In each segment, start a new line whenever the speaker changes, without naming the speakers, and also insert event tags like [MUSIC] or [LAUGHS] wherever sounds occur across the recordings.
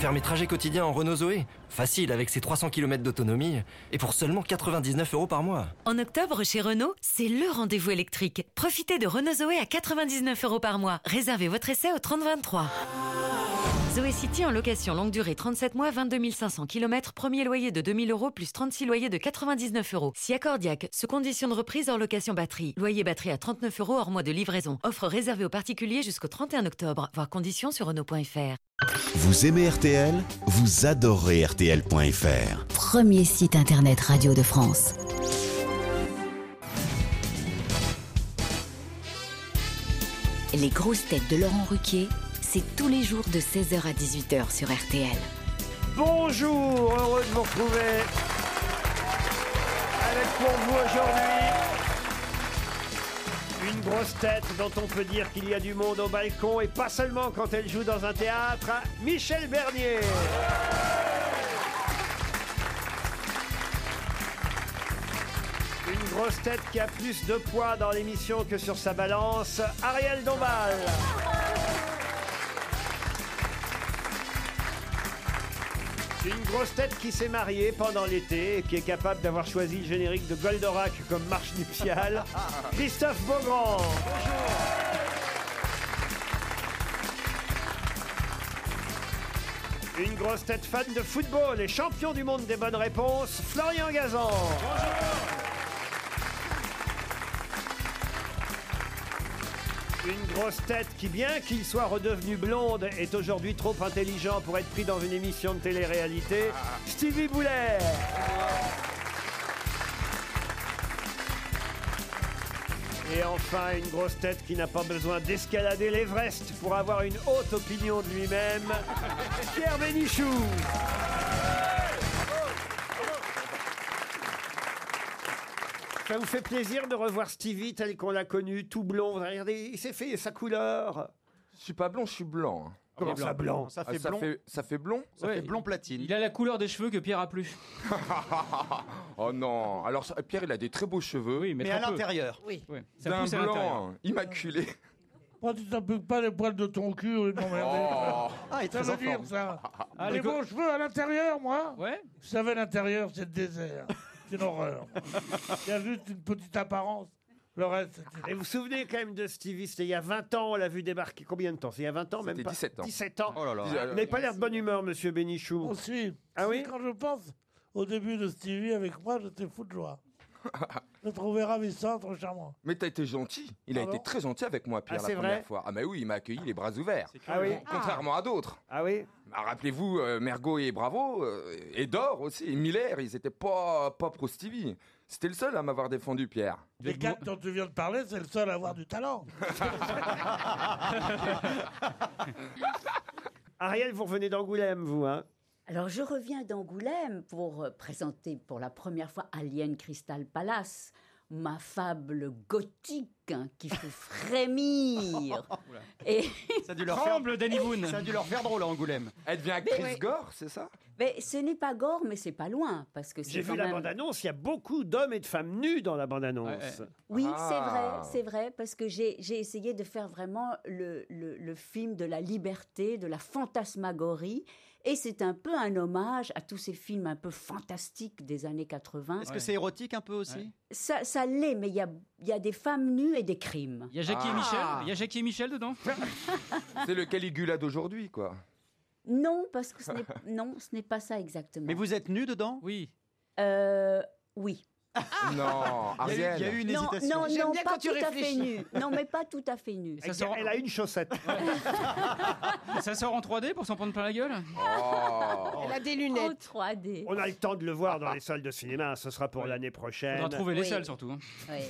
Faire mes trajets quotidiens en Renault Zoé Facile avec ses 300 km d'autonomie et pour seulement 99 euros par mois.
En octobre, chez Renault, c'est le rendez-vous électrique. Profitez de Renault Zoé à 99 euros par mois. Réservez votre essai au 3023. Zoé City en location longue durée 37 mois, 22 500 km, premier loyer de 2000 euros plus 36 loyers de 99 euros. Si accordiaque, sous condition de reprise hors location batterie. Loyer batterie à 39 euros hors mois de livraison. Offre réservée aux particuliers jusqu'au 31 octobre. Voir conditions sur Renault.fr.
Vous aimez RTL Vous adorez RTL.fr.
Premier site internet radio de France. Les grosses têtes de Laurent Ruquier, c'est tous les jours de 16h à 18h sur RTL.
Bonjour, heureux de vous retrouver. Avec pour vous aujourd'hui une grosse tête dont on peut dire qu'il y a du monde au balcon et pas seulement quand elle joue dans un théâtre, Michel Bernier. Une grosse tête qui a plus de poids dans l'émission que sur sa balance, Ariel Dombal. Une grosse tête qui s'est mariée pendant l'été et qui est capable d'avoir choisi le générique de Goldorak comme marche nuptiale, Christophe Beaugrand. Une grosse tête fan de football et champion du monde des bonnes réponses, Florian Gazan. Une grosse tête qui, bien qu'il soit redevenu blonde, est aujourd'hui trop intelligent pour être pris dans une émission de télé-réalité, Stevie Boulet. Et enfin, une grosse tête qui n'a pas besoin d'escalader l'Everest pour avoir une haute opinion de lui-même, Pierre Bénichou. Ça vous fait plaisir de revoir Stevie tel qu'on l'a connu, tout blond. Vous regardez, il s'est fait sa couleur.
Je suis pas blond, je suis blanc. hein.
Comment ça, blanc
Ah, ça, fait, ça fait blond
Ça fait blond platine. Il a la couleur des cheveux que Pierre a
[LAUGHS]
plus.
Oh non Alors ça- Pierre, il a des très beaux cheveux.
Oui, mais,
Mais
très
à
peu.
l'intérieur.
Oui.
Ouais. Ça
D'un
pousse à l'intérieur.
blanc immaculé.
Pourquoi tu t'appliques pas les poils de ton cul au lieu de m'emmerder
Oh.
Ah, il est
Ça
très en
veut dire
forme.
ça.
Ah,
les
les
bons cheveux à l'intérieur, moi
Ouais.
Vous savez, l'intérieur, c'est le désert. C'est une
[LAUGHS]
horreur. Il y a juste une petite apparence. Le reste, c'est
Et vous vous souvenez quand même de Stevie, c'était il y a 20 ans, on l'a vu débarquer combien de temps C'est il y a 20 ans, Oh, même
C'était
pas
17 ans.
17 ans.
Oh là là.
Vous n'avez pas l'air de bonne humeur, monsieur Bénichou.
aussi.
Ah oui
Quand je pense au début de Stevie avec moi, j'étais fou de joie. Je le trouvais ravissant, trop charmant.
Mais t'as été gentil. Il a
Ah bon
été très gentil avec moi, Pierre,
Ah,
la
c'est
première
vrai
fois. Ah mais oui, il m'a accueilli les bras ouverts.
Ah oui
Contrairement à d'autres.
Ah oui
Bah, Rappelez-vous, euh, Mergot et Bravo, euh, et Dor aussi, et Miller, ils étaient pas, pas pro Stevie. C'était le seul à m'avoir défendu, Pierre.
Vous
Les
êtes
quatre dont tu viens de parler, c'est le seul à avoir du talent.
Ariel, vous revenez d'Angoulême, vous, hein
Alors je reviens d'Angoulême pour euh, présenter pour la première fois Alien Crystal Palace, ma fable gothique hein, qui
[LAUGHS]
fait frémir. Et
Ça a dû leur faire,
Tremble, Danny Boone.
ça a dû leur faire drôle à Angoulême.
Elle devient actrice
oui.
gore, c'est ça
mais ce n'est pas gore, mais c'est pas loin parce que
J'ai
c'est
vu
quand
la
même-
bande-annonce, il y a beaucoup d'hommes et de femmes nus dans la bande-annonce.
Ouais, ouais.
Oui,
Ah.
c'est vrai, c'est vrai, parce que j'ai j'ai essayé de faire vraiment le, le- le film de la liberté, de la fantasmagorie, et c'est un peu un hommage à tous ces films un peu fantastiques des années 80.
Est-ce
Ouais.
que c'est érotique un peu aussi
Ouais.
Ça, ça l'est, mais il y a, il y a des femmes nues et des crimes.
Il y a Jackie et
Ah.
Michel. Il y a Jackie et Michel dedans.
[LAUGHS] C'est le Caligula d'aujourd'hui, quoi.
Non, parce que ce
[LAUGHS]
n'est non, ce n'est pas ça exactement.
Mais vous êtes nu dedans
Oui.
Euh, oui.
Non,
Il y a eu-
Oh, Ariel.
il y a eu une
non,
hésitation.
non, non,
bien
pas
quand tu
tout à fait
réfléchis.
nu. Non, mais pas tout à fait nu.
Ça sort,
Elle a une chaussette.
ça sort en 3D pour s'en prendre plein la gueule.
Oh.
Elle a des
En
lunettes.
3D.
On a le temps de le voir dans les salles de cinéma, hein, ce sera pour l'année
On
prochaine.
va trouver les
Oui.
seuls surtout. hein.
Ouais.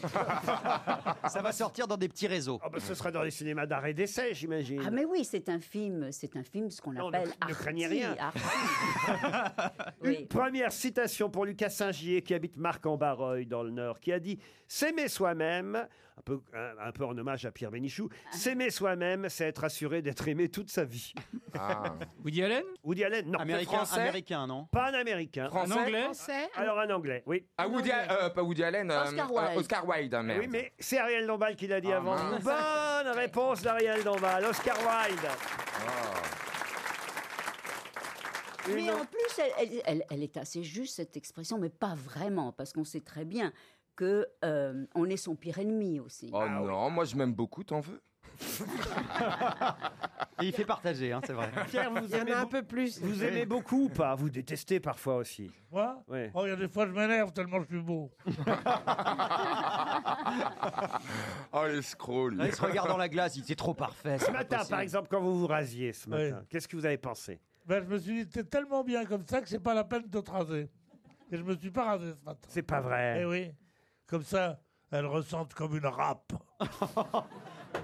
Ça va sortir dans des petits réseaux.
Ah bah, ce sera dans les cinémas d'arrêt d'essai, j'imagine.
Ah mais oui, c'est un film, c'est un film ce qu'on
Non,
appelle
ne- ne craignez
arty,
rien. [LAUGHS]
arty. oui.
Première citation pour Lucas Singier, qui habite Marc-en-Barreuil, dans le Nord, qui a dit « S'aimer soi-même », un peu, un, un peu en hommage à Pierre Bénichou, «
Ah.
S'aimer soi-même, c'est être assuré d'être aimé toute sa vie.
Ah.
[LAUGHS]
Woody Allen, »
Woody Allen, non,
Américain,
Français
américain, non
pas un Américain.
en
Français
anglais.
Français.
Alors un Anglais, oui.
Ah, Woody,
Non, mais-
euh, pas Woody Allen, euh,
Oscar
euh,
Wilde.
Oscar Wilde, hein, merde.
Oui, mais c'est Ariel Dombal qui l'a dit
Ah,
avant.
mince.
Bonne réponse d'Ariel Dombal, Oscar Wilde.
Oh.
Mais en plus, elle, elle- elle- elle est assez juste, cette expression, mais pas vraiment, parce qu'on sait très bien que euh, on est son pire ennemi aussi.
Oh non, moi je m'aime beaucoup, t'en veux
Et il fait partager, hein, c'est vrai.
Pierre, vous aimez beau- Vous aimez beaucoup ou pas Vous détestez parfois aussi.
Moi
Oui.
Oh, il y a des fois, je m'énerve tellement je suis beau.
Oh l'escroc, lui.
Là, il se regarde dans la glace, il dit, c'est trop parfait.
Ce matin, par exemple, quand vous vous rasiez ce matin,
Oui.
qu'est-ce que vous avez pensé
Ben, je me suis dit, t'es tellement bien comme ça que c'est pas la peine de te raser. Et je me suis pas rasé ce matin.
C'est pas vrai.
Eh oui. Comme ça, elles ressentent comme une râpe.
[LAUGHS]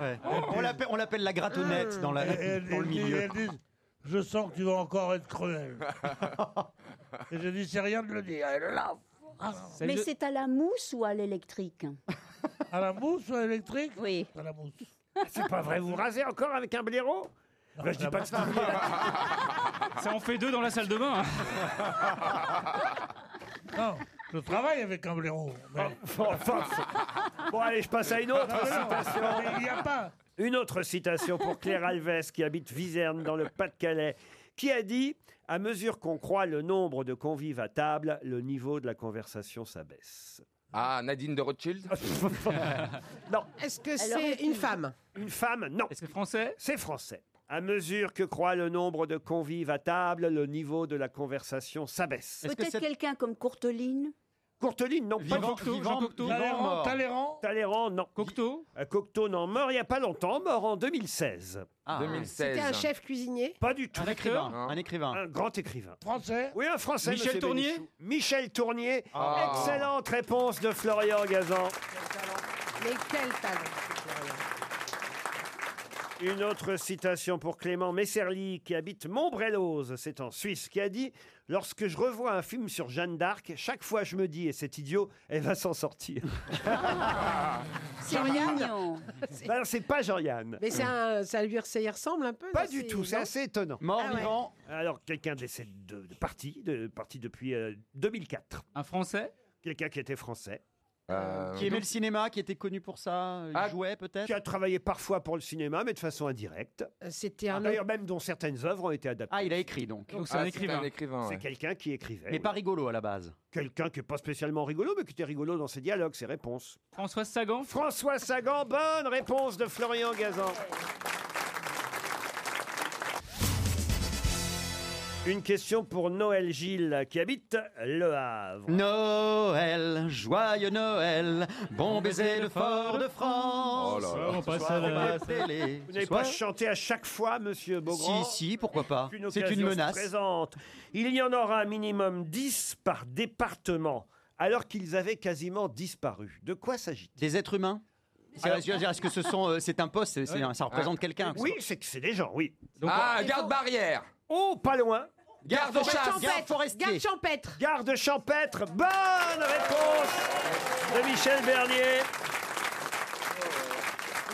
Ouais. On l'appelle- on l'appelle la gratonnette dans, la,
Et elles,
dans le
elles disent-
milieu.
elles disent, je sens que tu vas encore être
[LAUGHS]
cruel. Et je dis, c'est rien de le dire. Elle lave. Ah,
Mais
le-
c'est à la mousse ou à l'électrique
À la mousse ou à l'électrique
Oui.
À la mousse.
Ah, C'est pas vrai. Vous vous rasez encore avec un blaireau Ben, Je dis pas que c'est
[LAUGHS]
[LAUGHS]
Ça en fait deux dans la salle de bain. hein.
Non, je travaille avec un blaireau. mais-
Enfin, c'est- Oh, Bon, allez, je passe à une autre citation.
mais il n'y a pas.
Une autre citation pour
[LAUGHS]
Claire Alves, qui habite Viserne, dans le Pas-de-Calais, qui a dit À mesure qu'on croit le nombre de convives à table, le niveau de la conversation s'abaisse.
Ah, Nadine de Rothschild
Non,
Est-ce que
Alors,
c'est
est-ce
une
que-
femme
une femme, non.
Est-ce que français
C'est français. À mesure que croît le nombre de convives à table, le niveau de la conversation s'abaisse.
Est-ce que
Peut-être
c'est-
quelqu'un comme Courteline
Courteline, non. Pas
Vivant,
du
Cocteau,
vivant,
Jean Cocteau.
vivant,
Talleyrand,
mort.
Talleyrand.
Talleyrand, non.
Cocteau
Euh, Cocteau, non. Mort il n'y a pas longtemps, mort en 2016.
Ah,
2016.
C'était un chef cuisinier
Pas du tout.
Un écrivain.
Hein.
Un écrivain.
Un grand écrivain.
Français.
Oui, un français.
Michel
monsieur
Tournier
Bénichou. Michel Tournier.
Ah.
Excellente réponse de Florian Gazan.
Mais quel talent ce Florian.
Une autre citation pour Clément Messerly, qui habite Montbrelloz, c'est en Suisse, qui a dit Lorsque je revois un film sur Jeanne d'Arc, chaque fois je me dis, et cet idiot, elle va s'en
[LAUGHS]
sortir.
C'est mignon.
Bah Alors, c'est pas Jean-Yann.
Mais c'est un- ça lui ça y ressemble un peu
Pas
non,
du tout, c'est
non
assez étonnant.
Mort,
Ah ouais.
vivant.
Alors, quelqu'un décédé de, de parti, de, parti depuis euh, 2004.
Un français
Quelqu'un qui était français,
Euh,
Qui aimait le cinéma, qui était connu pour ça. euh, Il
Ah.
jouait peut-être.
qui a travaillé parfois pour le cinéma, mais de façon indirecte.
Euh, C'était un
D'ailleurs, même dont certaines œuvres ont été adaptées.
Ah, il a écrit donc.
Donc c'est
ah,
un écrivain.
un écrivain.
C'est
ouais.
quelqu'un qui écrivait.
Mais
oui.
pas rigolo à la base.
Quelqu'un qui n'est pas spécialement rigolo, mais qui était rigolo dans ses dialogues, ses réponses.
François Sagan
François Sagan, bonne réponse de Florian Gazan. Une question pour Noël Gilles, qui habite Le Havre.
Noël, joyeux Noël, bon baiser de fort de France.
Oh là là.
On passe
Soir, on va à la télé.
Vous
Ce
n'avez
soir-
pas chanté à chaque fois, monsieur Beaugrand
Si, si, pourquoi pas.
Une
C'est
occasion
une
se
menace.
Présente. Il y en aura un minimum 10 par département, alors qu'ils avaient quasiment disparu. De quoi s'agit-il
Des êtres humains C'est-
Alors-
je veux dire, Est-ce que ce sont, euh, c'est un poste, c'est- c'est un- ça représente quelqu'un
Ah. Oui, c'est que c'est des gens, oui.
Ah, garde barrière
Oh, pas loin.
Garde de
Garde
chasse
garde
champêtre.
forestier.
Garde champêtre.
Garde champêtre, bonne réponse de Michel Bernier.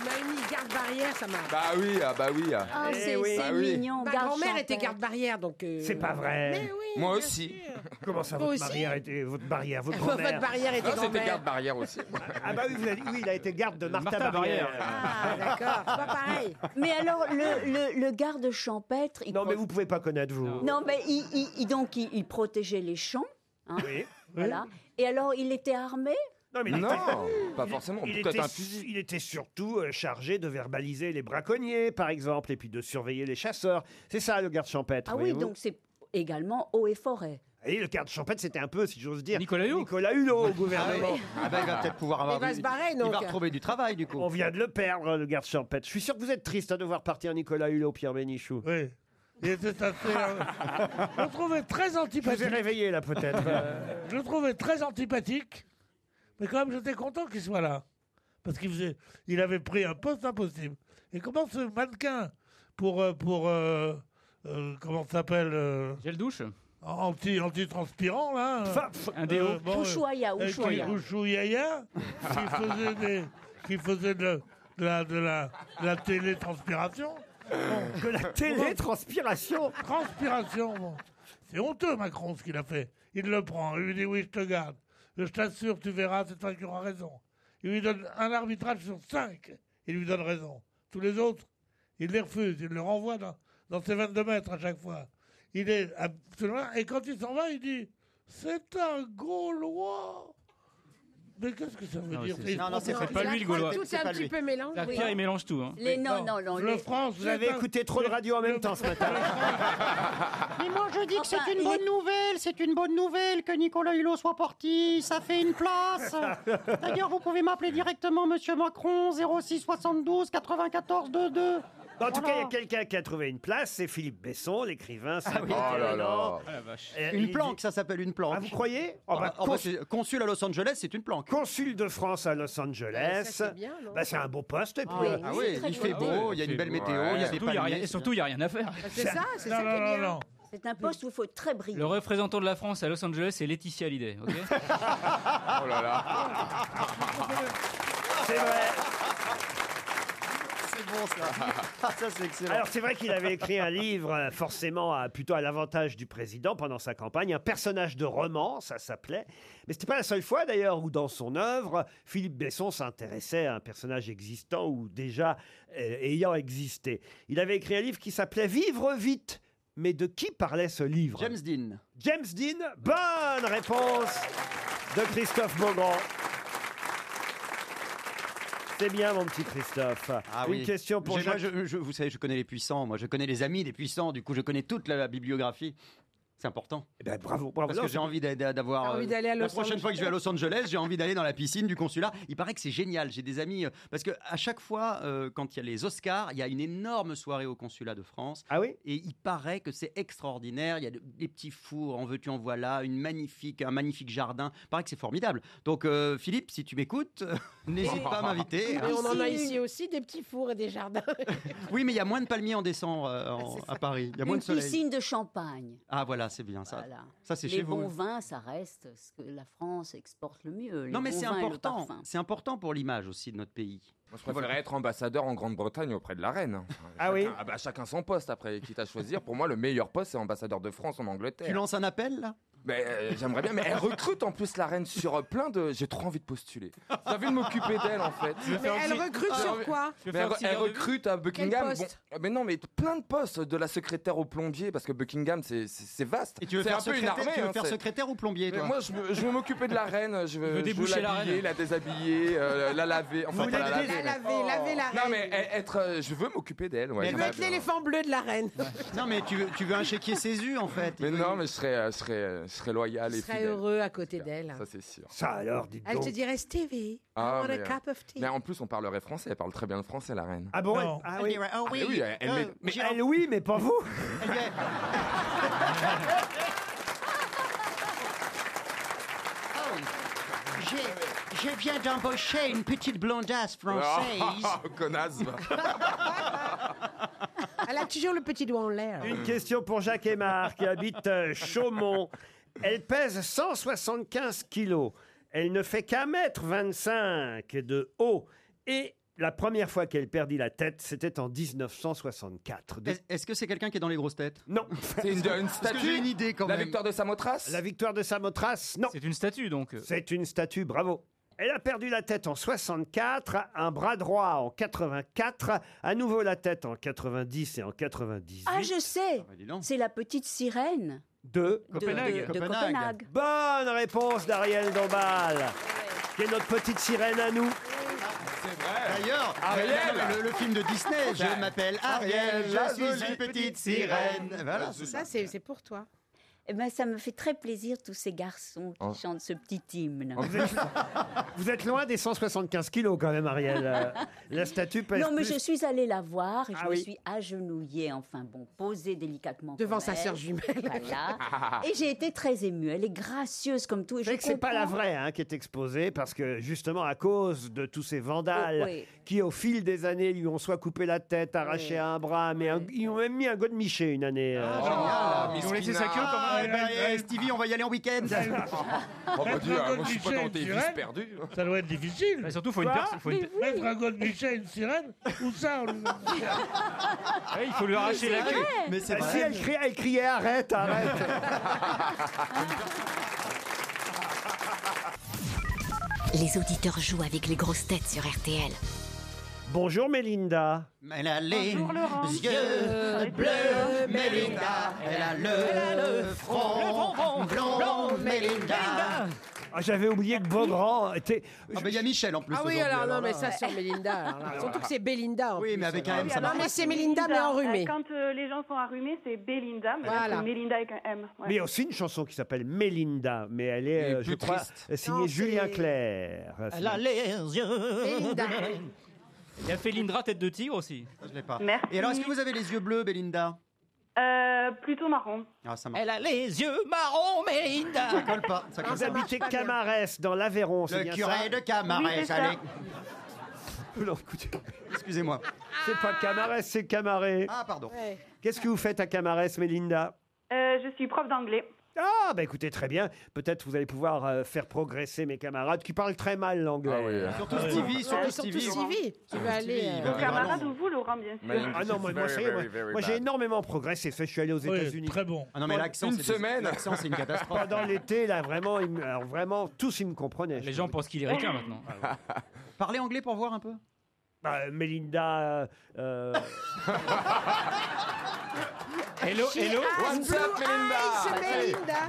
On m'a mis garde barrière, ça m'a.
Bah oui, ah bah oui. ah.
Ah,
Eh
c'est
oui.
c'est
Bah oui.
mignon.
Ma
garde
grand-mère était
champêtre.
garde barrière, donc. euh,
C'est pas vrai.
Mais oui.
Moi
bien
aussi.
sûr.
Comment ça,
Vous
votre
aussi
barrière était votre barrière,
[LAUGHS]
votre
Votre
grand-mère
barrière était
Non, Ah, c'était
grand-mère.
garde barrière aussi.
[LAUGHS] Ah bah oui, vous avez dit, oui, il a été garde de Martha,
Martha
Barrière.
Barrière.
Ah, d'accord. C'est pas pareil.
Mais alors, le, le- le garde champêtre, il,
Non, mais
pro-
vous pouvez pas connaître vous.
non, mais il, il- il- donc, il, il protégeait les champs. hein,
Oui.
Voilà. Et alors, il était armé
Non, mais il était-
Non, pas forcément.
Il
Peut-être
était,
un
su-
fusil.
il était surtout euh, chargé de verbaliser les braconniers, par exemple, et puis de surveiller les chasseurs. C'est ça, le garde champêtre.
Ah oui,
voyez-vous.
donc c'est également eau et forêt.
Et le garde champêtre, c'était un peu, si j'ose dire,
Nicolas Hulot.
Hulot au
Ah
gouvernement.
oui. Ah bah, il va peut-être pouvoir avoir.
Il va se barrer, donc.
Il va retrouver du travail du coup.
On vient de le perdre, le garde champêtre. Je suis sûr que vous êtes triste à devoir partir, Nicolas Hulot, Pierre Bénichou.
Oui. Il était assez. euh, je le trouvais très
Je vous ai
antipathique.
réveillé, là, peut-être.
[LAUGHS]
Euh,
Je le trouvais très antipathique. Mais quand même, j'étais content qu'il soit là. Parce qu'il faisait... il avait pris un poste impossible. Et comment ce mannequin pour. euh, pour euh, euh, comment ça s'appelle euh,
Gel douche
anti, Anti-transpirant, là euh,
Enfin, pff,
Un déo
euh, bon, euh,
Ushuaïa,
Euh, qui
Ushuaïa.
Rouchouillaya, qui faisait, des, qui faisait de, de la, de, la, de la télétranspiration. Bon,
de la télétranspiration.
transpiration, bon. C'est honteux, Macron, ce qu'il a fait. Il le prend, il lui dit oui, je te garde. Je t'assure, tu verras, c'est toi qui auras raison. Il lui donne un arbitrage sur cinq, il lui donne raison. Tous les autres, il les refuse, il le renvoie dans, dans ses 22 mètres à chaque fois. Il est absolument. Et quand il s'en va, il dit C'est un Gaulois Mais qu'est-ce que ça veut
Non,
dire
c'est- non, non, c'est Non, pas lui, le Gaulois. tout est un petit peu mélangé. La pierre, il mélange tout, hein. Les- non, non, non,
Le
les-
France,
Vous avez écouté
trop de radio en même temps ce
[LAUGHS]
matin.
Mais moi je dis que
Enfin,
c'est une
il
bonne nouvelle, c'est une bonne nouvelle que Nicolas Hulot soit parti, ça fait une place. D'ailleurs, vous pouvez m'appeler directement Monsieur Macron 06 72 94 22.
En tout cas, il y a
Voilà.
quelqu'un qui a trouvé une place, c'est Philippe Besson, l'écrivain.
Oh. Ah oui.
51
Oh là là.
ans.
Ah la vache.
Et
Une
il
planque,
dit-
ça s'appelle une planque.
Ah, vous croyez Oh, bah,
Ah, ah, bah,
cons-
c'est- Consul à Los Angeles, c'est une planque.
Consul de France à Los Angeles.
c'est bien, non
Bah, c'est un beau poste. Et puis,
Ah oui, Ah oui, c'est très il fait beau. beau, il y a une belle météo, il y a des
Surtout, il Ah, y a rien-
palmiers.
Surtout, il n'y a rien à faire.
C'est ça, c'est ça qui est bien. C'est un poste où il faut être très brillant.
Le représentant de la France à Los Angeles, c'est Laetitia Hallyday,
[LAUGHS]
ok Oh là là
[LAUGHS] C'est vrai.
[LAUGHS] C'est bon ça. Ah, ça c'est excellent.
Alors c'est vrai qu'il avait écrit un livre euh, forcément à, plutôt à l'avantage du président pendant sa campagne, un personnage de roman, ça s'appelait. Mais c'était pas la seule fois d'ailleurs où dans son œuvre, Philippe Besson s'intéressait à un personnage existant ou déjà euh, ayant existé. Il avait écrit un livre qui s'appelait Vivre vite. Mais de qui parlait ce livre James
Dean.
James Dean, bonne réponse de Christophe Beaugrand. C'est bien mon petit Christophe.
Ah
Une
oui.
question pour
J'ai- moi,
Jacques.
je- je- vous savez, je connais les puissants. Moi, je connais les amis des puissants. Du coup, je connais toute la, la bibliographie. C'est important.
Eh ben, bravo, bravo.
Parce
Non,
que
c'est-
j'ai envie d'a- d'a-
T'as
d'avoir.
envie
euh,
d'aller à
la
Los
prochaine
Angeles.
fois que je vais à Los Angeles, j'ai envie d'aller dans la piscine du consulat. Il paraît que c'est génial. J'ai des amis. euh, Parce que à chaque fois, euh, quand il y a les Oscars, il y a une énorme soirée au consulat de France.
Ah oui.
Et il paraît que c'est extraordinaire. Il y a de- des petits fours, en veux-tu, en voilà, une magnifique, un magnifique jardin. Il paraît que c'est formidable. Donc euh, Philippe, si tu m'écoutes, [LAUGHS] n'hésite
Ah.
pas à m'inviter.
Ah,
hein.
Mais on en a ici aussi des petits fours et des
[LAUGHS]
jardins.
Oui, mais il y a moins de palmiers en décembre euh, en- à Paris. Il y a moins
Ah, Une
de soleil.
piscine de champagne.
Ah voilà, c'est bien ça.
Voilà.
Ça c'est
Les
chez
bons
vous.
vins, ça reste ce que la France exporte le mieux. les
Non mais
bons
c'est
vins et le
important.
parfum.
C'est important pour l'image aussi de notre pays.
Moi, je préférerais être ambassadeur en Grande-Bretagne auprès de la reine.
Ah oui
bah, Chacun son poste après, quitte à choisir. Pour moi, le meilleur poste, c'est ambassadeur de France en Angleterre.
Tu lances un appel là
Mais euh, j'aimerais bien. Mais elle recrute en plus la reine sur euh, plein de. J'ai trop envie de postuler. J'ai envie de m'occuper d'elle en fait.
Mais elle recrute sur
J'ai envie-
quoi
Mais elle, elle recrute à Buckingham.
Quel poste
Bon, euh, mais non, mais plein de postes de la secrétaire au plombier parce que Buckingham c'est- c'est c'est vaste.
Et tu veux
C'est
faire
un peu une
secrétaire-
armée.
tu veux
hein,
faire
c'est-
secrétaire ou plombier,
Mais
toi
Moi, je veux, je veux m'occuper de la reine. Je veux,
veux
je veux
déboucher la
l'habiller,
reine.
la déshabiller, euh, la laver. Enfin,
voulez
pas la
la
laver.
laver,
mais-
laver la
Non,
reine.
mais e- être. euh, je veux m'occuper d'elle. ouais.
Tu
bah,
veux être l'éléphant bleu de la reine.
Non mais tu veux, tu veux un chéquier Césu en fait.
Mais non, mais je serais, euh, je serais, euh, je serais loyal
Tu
et
serais
fidèle.
heureux à côté d'elle.
Ça, c'est sûr.
Ça alors, dites
Elle te dirait Stevie,
Ah,
I want
mais,
a
euh,
cup of tea.
mais en plus, on parlerait français. Elle parle très bien le français, la reine.
Ah bon elle-
Elle dirait, oh
Ah, mais oui, elle- elle met- mais
elle, oui, mais
[LAUGHS]
pas vous.
[LAUGHS] Oh,
Je, je viens d'embaucher une petite
[LAUGHS]
blondasse française.
Ah, [LAUGHS] connasse. va.
Elle a toujours le petit doigt en l'air.
Une question pour Jacques Aymar qui habite euh, Chaumont. Elle pèse 175 kilos. Elle ne fait qu'un mètre 25 de haut. Et la première fois qu'elle perdit la tête, c'était en 1964. De-
Est- Est-ce que c'est quelqu'un qui est dans les grosses têtes [LAUGHS]
Non.
C'est une, une
Parce que
statue.
j'ai une idée quand
la
même.
victoire de Samothrace
La victoire de Samothrace, non.
C'est une statue donc.
C'est une statue, bravo. Elle a perdu la tête en 64, un bras droit en 84, à nouveau la tête en 90 et en 98.
Ah, je sais
dis donc.
C'est la petite sirène
De
de- de- de Copenhague.
Bonne réponse d'Ariel Dombal, qui est notre petite sirène à nous.
C'est vrai.
D'ailleurs,
Ariel
le, le film de Disney, je m'appelle Ariel, je suis une petite sirène. Voilà, c'est ça.
Ça, Ah, c'est c'est pour toi.
Eh ben, ça me fait très plaisir, tous ces garçons qui chantent ce petit hymne.
Vous êtes loin des 175 kilos quand même, Ariel.
[LAUGHS]
Euh, La statue pèse
non, mais
plus-
je suis allée la voir et je
Ah
me
oui.
suis agenouillée, enfin bon, posée délicatement.
Devant
comme
sa
elle.
sœur jumelle.
[LAUGHS]
Voilà. et j'ai été très émue. Elle est gracieuse comme tout. et je
Ah, C'est que c'est pas la
comprends.
vraie hein, qui est exposée parce que justement à cause de tous ces vandales
Oh, Oui, oui.
qui au fil des années lui ont soit coupé la tête, arraché un bras, mais un- ils ont même mis un god miché une année. euh,
Ah,
Ils ont laissé sa queue quand
Ah,
même.
eh ben, eh, Stevie, on va y aller en
[LAUGHS]
week-end.
Oh,
bah,
mon
Mettre
Dieu,
un
ah,
moi,
gold
je suis pas
miché,
dans
une
tes vis
sirène,
perdues.
Ça doit être difficile.
Mais surtout, faut une
Quoi
perce- faut une per-
Mettre un god miché à une sirène Ou
[LAUGHS]
ça on-
Ouais, Ah, Eh, Il faut lui arracher la queue.
Mais c'est
Ah, si
vrai.
elle, crie- elle criait arrête, arrête.
Les auditeurs jouent avec les grosses têtes sur RTL.
Bonjour Mélinda.
Elle a les
Bonjour, Laurent.
yeux bleus, Mélinda. Elle a le, front, blond, Mélinda.
Ah, J'avais oublié que Beaugrand était.
Ah, ben il y a Michel en plus.
Ah oui,
aujourd'hui,
alors, non,
là.
mais ça sur Melinda. alors là. Surtout que c'est Belinda. en
Oui,
plus.
mais avec un M, ça
Non,
marche.
mais c'est Melinda, mais enrhumée.
Quand euh, les gens sont arrumés, c'est Belinda, mais là,
Voilà.
c'est Melinda avec un M. ouais.
Mais il y a aussi une chanson qui s'appelle Mélinda, mais elle est, euh, je
plus
crois,
triste.
signée
Non,
Julien
c'est-
Clerc.
Elle a les yeux.
Belinda.
Il y a Félindra, tête de tigre aussi.
Ah, Je l'ai pas.
Merci.
Et alors, est-ce que vous avez les yeux bleus, Belinda
Euh, plutôt marron.
Ah, ça marche.
a les yeux marrons, Melinda.
Ça colle pas. Ça colle
Vous
pas.
habitez Camarès, dans l'Aveyron, c'est
Le
bien
curé
ça
de Camarès,
Oui, c'est ça. [LAUGHS]
allez.
Non, écoutez.
Excusez-moi.
C'est pas Camarès, c'est Camaret.
Ah, pardon.
Ouais.
Qu'est-ce que vous faites à Camarès, Mélinda
Euh, je suis prof d'anglais.
Ah, bah écoutez, très bien. Peut-être vous allez pouvoir euh, faire progresser mes camarades qui parlent très mal l'anglais.
Ah Surtout Stevie, surtout
Ouais, surtout Stevie. Stevie. Tu vas aller.
Stevie, il
euh,
va-
Vos camarades ou vous, Laurent, bien sûr.
Ah non, moi, moi, ça y est, moi- moi, j'ai
bad.
énormément progressé. Je suis allé aux
Oui,
États-Unis.
Très bon.
Ah non, mais l'accent,
Une
c'est-
semaine.
l'accent,
[LAUGHS]
c'est une catastrophe.
Pendant l'été, là, vraiment, ils me- alors, vraiment, tous, ils me comprenaient. Les gens
pensent qu'il est ricain maintenant.
[LAUGHS] Parlez anglais pour voir un peu.
Bah, Melinda. euh, euh,
[LAUGHS] Hello, hello.
What's up,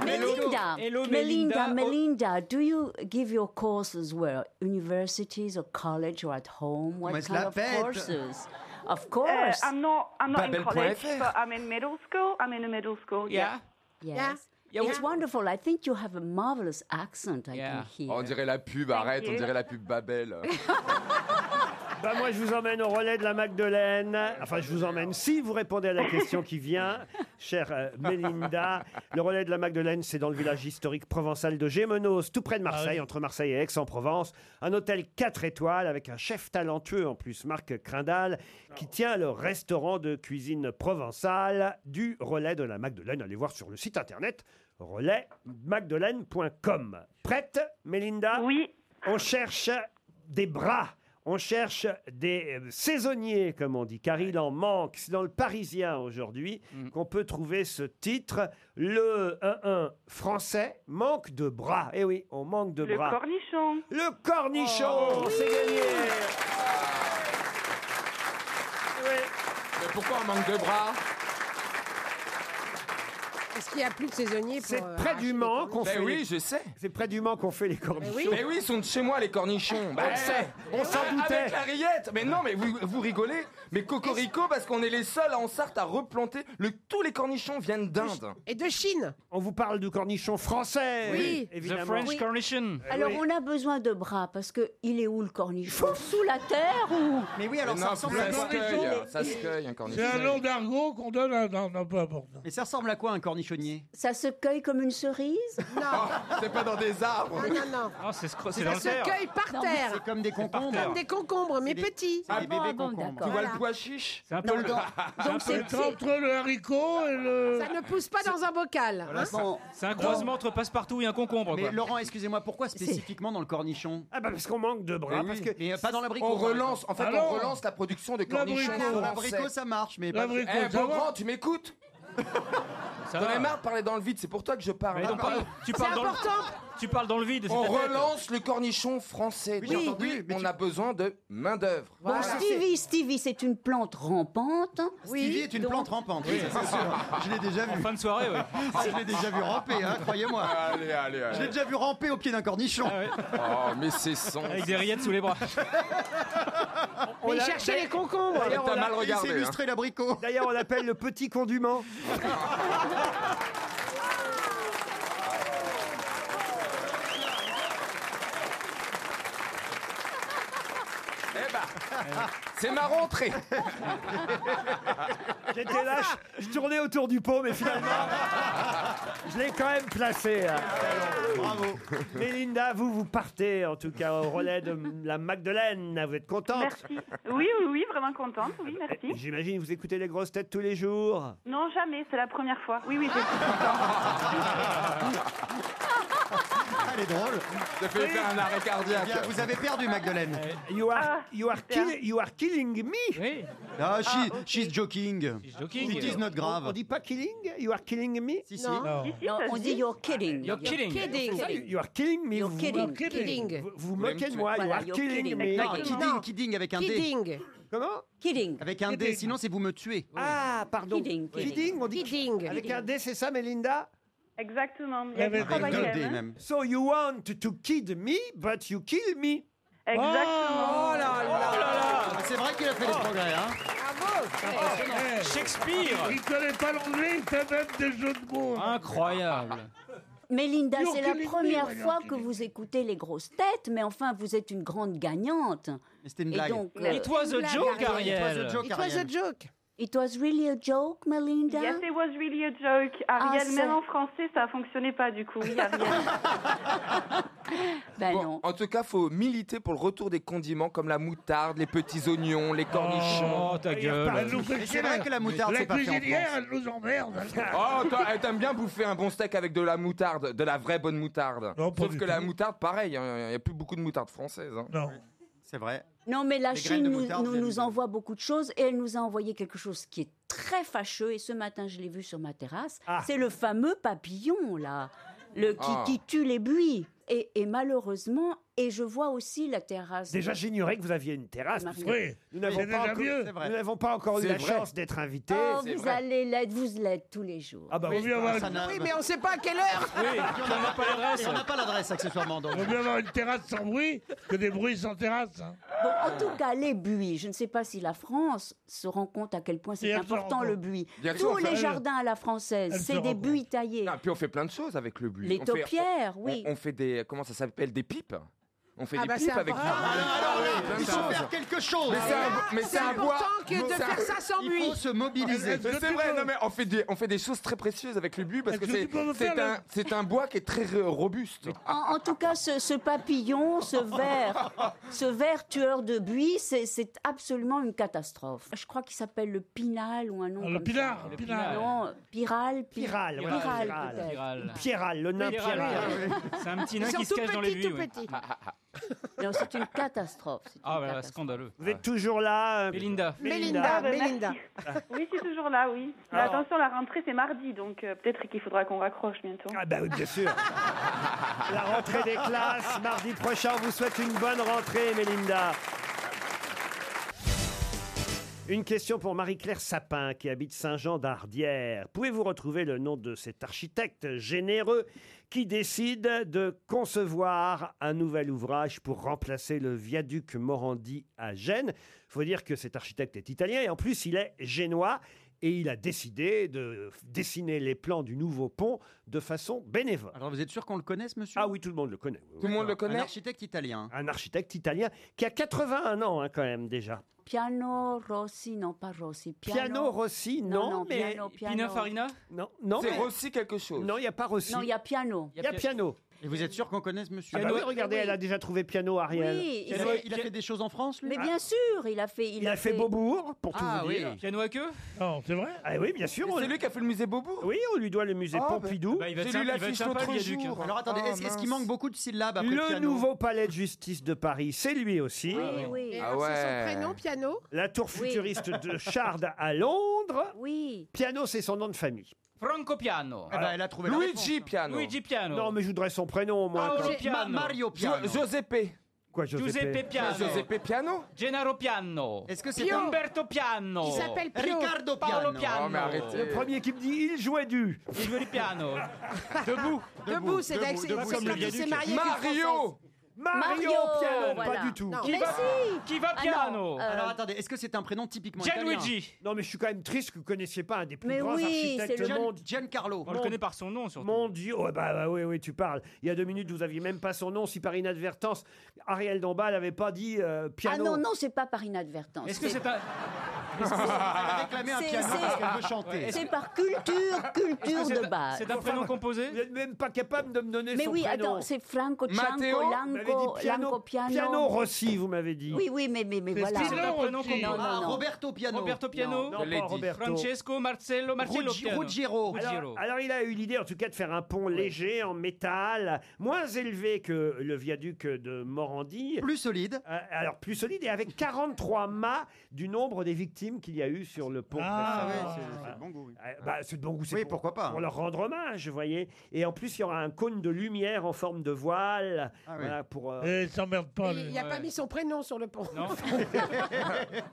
Melinda?
Melinda,
Hello,
Melinda,
Melinda.
Melinda, do you give your courses where universities or college or at home? What
Mais je
kind
la
of
pète.
courses? Of course.
Uh, I'm not. I'm not in
Babel.fr.
college. But I'm in middle school. I'm in a middle school. Yeah.
Yes. It's wonderful. I think you have a marvelous accent. I can hear.
Oh,
Oh,
On dirait la pub, arrête,
you.
on dirait la pub Babel.
Bah moi, je vous emmène au relais de la Magdeleine. Enfin, je vous emmène si vous répondez à la question qui vient, chère euh, Mélinda. Le relais de la Magdeleine, c'est dans le village historique provençal de Gémenos, tout près de Marseille, entre Marseille et Aix-en-Provence. Un hôtel 4 étoiles avec un chef talentueux, en plus, Marc Crindal, qui tient le restaurant de cuisine provençale du relais de la Magdeleine. Allez voir sur le site internet relaismagdeleine.com. Prête, Mélinda
Oui.
On cherche des bras. On cherche des euh, saisonniers, comme on dit, car il en manque. C'est dans le Parisien aujourd'hui
Mm.
qu'on peut trouver ce titre. Le 1-1 français manque de bras. Eh oui, on manque de
Le
bras.
cornichon.
Le
Oh.
cornichon, c'est gagné.
Mais pourquoi on manque de bras
Est-ce qu'il n'y a plus de saisonniers pour.
C'est
euh,
près du Mans qu'on
Ben
fait.
oui,
les-
je sais.
C'est près du Mans qu'on fait les cornichons.
Mais oui, ils sont de chez moi, les cornichons. Bah,
On
ouais.
sait, on
Ouais,
s'en doutait.
Avec la rillette. Mais non, mais vous, vous rigolez. Mais Cocorico, parce qu'on est les seuls en Sarthe à replanter. Le, tous les cornichons viennent d'Inde.
Et de Chine.
On vous parle du cornichon français.
Oui.
évidemment.
Oui.
cornichon.
Eh
Alors, on a besoin de bras parce que il est où le cornichon Sous la terre ou
Mais oui, alors
Mais
ça
non,
ressemble
ça
à
se
quoi
cueille, ça se cueille, un cornichon.
C'est un nom d'argot qu'on donne à. Non, non, peu importe.
Mais ça ressemble à quoi un cornichonnier
ça se cueille comme une cerise
Non,
Ah, C'est pas dans des arbres.
non, non, non.
Non, Ah, c'est scro- c'est
Ça
dans le
se
terre.
cueille par terre.
C'est comme des concombres.
Comme des concombres, mais petits.
C'est des bébés
bon,
concombres.
d'accord.
Tu vois le
Voilà.
pois chiche
C'est un
Non,
peu le. [LAUGHS]
non.
c'est un
Donc,
peu
c'est
le-
C'est entre le haricot et le.
Ça ne pousse pas dans un bocal. hein.
Bon,
C'est un croisement entre passe-partout et un concombre.
mais
Quoi.
Laurent, excusez-moi, pourquoi spécifiquement dans le cornichon
Ah bah parce qu'on manque de bras.
Mais
Parce
oui.
que
Mais euh, pas dans l'abricot.
On
par
relance, en fait,
Alors
on relance la production de cornichons
L'abricot.
exemple.
français.
L'abricot, ça marche, mais pas.
L'abricot,
Eh,
ça va
Beaugrand, tu m'écoutes
Ça
T'en
va.
as marre de parler dans le vide, c'est pour toi que je parle. Ah,
Mais donc, parle- tu,
C'est
parles dans le,
important.
tu parles dans le vide. c'est
On
ta tête.
relance le cornichon français.
Oui,
Donc,
j'ai entendu, mais
on
tu-
a besoin de main-d'œuvre.
Bon, Stevie, Stevie, c'est une plante rampante.
Stevie est une plante rampante. Oui, c'est sûr. Je l'ai déjà
En
vu. Ah,
fin de soirée, ouais.
Je l'ai déjà vu ramper, hein, croyez-moi.
Allez, allez,
Je l'ai déjà vu ramper au pied d'un cornichon.
Ah,
Oh, mais c'est sans.
Avec des rillettes sous les bras.
Mais il cherchait les concombres.
D'ailleurs,
T'as
on a-
mal
Il
regardé. hein.
s'est illustré l'abricot.
D'ailleurs, on l'appelle le petit condument.
hein. Eh bah,
[LAUGHS]
c'est ma rentrée.
[LAUGHS] J'étais là, je, je tournais autour du pot, mais finalement, je l'ai quand même placé. hein.
Bravo.
Mélinda, vous, vous partez en tout cas au relais de la Magdeleine. Vous êtes contente
Merci. Oui, oui, oui, vraiment contente. Oui, merci.
J'imagine vous écoutez les grosses têtes tous les jours.
Non, jamais. C'est la première fois. Oui, oui. j'ai-
Ah, Elle est drôle.
Je fait faire un arrêt
Eh bien,
cardiaque.
Eh,
vous avez perdu, Magdeleine.
Ah,
You are, you are, kill- you are killing, killing me.
Oui.
Ah, she- she's joking. She's
joking.
It is not grave.
On, on dit pas killing You are killing me
si. Non. Non. Si, si,
Non, on dit you're kidding.
You're kidding.
Kidding.
Ça, you are killing me.
You're
vous-
kidding.
Vous,
Kidding.
vous- vous moquez de moi. You
Voilà,
are
you're
killing,
kidding.
me.
Non, kidding, Non. kidding avec un D. Kidding.
Comment
Kidding.
Avec un D,
Kidding.
sinon c'est vous me tuez.
Ah, pardon.
Kidding,
Kidding, on dit Avec un D, c'est ça, Melinda
Exactement. Il y a
Avec
du travail
deux
à
D,
faire, hein.
même. So you want to kid me, but you kill me.
Exactement.
Oh là Ah, Oh, là
C'est vrai qu'il a fait Oh. des progrès, hein
Shakespeare
Eh. Il connaît pas l'anglais, il fait même des jeux de mots. hein. Oh.
Incroyable.
Mais Linda,
You're
c'est la
killing me,
première
you're
fois que vous écoutez les grosses têtes, mais enfin, vous êtes une grande gagnante. euh,
C'était
une blague. It was a joke, Ariel. It was a joke, It was a Ariel.
joke. It was really a joke, Melinda.
Yes, it was really a joke. Ariel,
Ah,
même
ça-
en français, ça fonctionnait pas du coup. Oui,
[LAUGHS]
Ariel.
Ben
Bon, En tout cas, faut militer pour le retour des condiments comme la moutarde, les petits oignons, les cornichons.
Oh, ta gueule.
Elle nous fait
Mais c'est
chier,
vrai
la-
que la moutarde,
La
c'est pas fait en
cuisinière,
France.
elle nous emmerde.
Oh, toi, eh, t'aimes bien bouffer un bon steak avec de la moutarde, de la vraie bonne moutarde. Sauf que la moutarde, pareil, hein, il n'y a plus beaucoup de hein. moutarde française.
Non.
C'est vrai.
Non, mais la
Les graines
Chine
de
nous,
moutarde
nous,
viennent
nous
de-
envoie beaucoup de choses et elle nous a envoyé quelque chose qui est très fâcheux. Et ce matin, je l'ai vu sur ma terrasse.
Ah.
C'est le fameux papillon, là, le, qui,
Ah.
qui tue les buis. Et, et malheureusement, et je vois aussi la terrasse.
Déjà, j'ignorais que vous aviez une terrasse. parce que
Oui.
nous n'avons
C'est
pas,
déjà
encore-
mieux.
nous n'avons pas encore eu
C'est
la
vrai.
chance d'être invités.
Oh, vous allez l'être, vous l'êtes tous les jours.
Ah bah
Vaut
oui.
mieux avoir une-
n'a-
Oui, mais on sait pas à quelle heure.
on n'a pas l'adresse. On n'a pas l'adresse, accessoirement. donc.
Vaut mieux avoir une terrasse sans bruit que des bruits sans terrasse. hein.
Bon, en tout cas, les buis. Je ne sais pas si la France se rend compte à quel point c'est
Et elle se rend
important le
compte.
buis.
Bien sûr,
Tous
elle-
les jardins à la française,
elle se
c'est
rend
des
compte.
buis taillés.
Ah, puis on fait plein de choses avec le but.
Les
on fait-
taupières,
on-
oui.
On, fait des. Comment ça s'appelle Des pipes On fait
Ah
des
bah,
pipes
c'est
avec
un-
du
Ah,
bois.
alors, alors,
Plein de
il faut
choses.
faire quelque chose.
Mais c'est un,
Ah,
mais
c'est
c'est un
important
bois.
que de
Non, c'est un-
faire ça sans
Il
bruit.
faut se mobiliser.
Est-ce
Mais
que
c'est
tu
vrai,
peux-
non mais on fait, des, on fait des choses très précieuses avec le but parce
Est-ce
que
que tu
c'est
peux me
c'est
faire
un,
le-
c'est un bois qui est très euh, robuste.
En, en tout cas, ce, ce papillon, ce ver, ce ver tueur de buis, c'est c'est absolument une catastrophe. Je crois qu'il s'appelle le pinal ou un nom
Ah,
comme
le pinard,
ça.
le pinard.
Non, piral, pi-
Piral, voilà,
piral,
piral.
peut-être.
Pierral.
Pierral, le nain
Pierral,
Pierral.
oui, oui. C'est un petit nain
Ils
qui
sont
se
tout
cache dans les
petits,
buis.
tout
oui.
petits.
Non, c'est une catastrophe. c'est une
Ah, voilà,
catastrophe.
scandaleux.
Vous êtes toujours là, euh,
Belinda.
Mélinda,
Ah, bah,
Mélinda.
oui, je suis toujours là, oui. Mais
Alors.
attention, la rentrée, c'est mardi, donc euh, peut-être qu'il faudra qu'on raccroche bientôt.
Ah bah oui, bien
[LAUGHS]
sûr. La rentrée des classes, mardi prochain, on vous souhaite une bonne rentrée, Mélinda. Une question pour Marie-Claire Sapin, qui habite Saint-Jean-d'Ardière. Pouvez-vous retrouver le nom de cet architecte généreux qui décide de concevoir un nouvel ouvrage pour remplacer le viaduc Morandi à Gênes faut dire que cet architecte est italien et en plus, il est génois. Et il a décidé de dessiner les plans du nouveau pont de façon bénévole.
Alors, vous êtes sûr qu'on le connaisse, monsieur
Ah oui, tout le monde le connaît. oui,
Tout le
oui.
monde le
Un
connaît
architecte italien.
Un architecte italien qui a 81 ans hein, quand même déjà.
Piano Rossi, non pas Rossi. Piano,
Piano Rossi, non,
non, non,
mais
piano, piano.
Pina Farina
non, non,
C'est
mais-
Rossi quelque chose.
non, il y a pas Rossi.
Non, il y a piano.
Il y a piano.
Et vous êtes sûr qu'on connaisse monsieur
Ah bah oui,
Piano-
regardez,
oui.
elle a déjà trouvé piano Ariel.
Oui,
Il a fait- Il a fait des choses en France, lui
mais bien sûr, il a fait.
Ah. Il a fait Beaubourg pour tout
Ah
vous
oui.
dire.
Piano à queue
Non, c'est vrai.
Ah oui, bien sûr. on-
C'est lui qui a fait le musée Beaubourg
Oui, on lui doit le musée
Ah, bah-
Pompidou.
Bah, il va être
J'ai lu
sympa, il va être
l'affiche
sympa, le
l'autre
viaduc.
jour.
hein.
Alors attendez,
Ah,
est-ce est-ce qu'il
mince.
manque beaucoup de syllabes bah, après
Oh, Le
piano
nouveau palais de justice de Paris, c'est lui aussi.
Oui, oui,
Et
Ah
alors, c'est
ouais.
son prénom, piano.
La tour
Oui.
futuriste
[LAUGHS]
de Chardes à Londres.
oui.
Piano, c'est son nom de famille.
[LAUGHS] Franco Piano.
Eh ben, elle a trouvé la réponse.
hein.
Luigi Piano.
Luigi Piano.
Non, mais je voudrais son prénom au moins.
Ah,
quoi.
oui. Piano.
Mario Piano.
Jo- Giuseppe.
Quoi, Giuseppe
Giuseppe Piano.
Giuseppe Piano
Gennaro Piano.
Est-ce que c'est
Pio.
un...
Umberto Piano.
Il s'appelle Pio.
Ricardo Piano.
Paolo Piano.
Oh, mais arrêtez.
Le premier qui me dit, il jouait du.
Il veut
[LAUGHS]
du piano. Debout.
[LAUGHS] Debout, c'est
debout,
c'est-
debout,
c'est
comme le
quand il s'est
viaduc.
marié.
[LAUGHS]
Mario
Mario,
Mario,
Piano,
voilà.
pas du tout.
Oh, Non.
Qui
Mais
va,
si.
qui va
Ah,
piano
non, euh,
Alors attendez, est-ce que c'est un prénom typiquement italien
Gianluigi.
Non, mais je suis quand même triste que vous ne connaissiez pas un des plus
Mais
grands
oui,
architectes
c'est le-
du
Gian-
monde.
Giancarlo.
On le connaît par son nom surtout.
Mon Dieu, Ouais, bah, bah, oui, oui, tu parles. Il y a deux minutes, vous aviez même pas son nom. Si par inadvertance, Ariel Dombal n'avait pas dit euh,
Ah
piano.
non, non, c'est pas par inadvertance.
Est-ce que
C'est-
c'est un.
Parce que elle a réclamé un
C'est-
piano parce
c'est-
qu'elle veut chanter.
C'est par culture, culture de base.
composé Vous n'êtes même pas capable de me donner
Mais
son
oui,
prénom.
attends, c'est Franco
Matteo
Cianco,
Vous m'avez dit
Lanco,
piano,
Lanco Piano.
Piano Rossi, vous m'avez dit.
Oui, oui, mais, mais, mais
C'est
voilà.
Spiller
Non, non,
Rossi.
non,
Ah,
non.
Roberto Piano.
Roberto
Non,
Piano,
non, Je l'ai pas dit. Roberto.
Francesco Marcello, Marcello
Ruggi-
Piano.
Ruggiero. Ah.
Ruggiero.
Alors, alors, il a eu l'idée en tout cas de faire un pont léger en métal, moins élevé que le viaduc de Morandi. Plus solide. alors plus solide et avec 43 mâts du nombre des victimes qu'il y a eu sur le pont.
Ah,
précédent.
ouais, c'est- c'est de bon goût, oui.
Ah, bah, c'est de bon goût. c'est
Oui,
pour-
pourquoi pas, hein.
Pour leur rendre hommage, vous voyez. Et en plus, il y aura un cône de lumière en forme de voile.
Ah
oui.
voilà, pour, euh,
Et il s'emmerde pas,
Il n'a pas mis son prénom sur le pont.
Non.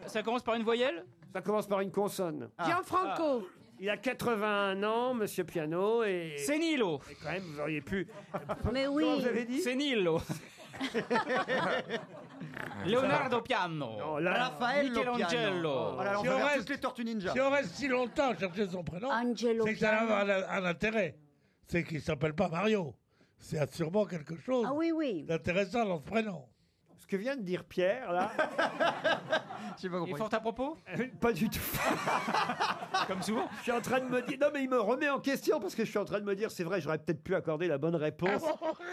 Ça commence par une voyelle
Ça commence par une consonne.
Ah.
Gianfranco.
Ah. Il a 81 ans, Monsieur Piano, et...
C'est Nilo
Et quand même, vous auriez pu...
Mais oui.
Comment vous avez dit [LAUGHS]
C'est Nilo Leonardo Piano
Raphaël
Michelangelo
Lopiano.
Oh
Voilà, on
Si
va
on
faire
reste-
toutes les tortues ninja.
Si on reste si longtemps à chercher son prénom,
Angelo
c'est que ça
Piano.
a un, un intérêt. C'est qu'il s'appelle pas Mario. C'est sûrement quelque chose
Ah oui, oui.
d'intéressant dans ce prénom.
Ce que vient de dire Pierre, là...
Ah,
Et fort à propos
Euh, Pas du tout.
[LAUGHS] Comme souvent.
Je suis en train de me dire. Non, mais il me remet en question parce que je suis en train de me dire, c'est vrai, j'aurais peut-être pu accorder la bonne réponse.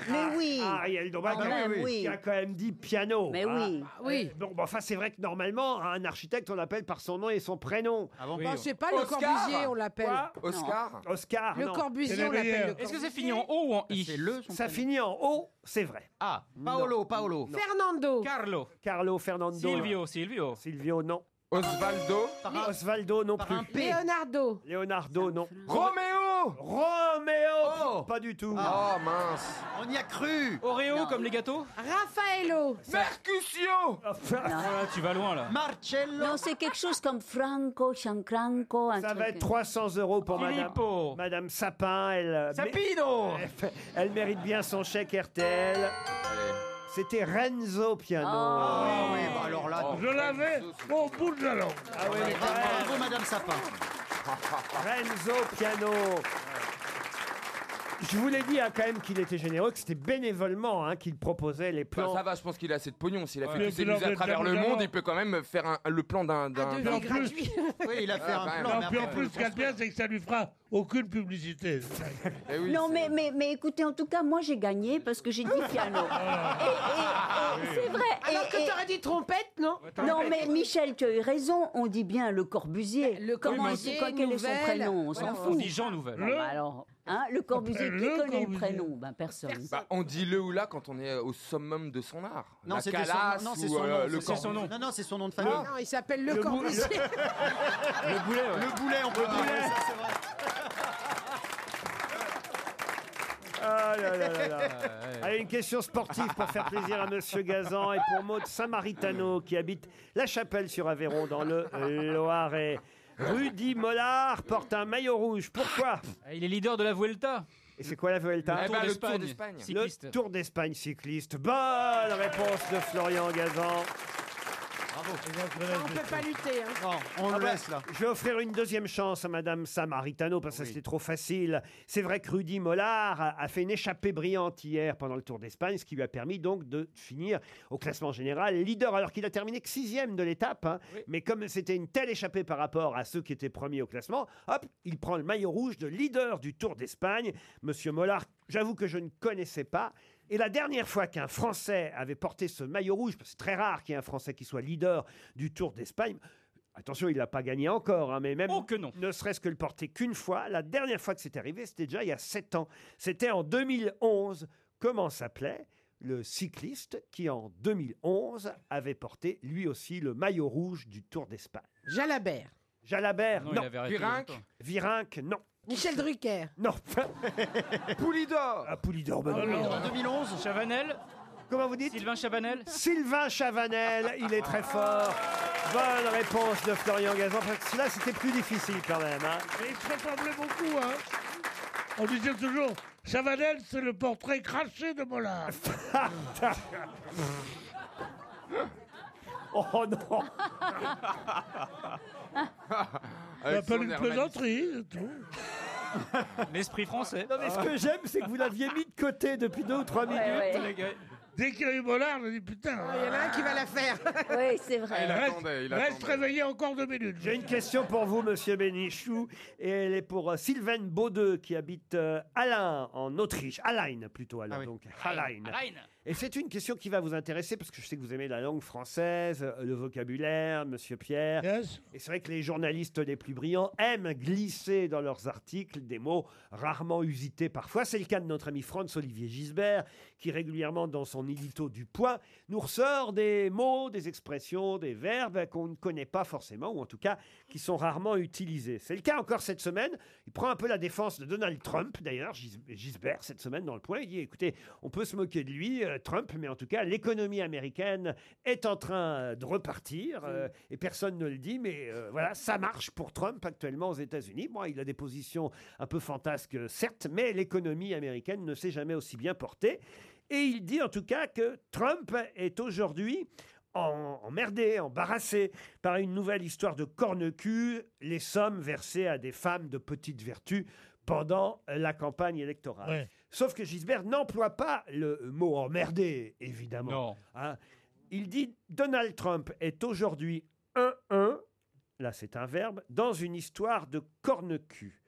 Mais oui.
Ah, Ariel Dombal,
Quand même, oui.
qui a quand même dit piano.
Mais
hein.
oui.
Ah,
Euh, Bon, bah, enfin, c'est vrai que normalement, un architecte, on l'appelle par son nom et son prénom.
Bah, c'est pas le Corbusier, on l'appelle.
Quoi
Oscar
Oscar.
Le
non.
Corbusier, C'est on le l'appelle meilleur. le
Est-ce que ça finit en O ou en I
Ça finit en O, c'est vrai.
Ah,
Paolo,
Paolo.
Fernando.
Carlo.
Carlo Fernando.
Silvio, Silvio.
Silvio, non.
Osvaldo.
Ah, Osvaldo, non plus.
Leonardo.
Leonardo, non.
Roméo
Roméo Pas du tout.
Ah.
Oh mince
On y a cru.
Oreo comme les gâteaux
Raffaello.
Mercutio
Ah, Tu vas loin là
Marcello.
Non, c'est quelque chose comme Franco, Gianfranco. un
Ça
truc.
va être 300 euros pour madame,
Filippo.
madame Sapin. Elle, euh,
Sapino
mé- [LAUGHS] elle mérite bien son chèque RTL. C'était Renzo Piano.
Ah oui, bah alors là.
Oh, Je l'avais au bout de la
[LAUGHS]
langue.
Ah oui, mais quand même.
Bravo, Madame Sapin.
Renzo Piano. Je vous l'ai dit hein, quand même qu'il était généreux, que c'était bénévolement hein, qu'il proposait les
Bah,
plans.
ça va, je pense qu'il a assez de pognon. S'il a fait
Le
tous ses
plan
musées à
de
travers le
James
monde,
Bond.
il peut quand même faire un- le plan d'un. d'un-
Puis en plus,
Oui, il a
Ah,
fait un plan.
non, puis en plus, ce qu'il y a de bien, c'est que ça lui fera aucune publicité.
Eh oui,
non,
c'est-
mais, mais, mais écoutez, en tout cas, moi j'ai gagné parce que j'ai dit piano. Et- et- et c'est vrai.
Alors
Et-
que
et-
t'aurais dit trompette, non
Non, mais Michel, tu as eu raison, on dit bien le Corbusier. Le
Corbusier,
quel est son
Nouvelle.
prénom On s'en
Voilà.
fout.
On dit Jean Nouvel.
Bon, bah alors, hein, le Corbusier, qui
Le
connaît
Corbusier.
le prénom ben, Personne.
Bah, on dit le ou la quand on est euh, au summum de son art.
Non,
La
c'est de son
calasse
nom. Non,
ou
c'est son
euh,
nom.
le
c'est
corps.
nom. Non, non, c'est son nom de famille.
Non, il s'appelle le,
Le bou-
Corbusier.
Le boulet, ouais.
Le boulet, on peut dire.
boulet.
ouais, ça, c'est vrai.
Ah là là là là. Allez, une question sportive pour faire plaisir à Monsieur Gazan et pour Maud Samaritano qui habite La Chapelle sur Aveyron dans le Loiret. Rudy Mollard porte un maillot rouge. Pourquoi
Ah, Il est leader de la Vuelta.
Et c'est quoi la Vuelta
Eh ben, le
d'Espagne.
Tour d'Espagne.
Cycliste.
Le Tour d'Espagne cycliste. Bonne réponse de Florian Gazan.
On peut pas lutter. hein.
Non, on
Ah
le
bah,
laisse là.
Je vais offrir une deuxième chance à Madame Samaritano parce que c'était trop facile. C'est vrai que Rudy Mollard a a fait une échappée brillante hier pendant le Tour d'Espagne, ce qui lui a permis donc de finir au classement général leader, alors qu'il a terminé que sixième de l'étape. hein. Mais comme c'était une telle échappée par rapport à ceux qui étaient premiers au classement, hop, il prend le maillot rouge de leader du Tour d'Espagne. Monsieur Mollard, j'avoue que je ne connaissais pas. Et la dernière fois qu'un Français avait porté ce maillot rouge, parce que c'est très rare qu'il y ait un Français qui soit leader du Tour d'Espagne, Attention, il n'a pas gagné encore, hein, mais même
Oh que non.
ne serait-ce que le porter qu'une fois. La dernière fois que c'est arrivé, c'était déjà il y a sept ans. C'était en 2011. Comment s'appelait le cycliste qui, en 2011, avait porté lui aussi le maillot rouge du Tour d'Espagne
Jalabert.
Jalabert,
Non,
non.
il avait arrêté
Virenque.
longtemps.
Virenque, non.
[LAUGHS] Michel Drucker.
Non. [LAUGHS]
Poulidor
Ah, Poulidor, bah non.
En 2011, Chavanel,
Comment vous dites
Sylvain Chavanel.
Sylvain Chavanel, il est très fort. Bonne réponse de Florian Gazan. Parce que là, c'était plus difficile quand même. hein.
Mais il se ressemblait beaucoup, hein. On disait toujours, Chavanel, c'est le portrait craché de Mollard.
Oh
[LAUGHS]
non Ah,
Ça
Avec son
appelle une
air
plaisanterie, c'est tout.
[LAUGHS] L'esprit français.
Non mais ce que j'aime, c'est que vous l'aviez mis de côté depuis deux ou trois minutes.
Les gars,
Dès qu'il y a eu Bollard, j'ai dit putain.
Oh, Il y en a un qui va la faire.
[LAUGHS] Oui, c'est
Ah,
vrai. Il attendait, il attendait. réveillé encore deux minutes.
J'ai une question pour vous, monsieur Bénichou. Et elle est pour euh, Sylvaine Baudeux, qui habite euh, Alain, en Autriche. Alain, plutôt,
Ah
alors. donc, Alain.
Alain.
Et c'est une question qui va vous intéresser, parce que je sais que vous aimez la langue française, euh, le vocabulaire, monsieur Pierre. Et c'est vrai que les journalistes les plus brillants aiment glisser dans leurs articles des mots rarement usités parfois. C'est le cas de notre ami Franz-Olivier Gisbert, qui régulièrement, dans son édito du Point, nous ressort des mots, des expressions, des verbes qu'on ne connaît pas forcément, ou en tout cas qui sont rarement utilisés. C'est le cas encore cette semaine. Il prend un peu la défense de Donald Trump, d'ailleurs, Gis- Gisbert, cette semaine dans le Point. Il dit écoutez, on peut se moquer de lui, euh, Trump, mais en tout cas, l'économie américaine est en train euh, de repartir, euh, et personne ne le dit, mais euh, voilà, ça marche pour Trump actuellement aux États-Unis. Bon, il a des positions un peu fantasques, certes, mais l'économie américaine ne s'est jamais aussi bien portée. Et il dit en tout cas que Trump est aujourd'hui en- emmerdé, embarrassé par une nouvelle histoire de corne-cul, les sommes versées à des femmes de petite vertu pendant la campagne électorale.
Ouais.
Sauf que Gisbert n'emploie pas le mot emmerdé, évidemment. Hein. Il dit Donald Trump est aujourd'hui 1-1, là c'est un verbe, dans une histoire de corne-cul.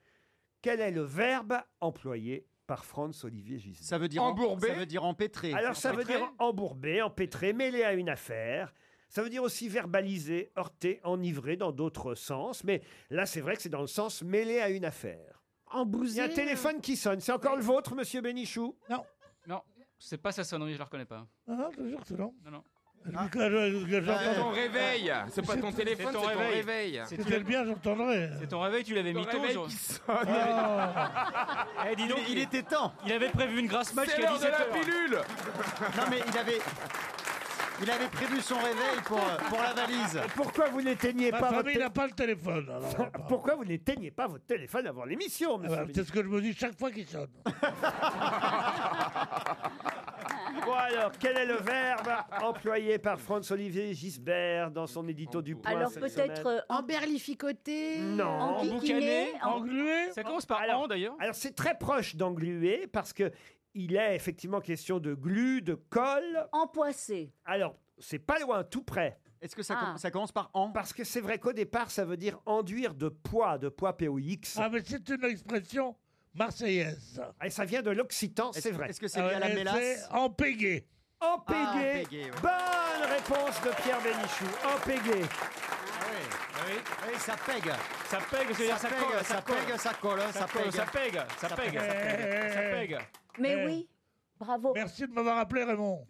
Quel est le verbe employé par Franz Olivier Gisbert
Ça veut dire en- Embourbé ça veut dire empêtré.
Alors ça veut
Empêtré
dire embourbé, empêtré, mêlé à une affaire. Ça veut dire aussi verbaliser, heurter, enivrer dans d'autres sens. Mais là, c'est vrai que c'est dans le sens mêlé à une affaire.
Embousé.
Il y a un téléphone qui sonne. C'est encore le vôtre, monsieur Bénichou
Non.
Non, c'est pas sa sonnerie, je la reconnais pas.
Non, Ah, non, je te jure que Ah, non.
Non, non.
C'est
ton réveil,
c'est pas ton téléphone, c'est ton réveil.
Si tu aimes bien, j'entendrai.
C'est ton réveil, tu l'avais mis tôt.
réveil
genre.
qui
Eh, dis donc, il, était temps. Il avait prévu une grasse match
C'est
qui a
l'heure de la
pilule
Non, mais il avait. Il avait prévu son réveil pour, euh, pour la
Ah
valise.
Et pourquoi vous n'éteignez
Ma
pas votre
famille n'a pas le téléphone. alors.
Pourquoi vous n'éteignez pas votre téléphone avant l'émission,
Ah
monsieur
bah,
Bénichou
C'est ce que je me dis chaque fois qu'il sonne.
Bon alors, quel est le verbe employé par Franz-Olivier Gisbert dans son édito du Point
Alors
cette
peut-être
semaine
euh, en berlificoté,
Non.
en piquiné, en...
englué
Ça commence par en d'ailleurs.
Alors c'est très proche d'englué parce que il est effectivement question de glu, de colle.
empoissé.
Alors c'est pas loin, tout près.
Est-ce que ça,
Ah.
com- ça commence par en
Parce que c'est vrai qu'au départ ça veut dire enduire de poids, de poids P-O-I-X.
Ah, mais c'est une expression marseillaise. ça.
Et ça vient de l'occitan, c'est vrai.
Est-ce que c'est lié à la
Ah, et
mélasse
c'est Empégué.
Ah, Empégué.
empégué, ouais.
Bonne réponse de Pierre Bénichou. Empégué.
Ah Oui, ça pègue.
Ah Ça pègue, ça veut dire ça
pègue,
colle,
ça pègue, ça colle, hein, ça
colle,
pègue.
ça pègue, ça pègue, ça pègue, ça pègue.
Mais
Eh.
oui, bravo.
Merci de m'avoir appelé,
[LAUGHS]
Raymond.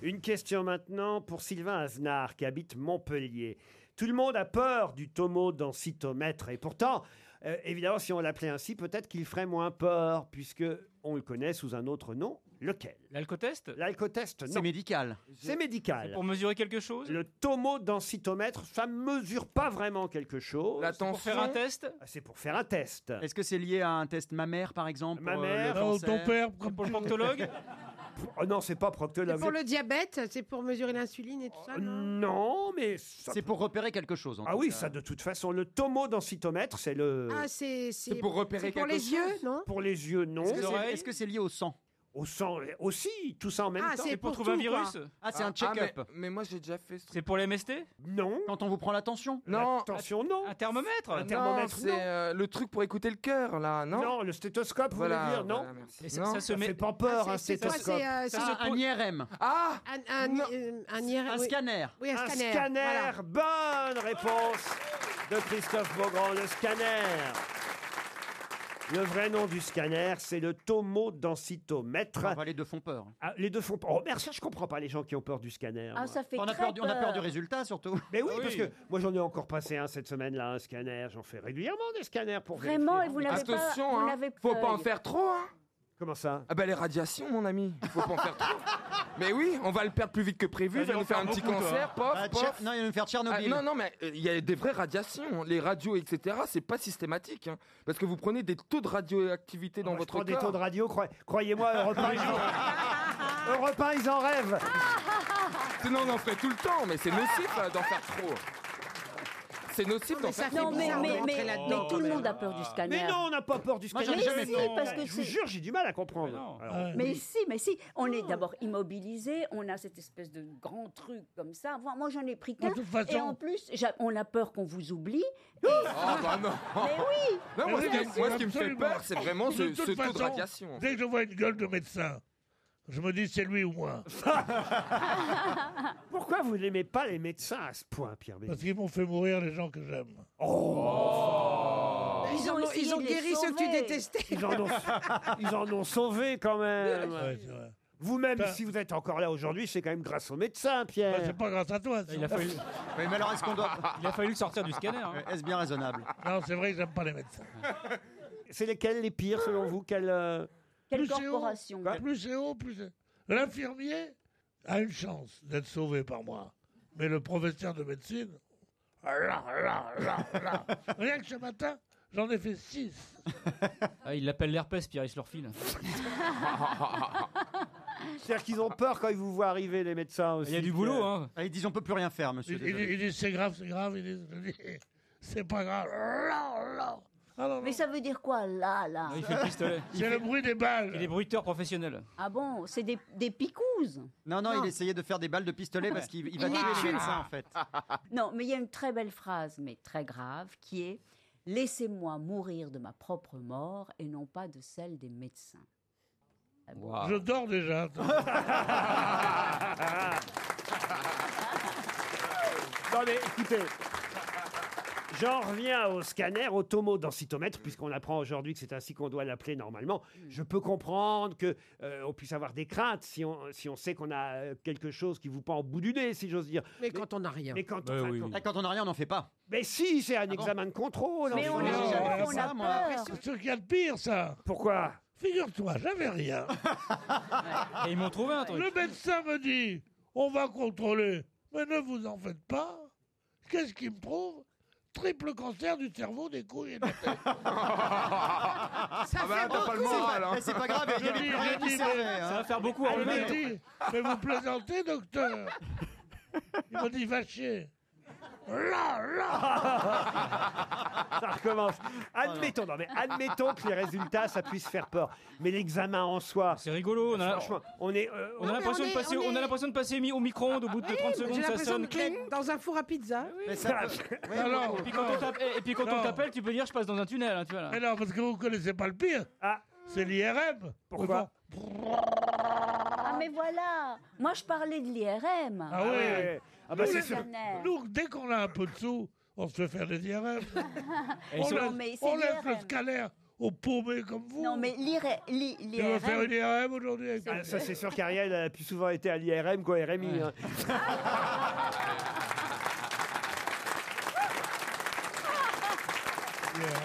Une question maintenant pour Sylvain Aznar qui habite Montpellier. Tout le monde a peur du tomo densitomètre et pourtant, euh, évidemment, si on l'appelait ainsi, peut-être qu'il ferait moins peur puisque on le connaît sous un autre nom. Lequel
L'alcotest
L'alcotest,
C'est
non.
médical.
C'est médical.
Pour mesurer quelque chose
Le tomo densitomètre, ça mesure pas vraiment quelque chose. Ah,
La
Pour faire un
tension,
test
C'est pour faire un test.
Est-ce que c'est lié à un test mammaire, par exemple
Ma
pour, euh,
mère,
le
Oh,
cancer
ton père,
C'est
comme
Pour le
tu-
proctologue
[LAUGHS] Oh non, c'est pas proctologue.
Pour le diabète, c'est pour mesurer l'insuline et tout ça.
euh,
non
Non, mais ça-
C'est pour repérer quelque chose. en
Ah
tout
oui,
cas.
ça de toute façon. Le tomodensitomètre, c'est le.
Ah, c'est c'est-
pour repérer
c'est pour
quelque
les
chose.
yeux, non
Pour les yeux, non.
Est-ce que
Les
c'est-
oreilles
Est-ce que c'est lié au sang
Au sang aussi, tout ça en même
Ah,
temps.
c'est
Pour
pour
trouver un
tout, quoi.
virus
Ah, c'est
Ah,
un check-up.
ah, mais, mais moi j'ai déjà fait ce truc.
C'est pour les MST
Non.
Quand on vous prend la tension
Non,
Attention, non.
Un thermomètre
Un
non
thermomètre, non.
c'est euh, le truc pour écouter le cœur là, non
Non, le stéthoscope, vous voulez dire, non
voilà, merci.
Et ça-
Non.
ça se
Ça
met.
fait pas peur, hein,
Ah,
un
c'est- c'est quoi,
stéthoscope.
c'est, euh,
Ça,
c'est
Ah, Un IRM.
Ah
un, un,
Non.
euh, un IRM,
Un
oui.
scanner.
Oui, un,
Un
scanner.
scanner.
voilà.
Bonne réponse de Christophe Beaugrand, le scanner. Le vrai nom du scanner, c'est le tomodensitomètre.
On va aller de fond peur.
Ah, les deux font. Oh merde, ça, je comprends pas les gens qui ont peur du scanner. moi.
Ah, ça fait
On a,
très
peur du, on a peur
peur.
du résultat surtout.
Mais oui,
Ah oui.
parce que moi j'en ai encore passé un cette semaine là, un scanner. J'en fais régulièrement des scanners pour
Vraiment, et
vérifier. Ah,
vous n'avez pas,
Attention,
vous
hein.
n'avez
faut
pas euh,
pas en
eu.
faire trop. Hein.
Comment ça
Ah bah les radiations, mon ami, faut pas en faire [LAUGHS] trop. Mais oui, on va le perdre plus vite que prévu,
Ça dit
il va Bah, nous faire un
encore
petit
beaucoup,
cancer,
Ah,
Bah,
pof,
Tcher-
pof.
Non, il va nous faire
Ah,
Tchernobyl.
non, non, mais euh, il y a des vraies radiations. hein. Les radios, etc., c'est pas systématique. hein. parce que vous prenez des taux de radioactivité dans
Moi, Oh, bah, je
votre
prends
corps.
des taux de radio, croy- croyez-moi, Europe 1, ils
[LAUGHS]
en... Europe 1, ils en rêvent.
hein, Sinon, on en ferait tout le temps, mais c'est nocif euh, d'en faire trop. c'est nocif d'en faire
Non,
trop.
mais, mais, mais-
là-dedans,
mais tout
quand
le
même.
monde a peur du scanner.
Ah. Mais non, on n'a pas peur du
Moi,
scanner.
j'en ai jamais
si,
peur. Mais
parce
si,
que
parce
je
que
vous
c'est-
jure, j'ai du mal à comprendre. Alors,
Mais si, mais si, on est d'abord immobilisé, on a cette espèce de grand truc comme ça. Moi, moi, j'en ai pris qu'un.
De toute façon-
Et en plus, j'a- on a peur qu'on vous oublie. Et-
Ah bah non
Mais oui
[LAUGHS] Non, moi,
Mais
ce
oui,
qui, moi, ce qui me fait
absolument.
peur, c'est vraiment ce,
De toute
ce taux de
façon,
radiation.
Dès que je vois une gueule de médecin, je me dis c'est lui ou moi.
[LAUGHS] Pourquoi vous n'aimez pas les médecins à ce point, Pierre Bénichou
Parce qu'ils m'ont fait mourir les gens que j'aime.
Ah,
Oh.
Ils ont, ils ont guéri ceux que tu détestais. [LAUGHS]
[LAUGHS]
Ils en ont, ils en ont sauvé quand même.
Ouais, c'est vrai.
Vous-même,
Bah-
si vous êtes encore là aujourd'hui, c'est quand même grâce aux médecins, Pierre.
Bah, c'est pas grâce à toi. ça.
Il
[LAUGHS]
a fallu-
Oui, mais alors est-ce qu'on doit.
Il a fallu le sortir du scanner. hein.
Euh,
Est-ce bien raisonnable
Non, c'est vrai que j'aime pas les médecins.
C'est lesquels les pires, selon vous Quelle, euh,
Quelle
Plus c'est haut,
corporation
Plus c'est haut, plus c'est... L'infirmier a une chance d'être sauvé par moi. Mais le professeur de médecine... ah là, là, là, ah
[LAUGHS]
là. Rien que ce matin, j'en ai fait six.
Ah, il l'appelle l'herpès, Pierre Lorfil. Ah,
C'est-à-dire qu'ils ont peur quand ils vous voient arriver, les médecins aussi.
[LAUGHS] Il y a du boulot, hein.
Ah, Ils disent on peut plus rien faire, monsieur.
Ils, ils-
désolé.
ils disent c'est grave, c'est grave. Ils disent, je dis, c'est pas grave. Là, là. Ah non, non.
Mais ça veut dire quoi, là, là
Il fait le pistolet.
C'est le bruit des balles.
Il est bruiteur professionnel.
[LAUGHS] Ah bon, c'est des, des picouses
Non, non,
Non.
il essayait de faire des balles de pistolet parce qu'il il va
Il les
tuer
tue.
les médecins, en fait.
Non, mais il y a une très belle phrase, mais très grave, qui est « Laissez-moi mourir de ma propre mort et non pas de celle des médecins
Je dors déjà.
Non mais écoutez. J'en reviens au scanner, au tomodensitomètre, puisqu'on apprend aujourd'hui que c'est ainsi qu'on doit l'appeler normalement. Je peux comprendre que euh, on puisse avoir des craintes si on, si on sait qu'on a euh, quelque chose qui vous pend au bout du nez, si j'ose dire. Mais quand on n'a rien. Mais
Bah
quand, on- enfin,
Ah, Quand on n'a rien, on n'en fait pas.
quand- Mais si, c'est un examen de contrôle.
Ah
hein.
Mais
en
on a-
général.
j'avais fait ça, moi.
C'est ce qu'il y a de pire, ça.
Pourquoi
Figure-toi, j'avais
[LAUGHS]
rien.
Et ils m'ont trouvé un truc.
Le médecin me dit, on va contrôler, mais ne vous en faites pas. Qu'est-ce qu'il me prouve Triple cancer du cerveau, des couilles et de la
[LAUGHS]
tête.
Ça
bah,
fait
t'as pas le
beaucoup.
moral, hein.
Eh, C'est pas grave, il y
Je
avait
dis,
plus rien
je
qui
dis,
servait,
mais-
hein.
Ça va faire beaucoup à
Il m'a
remettre.
dit, mais vous plaisantez, docteur Il m'a dit, va chier. Là, là
[LAUGHS] Ça recommence. Admettons, non, mais admettons que les résultats, ça puisse faire peur. Mais l'examen en soi.
C'est rigolo, on a,
Franchement, on est. euh,
on
Non,
a
mais
l'impression
on
de
est-
passer,
on
on a
est-
l'impression de passer mis au micro-ondes au bout de 30
J'ai
secondes, ça
l'impression Ah,
sonne.
de d'être dans un four à pizza.
Mais ça
[LAUGHS]
peut- Ouais,
Alors,
Ah, Et puis quand on tape- et- et puis quand
Non.
on t'appelle, tu peux dire je passe dans un tunnel, hein, tu vois là.
Mais non, parce que vous connaissez pas le pire.
Ah.
C'est l'IRM.
Pourquoi
Ah mais voilà Moi je parlais de l'IRM
Ah, oui.
Hein
ouais. Ah bah
Nous,
c'est
les-
sûr.
Nous, dès qu'on a un peu de sous, on se fait faire des IRM.
[LAUGHS]
Et
on
sur-
Oh Non,
laisse,
mais c'est
on laisse
l'IRM.
le scanner aux paumés comme vous.
Non mais l'IRM...
Tu veux faire une IRM aujourd'hui avec
Ah,
moi
ça, c'est sûr qu'Ariel a plus souvent été à l'IRM qu'au RMI. hein. hein.
[LAUGHS]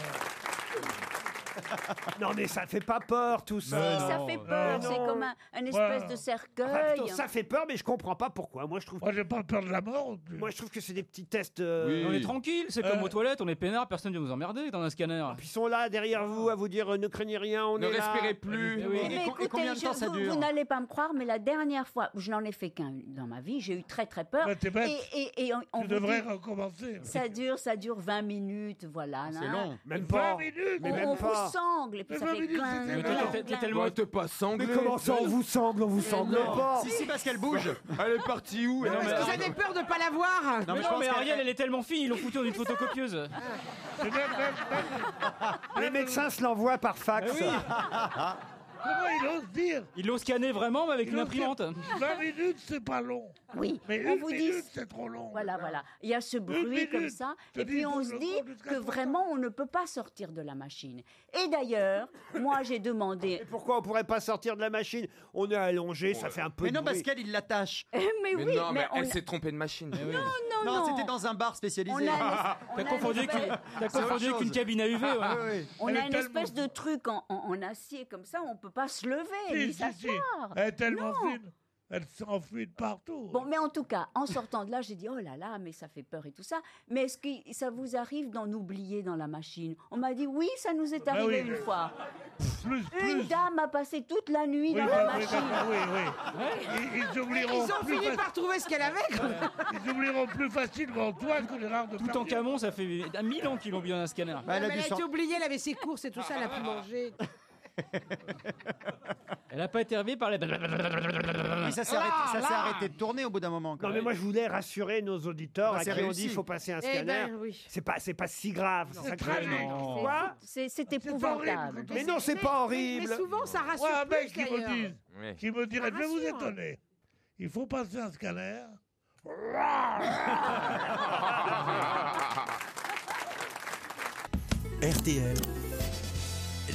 Non, mais ça fait pas peur, tout ça.
ça fait peur,
non.
c'est comme un, un espèce
Ouais.
de
Enfin,
cercueil.
plutôt, ça fait peur, mais je comprends pas pourquoi. Moi, je trouve,
Moi, j'ai pas peur de la mort. Euh.
moi, je trouve que c'est des petits tests. euh,
On est
Oui.
tranquille, c'est comme aux toilettes, on est peinard, personne vient nous emmerder dans un scanner.
Puis ils sont là derrière vous à vous dire euh, ne craignez rien, on
Ne
est là.
respirez plus.
Eh oui.
Eh
Et
bien,
co- et
écoutez,
combien de
je-
temps ça
vous,
dure
vous n'allez pas me croire, mais la dernière fois, je n'en ai fait qu'un dans ma vie, j'ai eu très très peur.
Bah, t'es bête.
Et, et- et on, on
Tu
vous
devrais
dit,
recommencer.
ça dure, ça dure 20 minutes, voilà.
Ah, C'est
là.
long.
Même
20
pas.
minutes
Mais
on,
même
on
pas.
vous sangle et puis
Mais
ça
20
fait
minutes,
clin,
c'est
clin,
énorme.
clin,
T'es- t'es
clin.
tellement-
Moi, t'es pas sanglé.
Mais comment ça, on vous sangle, on vous sangle pas
Si,
bah,
si, parce qu'elle bouge.
Elle est partie où elle
non, mais-
Parce que j'avais peur de pas l'avoir.
Non,
mais,
je
non,
pense
mais
qu'elle-
Ariel, [LAUGHS] elle est tellement fine, ils l'ont foutue dans une photocopieuse.
C'est même- même- même- Ah,
Les médecins se l'envoient par fax. [LAUGHS]
Comment il ose dire
Ils l'ont scanné vraiment, mais avec
Il
une
ose dire,
imprimante.
20 minutes, c'est pas long.
Oui,
[LAUGHS] Mais
on
une
vous dit.
minute, c'est trop long.
Voilà, voilà. Il y a ce bruit
minute.
comme ça,
Je
et
dis,
puis
il faut
on
que
se
je
dit
compte jusqu'à
que
30.
vraiment on ne peut pas sortir de la machine. Et d'ailleurs, moi j'ai demandé.
Ah,
Et pourquoi on pourrait pas sortir de la machine On est allongé, ça
Ouais.
fait un peu
Mais
de
non, parce
bruit.
qu'elle, il l'attache.
Mais,
Mais
oui,
non, mais
mais on,
elle s'est trompée de machine.
Eh
non,
Non,
non.
c'était dans un bar
on a,
spécialisé.
une- on
[LAUGHS] T'as
a
confondu
une
avec une-
espèce-
t'as
C'est autre
confondu avec
chose.
une cabine à UV. hein.
Ah
ouais.
oui.
on
Elle
a
est
une
tellement-
espèce de truc en, en- en acier comme ça, on peut pas se lever
Si,
ni
si, si.
s'asseoir.
Elle est tellement
Non.
fine. Elle s'enfuit de partout.
Bon, mais en tout cas, en sortant de là, j'ai dit oh là là, mais ça fait peur et tout ça. Mais est-ce que ça vous arrive d'en oublier dans la machine On m'a dit oui, ça nous est
Bah
arrivé
oui,
une
mais-
fois.
Plus, plus.
Une dame a passé toute la nuit
Oui,
dans
bah,
la
oui,
machine.
d'accord, oui, oui. Ils, ils oublieront
Ils ont
plus
fini
faci-
par trouver ce qu'elle avait. quoi.
Ils oublieront plus facilement toi que Gérard de
Tout en Camon, ça fait 1000 ans qu'ils l'ont mis dans un scanner.
Non, mais elle, a été oubliée, elle avait ses courses et tout ça, elle a pu manger.
Elle a pas été réveillée par les.
Mais ça s'est arrêté, ça s'est arrêté de tourner au bout d'un moment. quand
Non, mais
même.
moi, je voulais rassurer nos auditeurs
Bah,
à qui
c'est
on dit
réussi.
il faut passer un
Eh
scanner.
ben, oui.
C'est pas, c'est pas si grave. C'est ça que-
tragique.
Non.
C'est-
Quoi
C'est c'est
épouvantable.
Mais non, c'est pas
Mais,
horrible.
souvent, ça rassure
Moi, un
plus,
mec qui me,
d'ailleurs.
dise,
Oui.
qui me dirait, je vais vous
rassure.
étonner, il faut passer un
[LAUGHS]
scanner.
Ah,
RTL,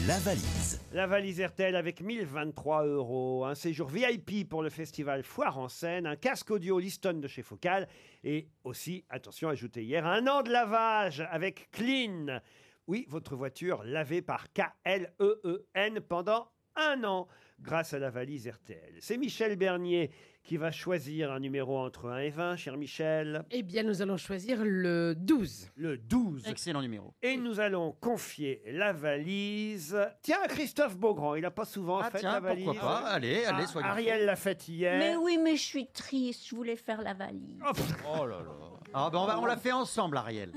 la valise.
La valise RTL avec 1023 euros, un séjour VIP pour le festival Foire en scène, un casque audio Liston de chez Focal et aussi, attention, ajouté hier, un an de lavage avec Clean. Oui, votre voiture lavée par K-L-E-E-N E pendant un an grâce à la valise RTL. C'est Michel Bernier qui va choisir un numéro entre 1 et 20, cher Michel.
Eh bien, nous allons choisir le 12.
Le 12.
Excellent numéro.
Et nous allons confier la valise. Tiens, à Christophe Beaugrand, il n'a pas souvent
Ah
fait
tiens,
la
pourquoi
valise.
pas. Allez, allez,
Ah,
soyons
Ariel l'a faite hier.
Mais oui, mais je suis triste, je voulais faire la valise.
[LAUGHS] Oh là là. Ah ben on, va- on l'a fait ensemble,
[LAUGHS]
Ariel.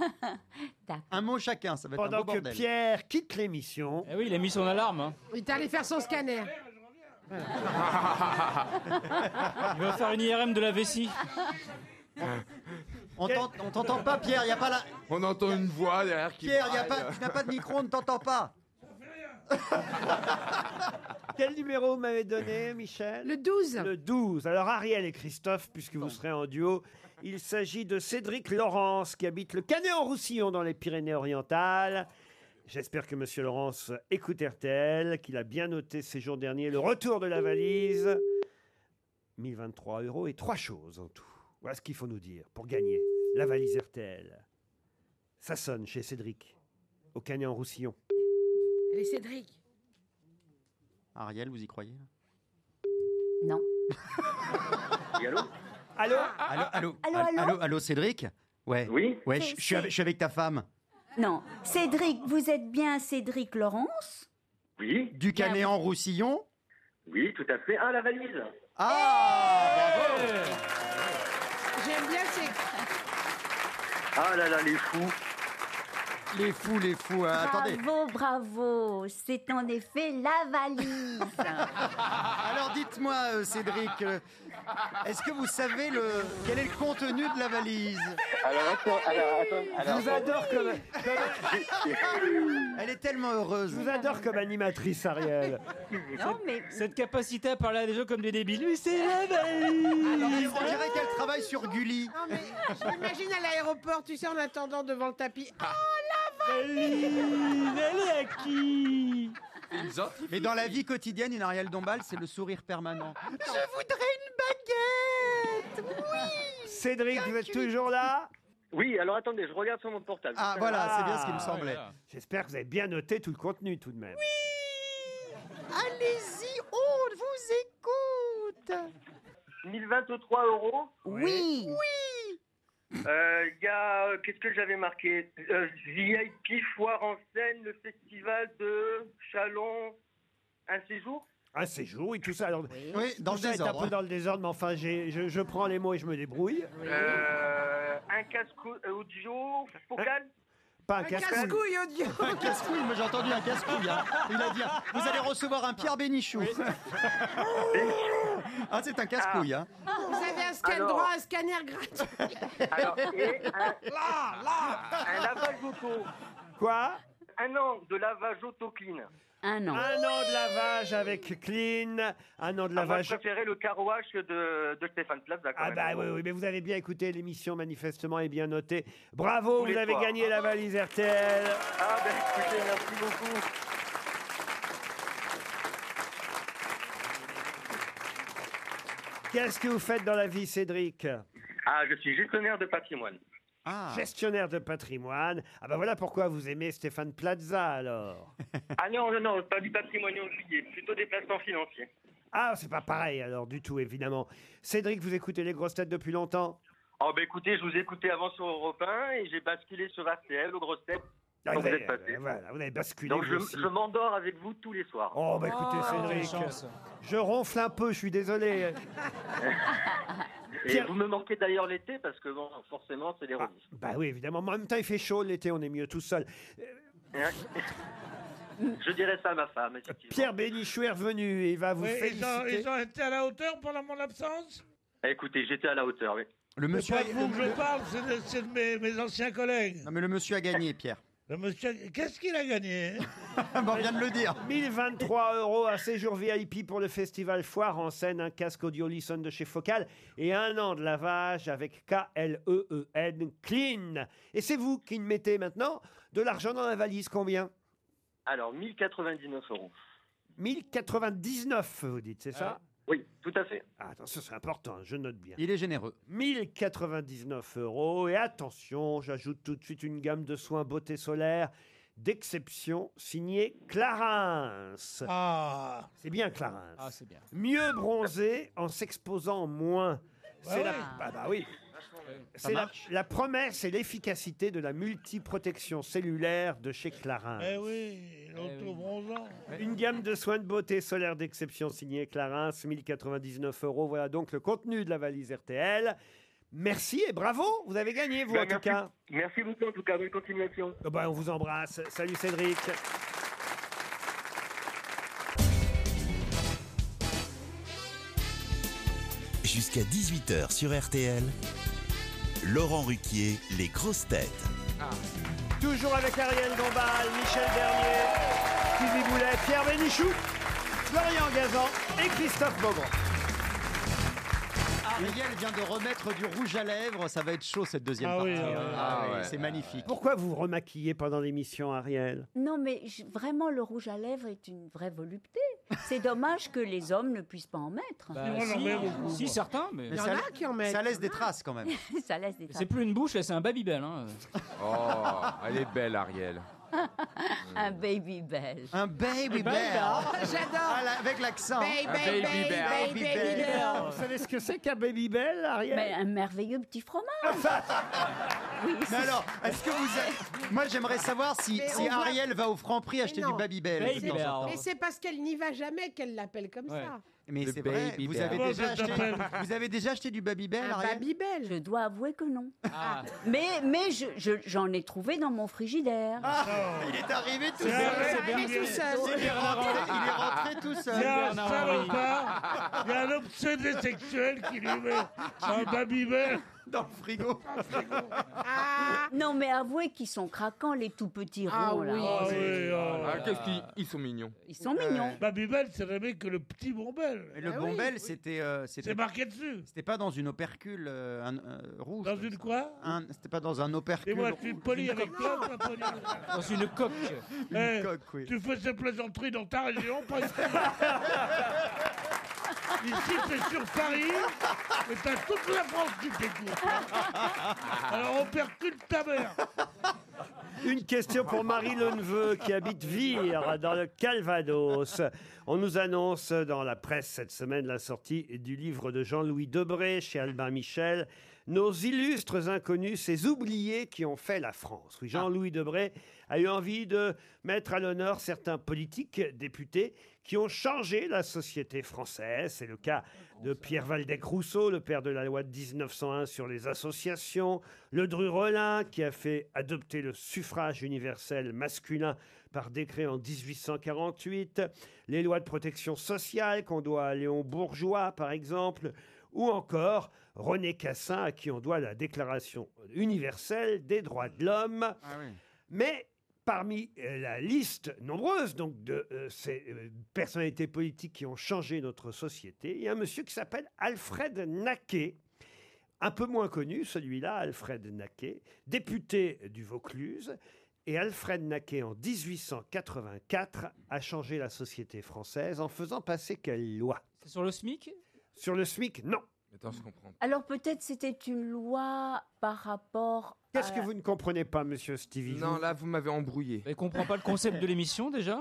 un mot chacun, ça va être un
Pendant
beau
que
bordel.
Pierre quitte l'émission.
Eh oui, il a mis son alarme. hein.
Il est allé faire son scanner.
[LAUGHS] Il va faire une IRM de la vessie.
On t'ent- on t'entend pas, Pierre. Y a pas la.
On entend une voix derrière qui.
Pierre, y a
braille.
pas. Tu n'as pas de micro, on ne
[LAUGHS]
t'entend pas.
Quel numéro vous m'avez donné, Michel
Le 12.
Le 12. Alors Ariel et Christophe, puisque vous serez en duo, il s'agit de Cédric Laurence qui habite le Canet-en-Roussillon dans les Pyrénées-Orientales. J'espère que Monsieur Laurence écoute RTL, qu'il a bien noté ces jours derniers le retour de la valise. 1023 euros et trois choses en tout. Voilà ce qu'il faut nous dire pour gagner la valise RTL. Ça sonne chez Cédric, au Canet-en-Roussillon.
Allez, Cédric.
Ariel, vous y croyez
[LAUGHS]
Non. Ah,
Allô
Allô, allô,
Allô,
allô,
allô
allô, Cédric. Ouais. Oui. Ouais, je je suis avec, je suis avec ta femme.
Non. Cédric, vous êtes bien Cédric Laurence
Oui,
Du Canet en Roussillon.
oui, tout à fait. Ah, la valise
Eh
Ah. bravo.
J'aime bien ces...
Ah là là, les fous
Les fous, les fous.
Ah,
Ah,
hein, Attendez.
Bravo, bravo. C'est en effet la
[LAUGHS]
valise.
Alors dites-moi, euh, Cédric, euh, est-ce que vous savez le quel est le contenu de la valise
Alors, attends, alors, attends.
Je
Alors,
vous adore comme,
[LAUGHS] Elle est tellement heureuse.
je vous adore comme animatrice, Ariel.
non, mais
Cette capacité à parler à des gens comme des débiles. Mais c'est la
Alors,
valise
Ah, on dirait qu'elle travaille sur Gulli.
Non,
[LAUGHS]
mais je m'imagine à l'aéroport, tu sais, en attendant devant le tapis.
Ah.
Oh,
Valise, Elle est à qui
Ils ont-
Mais dans la vie quotidienne, une Ariel Dombal, c'est le sourire permanent.
Cédric, vous êtes toujours là
oui, alors attendez, je regarde sur mon portable.
Ah voilà, c'est bien ce qui me semblait.
J'espère que vous avez bien noté tout le contenu tout de même.
Allez-y, on vous écoute.
1023 euros.
oui.
Euh, Il y a, euh, qu'est-ce que j'avais marqué Euh, VIP, foire en scène, le festival de Chalon, un séjour
Un séjour, oui, tout ça. Alors,
Oui, dans
tout
le
ça est un
désordre.
peu dans le désordre, mais enfin, j'ai- je, je prends les mots et je me débrouille.
Euh, un casque au- euh, audio, focal
Pas un,
Un
casque.
casse-couille odieux.
Un casse-couille, moi j'ai entendu un casse-couille. hein. Il a dit, hein, vous allez recevoir un Pierre Bénichou. Ah, c'est un casse-couille. Hein.
Vous avez un scan
Alors.
droit, un scanner gratuit. [LAUGHS]
Alors, et un, un lavage auto.
Quoi
Un an de lavage auto clean.
Un an.
Un an de lavage avec Clean, un an de
Ah, moi, je
lavage.
préférais le carouage de, de Stéphane Plaza. Quand
Ah
même.
bah oui, oui, mais vous avez bien écouté l'émission manifestement et bien noté. Bravo,
Tous les
vous avez
soirs.
gagné la valise RTL.
Ah ben écoutez, merci beaucoup.
Qu'est-ce que vous faites dans la vie, Cédric
Ah, je suis gestionnaire
[LAUGHS]
de patrimoine.
Ah.
Gestionnaire de patrimoine. Ah bah voilà pourquoi vous aimez Stéphane Plaza alors.
Ah non, non, non, pas du patrimoine immobilier, plutôt des placements financiers.
Ah, c'est pas pareil alors du tout, évidemment. Cédric, vous écoutez les grosses têtes depuis longtemps
Oh, bah écoutez, je vous écoutais avant sur Europe 1 et j'ai basculé sur RTL aux grosses têtes.
Ah,
quand
vous
vous
avez-
êtes passé.
Voilà, vous avez basculé.
Donc
vous
je,
bah, aussi.
je m'endors avec vous tous les soirs.
Oh, bah écoutez, Cédric, je ronfle un peu, je suis désolé. [LAUGHS]
Et vous me manquez d'ailleurs l'été parce que bon, forcément, c'est les rediffs.
Bah oui, évidemment. Mais en même temps, il fait chaud l'été, on est mieux tout seul.
Hein je dirais ça à ma femme, effectivement.
Pierre Bénichou est revenu et il va vous
Oui, ils, ont,
féliciter.
ils ont été à la hauteur pendant mon absence
Eh, Écoutez, j'étais à la hauteur, oui.
Le monsieur
C'est pas de vous que je
le-
parle, c'est de, c'est de mes, mes anciens collègues.
Non, mais le monsieur a gagné, Pierre.
Le monsieur, hein. qu'est-ce qu'il a gagné
[LAUGHS] On vient de le dire.
1023 euros à séjour VIP pour le festival Foire en scène, un casque audio Listen de chez Focal et un an de lavage avec K-L-E-E-N, E clean. Et c'est vous qui me mettez maintenant de l'argent dans la valise, combien
Alors, 1099 euros. Euh,
1099, vous dites, c'est ça
Oui, tout à fait.
Ah, attends, ça c'est important, je note bien.
Il est généreux.
1099 euros. Et attention, j'ajoute tout de suite une gamme de soins beauté solaire d'exception signée Clarence.
Ah
C'est bien Clarence.
Ah, c'est bien.
Mieux bronzer en s'exposant moins. C'est la...
oui.
bah, bah oui.
Ça
C'est la,
marche.
la promesse et l'efficacité de la multiprotection cellulaire de chez Clarins.
Eh oui, l'auto-bronzant.
Une gamme de soins de beauté solaire d'exception signée Clarins, 1099 euros. Voilà donc le contenu de la valise RTL. Merci et bravo, vous avez gagné, vous
Bah,
en tout
merci-
cas.
Merci beaucoup, en tout cas. Bonne continuation.
Ah bah, on vous embrasse. Salut Cédric.
Jusqu'à 18h sur RTL, Laurent Ruquier, les grosses têtes.
Toujours avec Ariel Dombal, Michel Bernier, Sylvie Boulet, Pierre Bénichou, Florian Gazan et Christophe Beaugrand.
Ariel vient de remettre du rouge à lèvres. Ça va être chaud cette deuxième
Ah
partie.
oui, oui, oui.
Ah
Ah
oui,
ouais. [LAUGHS]
c'est magnifique.
Pourquoi vous vous remaquillez pendant l'émission, Ariel
Non, mais je- vraiment, le rouge à lèvres est une vraie volupté. C'est dommage que les hommes ne puissent pas en mettre.
Bah, si, si, certains, mais.
Mais ça- Ça laisse des traces quand même.
[LAUGHS] Ça laisse des
C'est plus une bouche, là, c'est un Babybel. Hein.
Oh, elle est belle, Ariel.
Un baby bell.
Un baby bear. Ah, là, Avec l'accent.
Baby,
Un
baby,
bear.
baby,
Baby
baby
bear.
bear.
Vous savez ce que c'est qu'un baby bell, Ariel
Mais Ben, un merveilleux petit fromage. oui,
Mais alors, est-ce que vous avez- Moi, j'aimerais savoir si,
Mais
si
on voit-
Ariel va au Franprix acheter du Babybel. de temps en temps.
Mais c'est parce qu'elle n'y va jamais qu'elle l'appelle comme ça.
Mais
Le
c'est vrai,
Baby
vous
Bear.
avez,
Comment
déjà
ça
acheté,
s'appelle
vous avez déjà acheté du Babybel,
Un
Ariel
Babybel.
Je dois avouer que non. Mais, mais je- je- j'en ai trouvé dans mon frigidaire.
Il est arrivé tout
C'est
seul.
vrai, C'est arrivé Bernard- tout seul.
Il est
C'est Bernard
rentré-
Henry.
il est rentré tout
Il y a
seul.
un salopard, il y a un obsédé sexuel qui lui met un babybel.
Dans le frigo.
Non, mais avouez qu'ils sont craquants, les tout petits ronds.
Ah
là.
oui.
Ah oui, oh.
Ah, Qu'est-ce qu'ils ils sont mignons.
Ils sont mignons.
Babybel, Euh, c'est le mec que le petit bombel.
Ah
Et le bombel, c'était. euh, c'était
C'est marqué dessus.
C'était pas dans une opercule euh, un, euh, rouge.
Dans une quoi
Un- C'était pas dans un opercule.
Et moi, je suis poli
Une
avec
coque.
toi, pas poli
[LAUGHS]
avec toi.
Dans une coque.
Une
Eh,
coque, oui.
Tu fais ces plaisanteries dans ta région,
[LAUGHS]
pas ici. Ici, c'est sur Paris, mais t'as toute la France qui t'écoute. Alors on percute ta mère.
Une question pour Marie Leneveu qui habite Vire dans le Calvados. On nous annonce dans la presse cette semaine la sortie du livre de Jean-Louis Debré chez Albin Michel. Nos illustres inconnus, ces oubliés qui ont fait la France. Oui, Jean-Louis Debré a eu envie de mettre à l'honneur certains politiques, députés, qui ont changé la société française. C'est le cas de Pierre Valdec Rousseau, le père de la loi de 1901 sur les associations, le Dru Rollin qui a fait adopter le suffrage universel masculin par décret en 1848, les lois de protection sociale qu'on doit à Léon Bourgeois par exemple, ou encore René Cassin à qui on doit la déclaration universelle des droits de l'homme.
Ah oui.
Mais parmi euh, la liste nombreuse donc de euh, ces euh, personnalités politiques qui ont changé notre société, il y a un monsieur qui s'appelle Alfred Naquet. Un peu moins connu, celui-là, Alfred Naquet, député du Vaucluse. Et Alfred Naquet, en 1884, a changé la société française en faisant passer quelle loi
C'est sur le SMIC
Sur le SMIC, non.
Attends, je comprends.
Alors peut-être c'était une loi par rapport
Qu'est-ce
à-
que vous ne comprenez pas, monsieur Stevie
Non, là, vous m'avez embrouillé.
Euh. Mais comprend pas le concept de l'émission déjà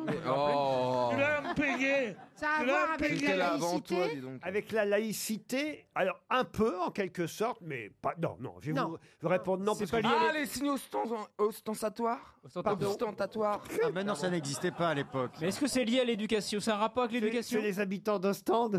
Oh.
payé
Ça a à voir avec la laïcité
Avec la laïcité, alors un peu en quelque sorte, mais pas. Non, non, je vais
Non.
Vous, vous répondre non, parce que.
Ah, les signes ostens- ostentatoires
Pardon.
Ostentatoires
Ah, mais non, ça n'existait pas à l'époque.
Mais est-ce que c'est lié à l'éducation C'est un rapport avec l'éducation
C'est les habitants d'Ostende,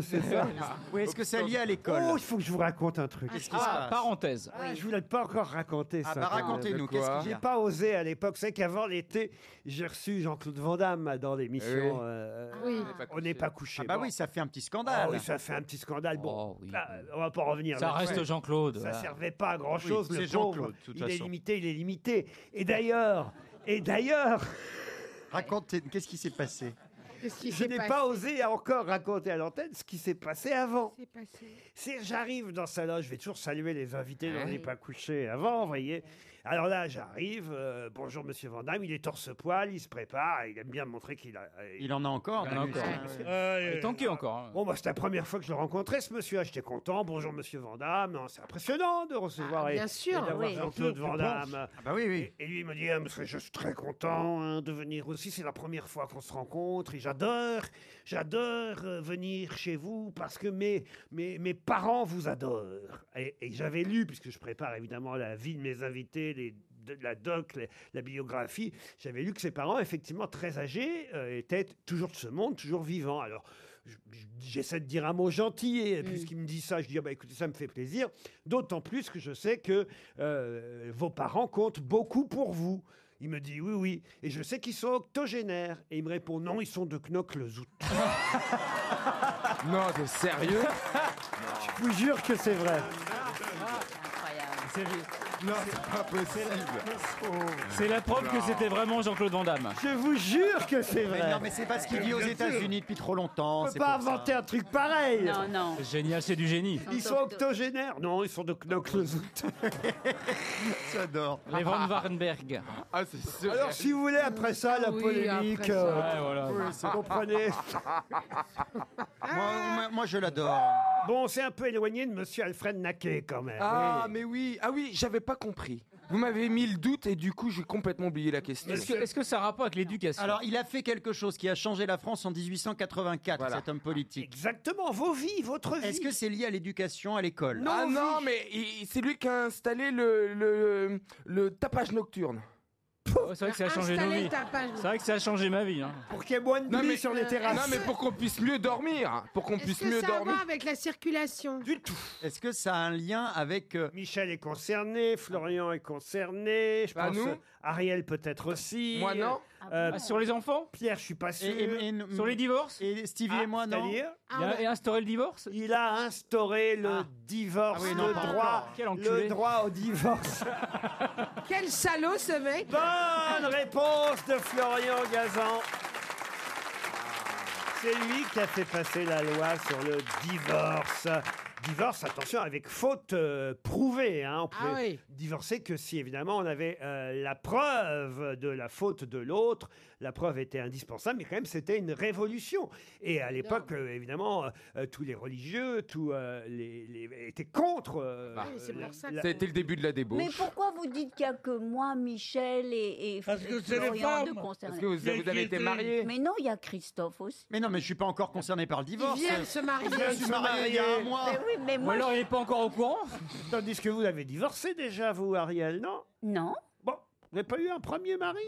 [LAUGHS]
c'est ça
Oui, est-ce que c'est lié à l'école
Oh, il faut que je vous raconte un truc. Ah,
Qu'est-ce qui se passe
parenthèse.
Je vous l'ai pas encore raconté
Ah
ça.
bah,
quand même.
racontez-nous, qu'est-ce qu'il y a
J'ai pas osé à l'époque. C'est qu'avant l'été, j'ai reçu Jean-Claude Van Damme
Eh
dans
oui.
l'émission. euh,
Oui.
On n'est pas couché.
Ah bah
Bon.
oui, ça fait un petit scandale. Oh
Ah oui, ça fait un petit scandale. Bon, là, on va pas en revenir.
Ça
là-dessus.
reste Jean-Claude,
Ça
voilà.
servait pas à grand chose.
Oui,
le
c'est Jean-Claude,
pauvre.
de toute
Il est
façon.
limité, il est limité. Et d'ailleurs, et d'ailleurs.
[LAUGHS] Racontez, qu'est-ce qui s'est passé
Qu'est-ce qui
Je
s'est
n'ai
passé
pas osé encore raconter à l'antenne ce qui s'est passé avant.
C'est passé.
C'est j'arrive dans sa loge, je vais toujours saluer les invités, on
Ouais.
n'est pas couché avant, vous voyez. Alors là, j'arrive, euh, bonjour monsieur Van Damme, il est torse-poil, il se prépare, il aime bien montrer qu'il a...
Il en a encore, Ah,
Il en a encore.
Ah,
Ouais,
Il est tanké encore. hein.
Bon, bah, c'est la première fois que je le rencontrais, ce monsieur. Ah, J'étais content. Bonjour, monsieur Van Damme. C'est impressionnant de recevoir
Ah,
et-
bien sûr,
et d'avoir
oui.
Jean-Claude
Bien sûr,
Van
je
Damme.
pense.
Ah bah oui, oui.
Et, et lui, il me dit, ah, monsieur, je suis très content hein, de venir aussi. C'est la première fois qu'on se rencontre et j'adore, j'adore euh, venir chez vous parce que mes, mes, mes parents vous adorent. Et, et j'avais lu, puisque je prépare évidemment la vie de mes invités, les de la doc, la, la biographie, j'avais lu que ses parents, effectivement très âgés, euh, étaient toujours de ce monde, toujours vivants. Alors, je- je- j'essaie de dire un mot gentil, et puisqu'il me dit ça, je dis, ah bah, écoutez, ça me fait plaisir, d'autant plus que je sais que euh, vos parents comptent beaucoup pour vous. Il me dit oui, oui. Et je sais qu'ils sont octogénaires. Et il me répond non, ils sont de Knocklezout.
non, t'es sérieux
[LAUGHS] Je vous jure que c'est vrai.
Non, c'est pas possible.
C'est la preuve que
Non.
c'était vraiment Jean-Claude Van Damme.
Je vous jure que c'est
Mais non, mais c'est parce qu'il vit aux États-Unis depuis trop longtemps.
On
c'est
peut pas
pour ça.
inventer un truc pareil.
Non,
non.
C'est génial, c'est du génie.
Ils sont octogénaires. Non, ils sont de Knocklezout.
J'adore.
Les Van Warenberg.
Ah, c'est sûr.
Alors, si vous voulez, après ça, la
Oui,
polémique.
après ça.
euh,
Ouais, voilà.
vous comprenez
moi, moi- moi, je l'adore.
Bon, on s'est un peu éloigné de monsieur Alfred Naquet quand même.
[LAUGHS]
Eh
Ah, mais oui. Ah oui, j'avais pas compris. Vous m'avez mis le doute et du coup, j'ai complètement oublié la question.
Est-ce que, est-ce que ça a rapport avec l'éducation
Alors, il a fait quelque chose qui a changé la France en 1884,
Voilà.
cet homme politique.
Exactement, vos vies, votre vie.
Est-ce que c'est lié à l'éducation, à l'école
ah non, mais il- c'est lui qui a installé le, le, le tapage nocturne.
Ouais, c'est vrai que ça a changé nos
Installer
vies.
le tapage.
C'est vrai que ça a changé ma vie. hein.
Pour qu'il y ait moins de
Non,
pluie
mais-
euh,
sur les terrasses.
Non, mais pour qu'on puisse mieux dormir. Pour qu'on
Est-ce
puisse
que
mieux
ça a à
dormir.
voir avec la circulation
Du tout.
Est-ce que ça a un lien avec... euh,
Michel est concerné, Florian est concerné, je
Bah,
pense
nous.
euh, Ariel peut-être aussi.
Moi, non.
Euh,
Ah, sur les enfants
Pierre, je suis pas sûr.
et- et- et-
Sur les divorces
et Stevie
Ah,
et moi, non
c'est-à-dire
Ah,
Il a-
ouais.
Et instaurer le divorce
il a instauré le
Ah.
divorce,
Ah oui, non,
le,
pas
droit,
encore. Quel enculé.
le droit au divorce.
[LAUGHS] Quel salaud ce mec
Bonne réponse de Florian Gazan. C'est lui qui a fait passer la loi sur le divorce. Divorce, attention, avec faute euh, prouvée. hein. On
Ah
pouvait
oui.
divorcer que si, évidemment, on avait euh, la preuve de la faute de l'autre. La preuve était indispensable, mais quand même, c'était une révolution. Et à l'époque, euh, évidemment, euh, euh, tous les religieux tous, euh, les, les- étaient contre. euh,
Ah Oui, c'est pour ça que-
la-
Ça a été le début de la débauche.
Mais pourquoi vous dites qu'il n'y a que moi, Michel et, et
Parce que
et
c'est les
Florian de
femmes.
concernés
Parce que vous, vous
Mais qui
avez été
était-
mariés.
Mais non, il y a Christophe aussi.
Mais non, mais je suis pas encore concerné par le
Il
divorce.
vient se
Je
marier.
suis marié il y a un mois.
Mais oui, mais
Ou
moi,
alors il n'est pas encore au courant
[LAUGHS] Tandis que vous avez divorcé déjà, vous, Ariel, non
je- non,
Bon, vous n'avez pas eu un premier mari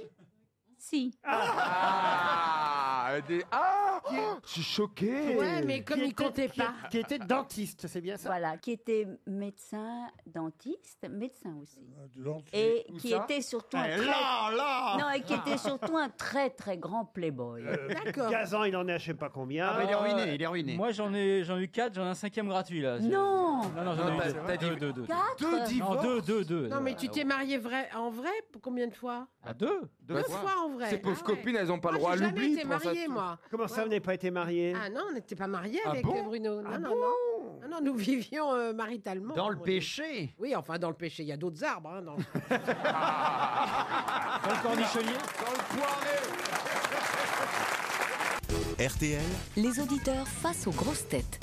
si.
Ah, des- ah oh, Je suis choqué.
Ouais, mais comme il comptait
Eh, qui,
pas.
qui était dentiste, c'est bien ça
Voilà, qui était médecin dentiste, médecin aussi,
Ah, dis donc, tu-
et
Où
qui
ça
était surtout un
Eh,
très,
Là, là
non, et qui était surtout un très très grand playboy.
Euh,
D'accord.
Gazan, il en est à je sais pas combien.
Ah, bah, il est ruiné, il est ruiné.
Moi j'en ai, j'en ai eu 4, j'en ai un cinquième gratuit là. C'est-
Non,
Non, non, j'en
Ah,
Non,
ai eu
t'as-
deux.
t'as dit-
deux, deux, deux.
quatre.
Deux divorces
Non, deux, deux, deux.
Non, mais tu t'es marié vrai, en vrai pour combien de fois
À deux
Deux fois en vrai.
Ces pauvres
Ah ouais.
copines, elles n'ont pas le droit
Moi,
à
j'ai jamais
l'oubli.
été
pense à
mariée,
tout.
moi.
Comment ça, vous n'avez pas été marié
Ah non, on n'était pas mariés
Ah
avec
bon
euh, Bruno. Non,
Ah
non,
bon
non. Non, non, nous vivions euh, maritalement.
Dans
hein,
le
mon
péché
Dieu. Oui, enfin, dans le péché. Il y a d'autres arbres. hein, dans le-
Dans le cornichonnier
Dans le poiré.
RTL,
[LAUGHS]
Les auditeurs face aux grosses têtes.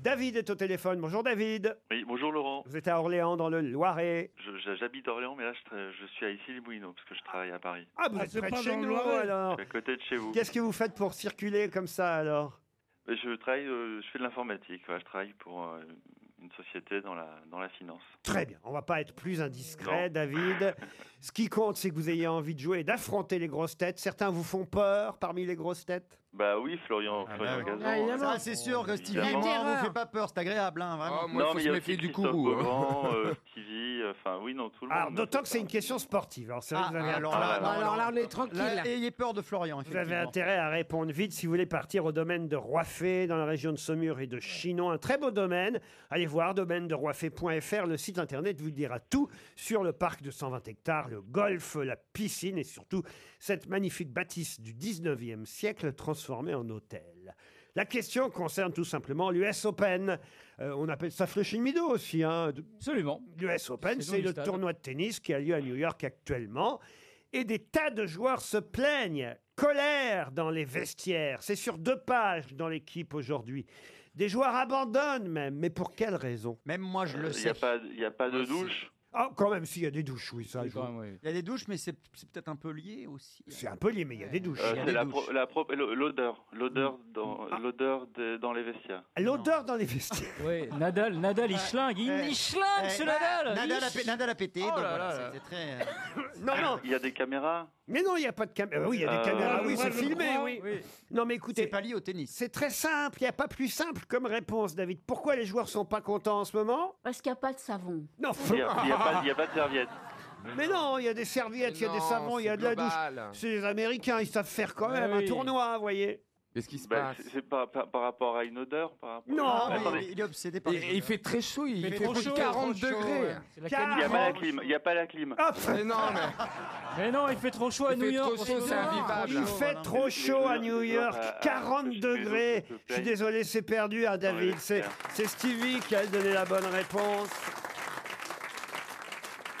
David est au téléphone. Bonjour David.
Oui, bonjour Laurent.
Vous êtes à Orléans dans le Loiret.
Je- je- J'habite Orléans, mais là, je, tra- je suis à Issy-les-Moulineaux parce que je travaille à Paris.
Ah, vous êtes près de chez nous alors.
Je suis à côté de chez vous.
Qu'est-ce que vous faites pour circuler comme ça alors
Mais Je travaille, euh, je fais de l'informatique. ouais, je travaille pour euh, une société dans la dans la finance.
Très bien, on va pas être plus indiscret, David. Ce qui compte, c'est que vous ayez envie de jouer et d'affronter les grosses têtes. Certains vous font peur parmi les grosses têtes.
Bah oui, Florian, Florian Gazan. hein.
Ah, c'est sûr que Stevie et
Évidemment.
moi, on vous fait pas peur, c'est agréable. Hein,
Ah,
vraiment.
non, mais il y a aussi Christophe
hein.
[LAUGHS] Beaugrand, euh, Stevie, euh, enfin oui, non, tout le monde.
Alors, Ah, d'autant que c'est une question sportive. Alors, c'est vrai que vous avez
Ah, alors,
intérêt-
là,
alors là, on est tranquille.
Là, ayez peur de Florian,
vous avez
effectivement.
intérêt à répondre vite si vous voulez partir au domaine de Roiffet, dans la région de Saumur et de Chinon. Un très beau domaine. Allez voir domaine de roiffet.fr. Le site internet vous dira tout sur le parc de 120 hectares, le golf, la piscine et surtout cette magnifique bâtisse du 19e siècle transformée en hôtel. La question concerne tout simplement l'US Open. Euh, on appelle ça Flushing Meadow aussi.
Absolument.
L'US Open,
C'est
c'est
dans
le
le stade.
tournoi de tennis qui a lieu à New York actuellement. Et des tas de joueurs se plaignent. Colère dans les vestiaires. C'est sur deux pages dans l'équipe aujourd'hui. Des joueurs abandonnent même. Mais pour quelle raison Euh,
Même moi, je
Il n'y a pas, il y a pas de douche.
Ah, quand même, s'il y a des douches, oui, ça. je-
Il y a des douches, mais c'est c'est peut-être un peu lié aussi.
C'est un peu lié, mais il y a des douches. Mm. Ah.
Euh, c'est la [LAUGHS] pro- la pro- l'odeur, l'odeur dans l'odeur de- dans les vestiaires.
L'odeur dans les vestiaires.
[LAUGHS] Oui, Nadal, Nadal, il schlingue, il, il schlingue, ce Nadal.
Eh, Nadal a,
Il-
pé- Nadal a pété,
Oh
donc
là
voilà,
là
c'est-
là.
c'est très... euh,
Non, non.
Il y a des caméras.
Mais non, il n'y a pas de caméra. Oui, il y a des
Euh,
caméras. Oui,
moi,
c'est
je
filmé,
crois.
oui. Non, mais écoutez. C'est pas
lié au tennis.
C'est très simple. Il n'y a pas plus simple comme réponse, David. Pourquoi les joueurs sont pas contents en ce moment
Parce qu'il n'y a pas de savon.
Non.
Il n'y a, il y a pas-
[LAUGHS]
il y a pas de serviette.
Mais non, il y a des serviettes, il y a des
non,
savons, il y a
c'est
de la
global.
douche. C'est les Américains, ils savent faire quand
Ouais,
même un
oui.
tournoi, vous voyez.
Qu'est-ce qui se passe Ben, C'est par, par- par rapport à une odeur par rapport-
Non,
Ah,
mais
attendez.
il est obsédé par les
Et- et il fait
très chaud,
il
fait,
trop chaud, 40
degrés.
Il n'y a pas la clim. Il y a pas la clim.
Ah,
Ah,
[LAUGHS] Mais non, mais... non, il fait trop chaud à
Il
New
fait
York.
trop chaud, c'est invivable.
Il fait trop chaud à New York, 40 degrés.
Euh, s'il te plaît.
Je suis désolé, c'est perdu à David. C'est c'est Stevie qui a donné la bonne réponse.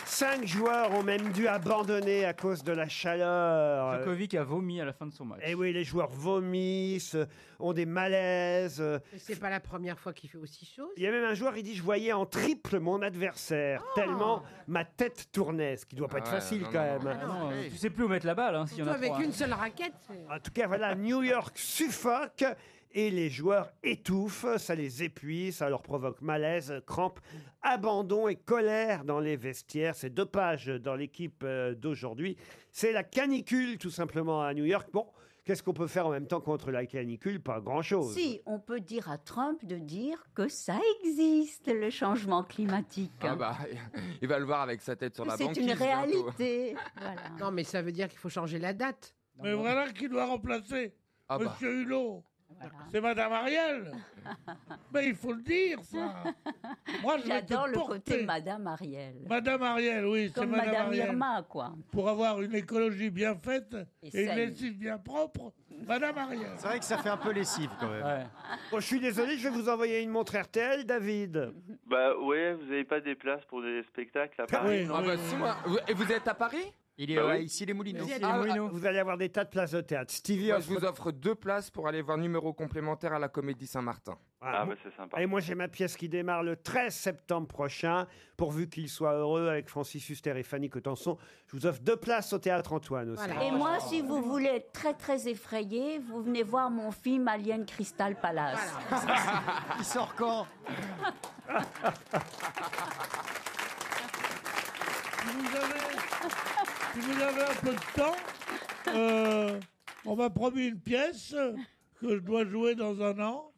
Cinq joueurs ont même dû abandonner à cause de la chaleur.
Djokovic a vomi à la fin de son match.
Et oui, les joueurs vomissent, ont des malaises.
Mais C'est pas la première fois qu'il fait aussi chaud.
Il y a même un joueur, il dit Je voyais en triple mon adversaire,
Ah.
tellement ma tête tournait, ce qui doit pas être
Ah ouais,
facile
non,
quand
non,
même.
non, non, tu sais plus où mettre la balle, hein, s'il y en
Toi,
a
avec
trois, hein.
une seule raquette. c'est-
En tout cas, voilà, New York suffoque et les joueurs étouffent, ça les épuise, ça leur provoque malaise, crampes, abandon et colère dans les vestiaires. C'est deux pages dans l'équipe euh, d'aujourd'hui. C'est la canicule tout simplement à New York. Bon, qu'est-ce qu'on peut faire en même temps contre la canicule Pas grand-chose.
Si, on peut dire à Trump de dire que ça existe, le changement climatique.
Ah bah, il va le voir avec sa tête sur la
C'est
banquise.
une
hein,
bientôt.
réalité. [LAUGHS] voilà.
Non, mais ça veut dire qu'il faut changer la date.
Ah
Mais voilà qui doit remplacer
bah.
Monsieur Hulot. C'est Madame Ariel. Mais il faut le dire,
[LAUGHS]
ça. Moi, je vais te
J'adore le côté
porter.
Madame Ariel.
Madame Ariel, oui, c'est
Comme
Madame,
Madame
Ariel.
Irma, quoi.
Pour avoir une écologie bien faite et, une
saine.
lessive bien propre, Madame Ariel.
C'est vrai que ça fait un peu lessive, quand même.
Bon, Oh, je suis désolé, je vais vous envoyer une montre RTL, David.
Bah ouais, vous n'avez pas des places pour des spectacles à Paris
Ah bah si, moi. Vous- Et vous êtes à Paris
Il
est, Bah euh, oui. ici,
les
Moulineaux.
vous allez avoir des tas de places de théâtre. Stevie
Moi,
offre-
je vous offre deux places pour aller voir numéro complémentaire à la Comédie Saint-Martin.
Ah,
bah c'est sympa.
Et moi, j'ai ma pièce qui démarre le 13 septembre prochain. Pourvu qu'il soit heureux avec Francis Huster et Fanny Cotenson, je vous offre deux places au théâtre Antoine aussi.
Et moi, si vous voulez être très très effrayé, vous venez voir mon film Alien Crystal Palace. [LAUGHS]
Il sort quand
Si vous avez, si vous avez un peu de temps, euh, on m'a promis une pièce que je dois jouer dans un an.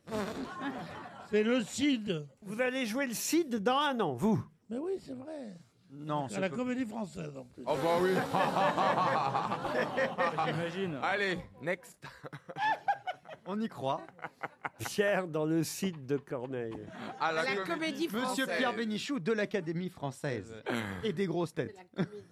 C'est le CID.
Vous allez jouer le CID dans un an, vous
Mais oui, c'est vrai.
Non,
À la comédie française, en plus.
Oh bah oui [LAUGHS]
[LAUGHS] J'imagine.
Allez, next
On y croit.
Pierre dans le CID de Corneille.
À
la La comédie comédie française.
Monsieur Pierre Bénichou de l'Académie française. Et des grosses têtes.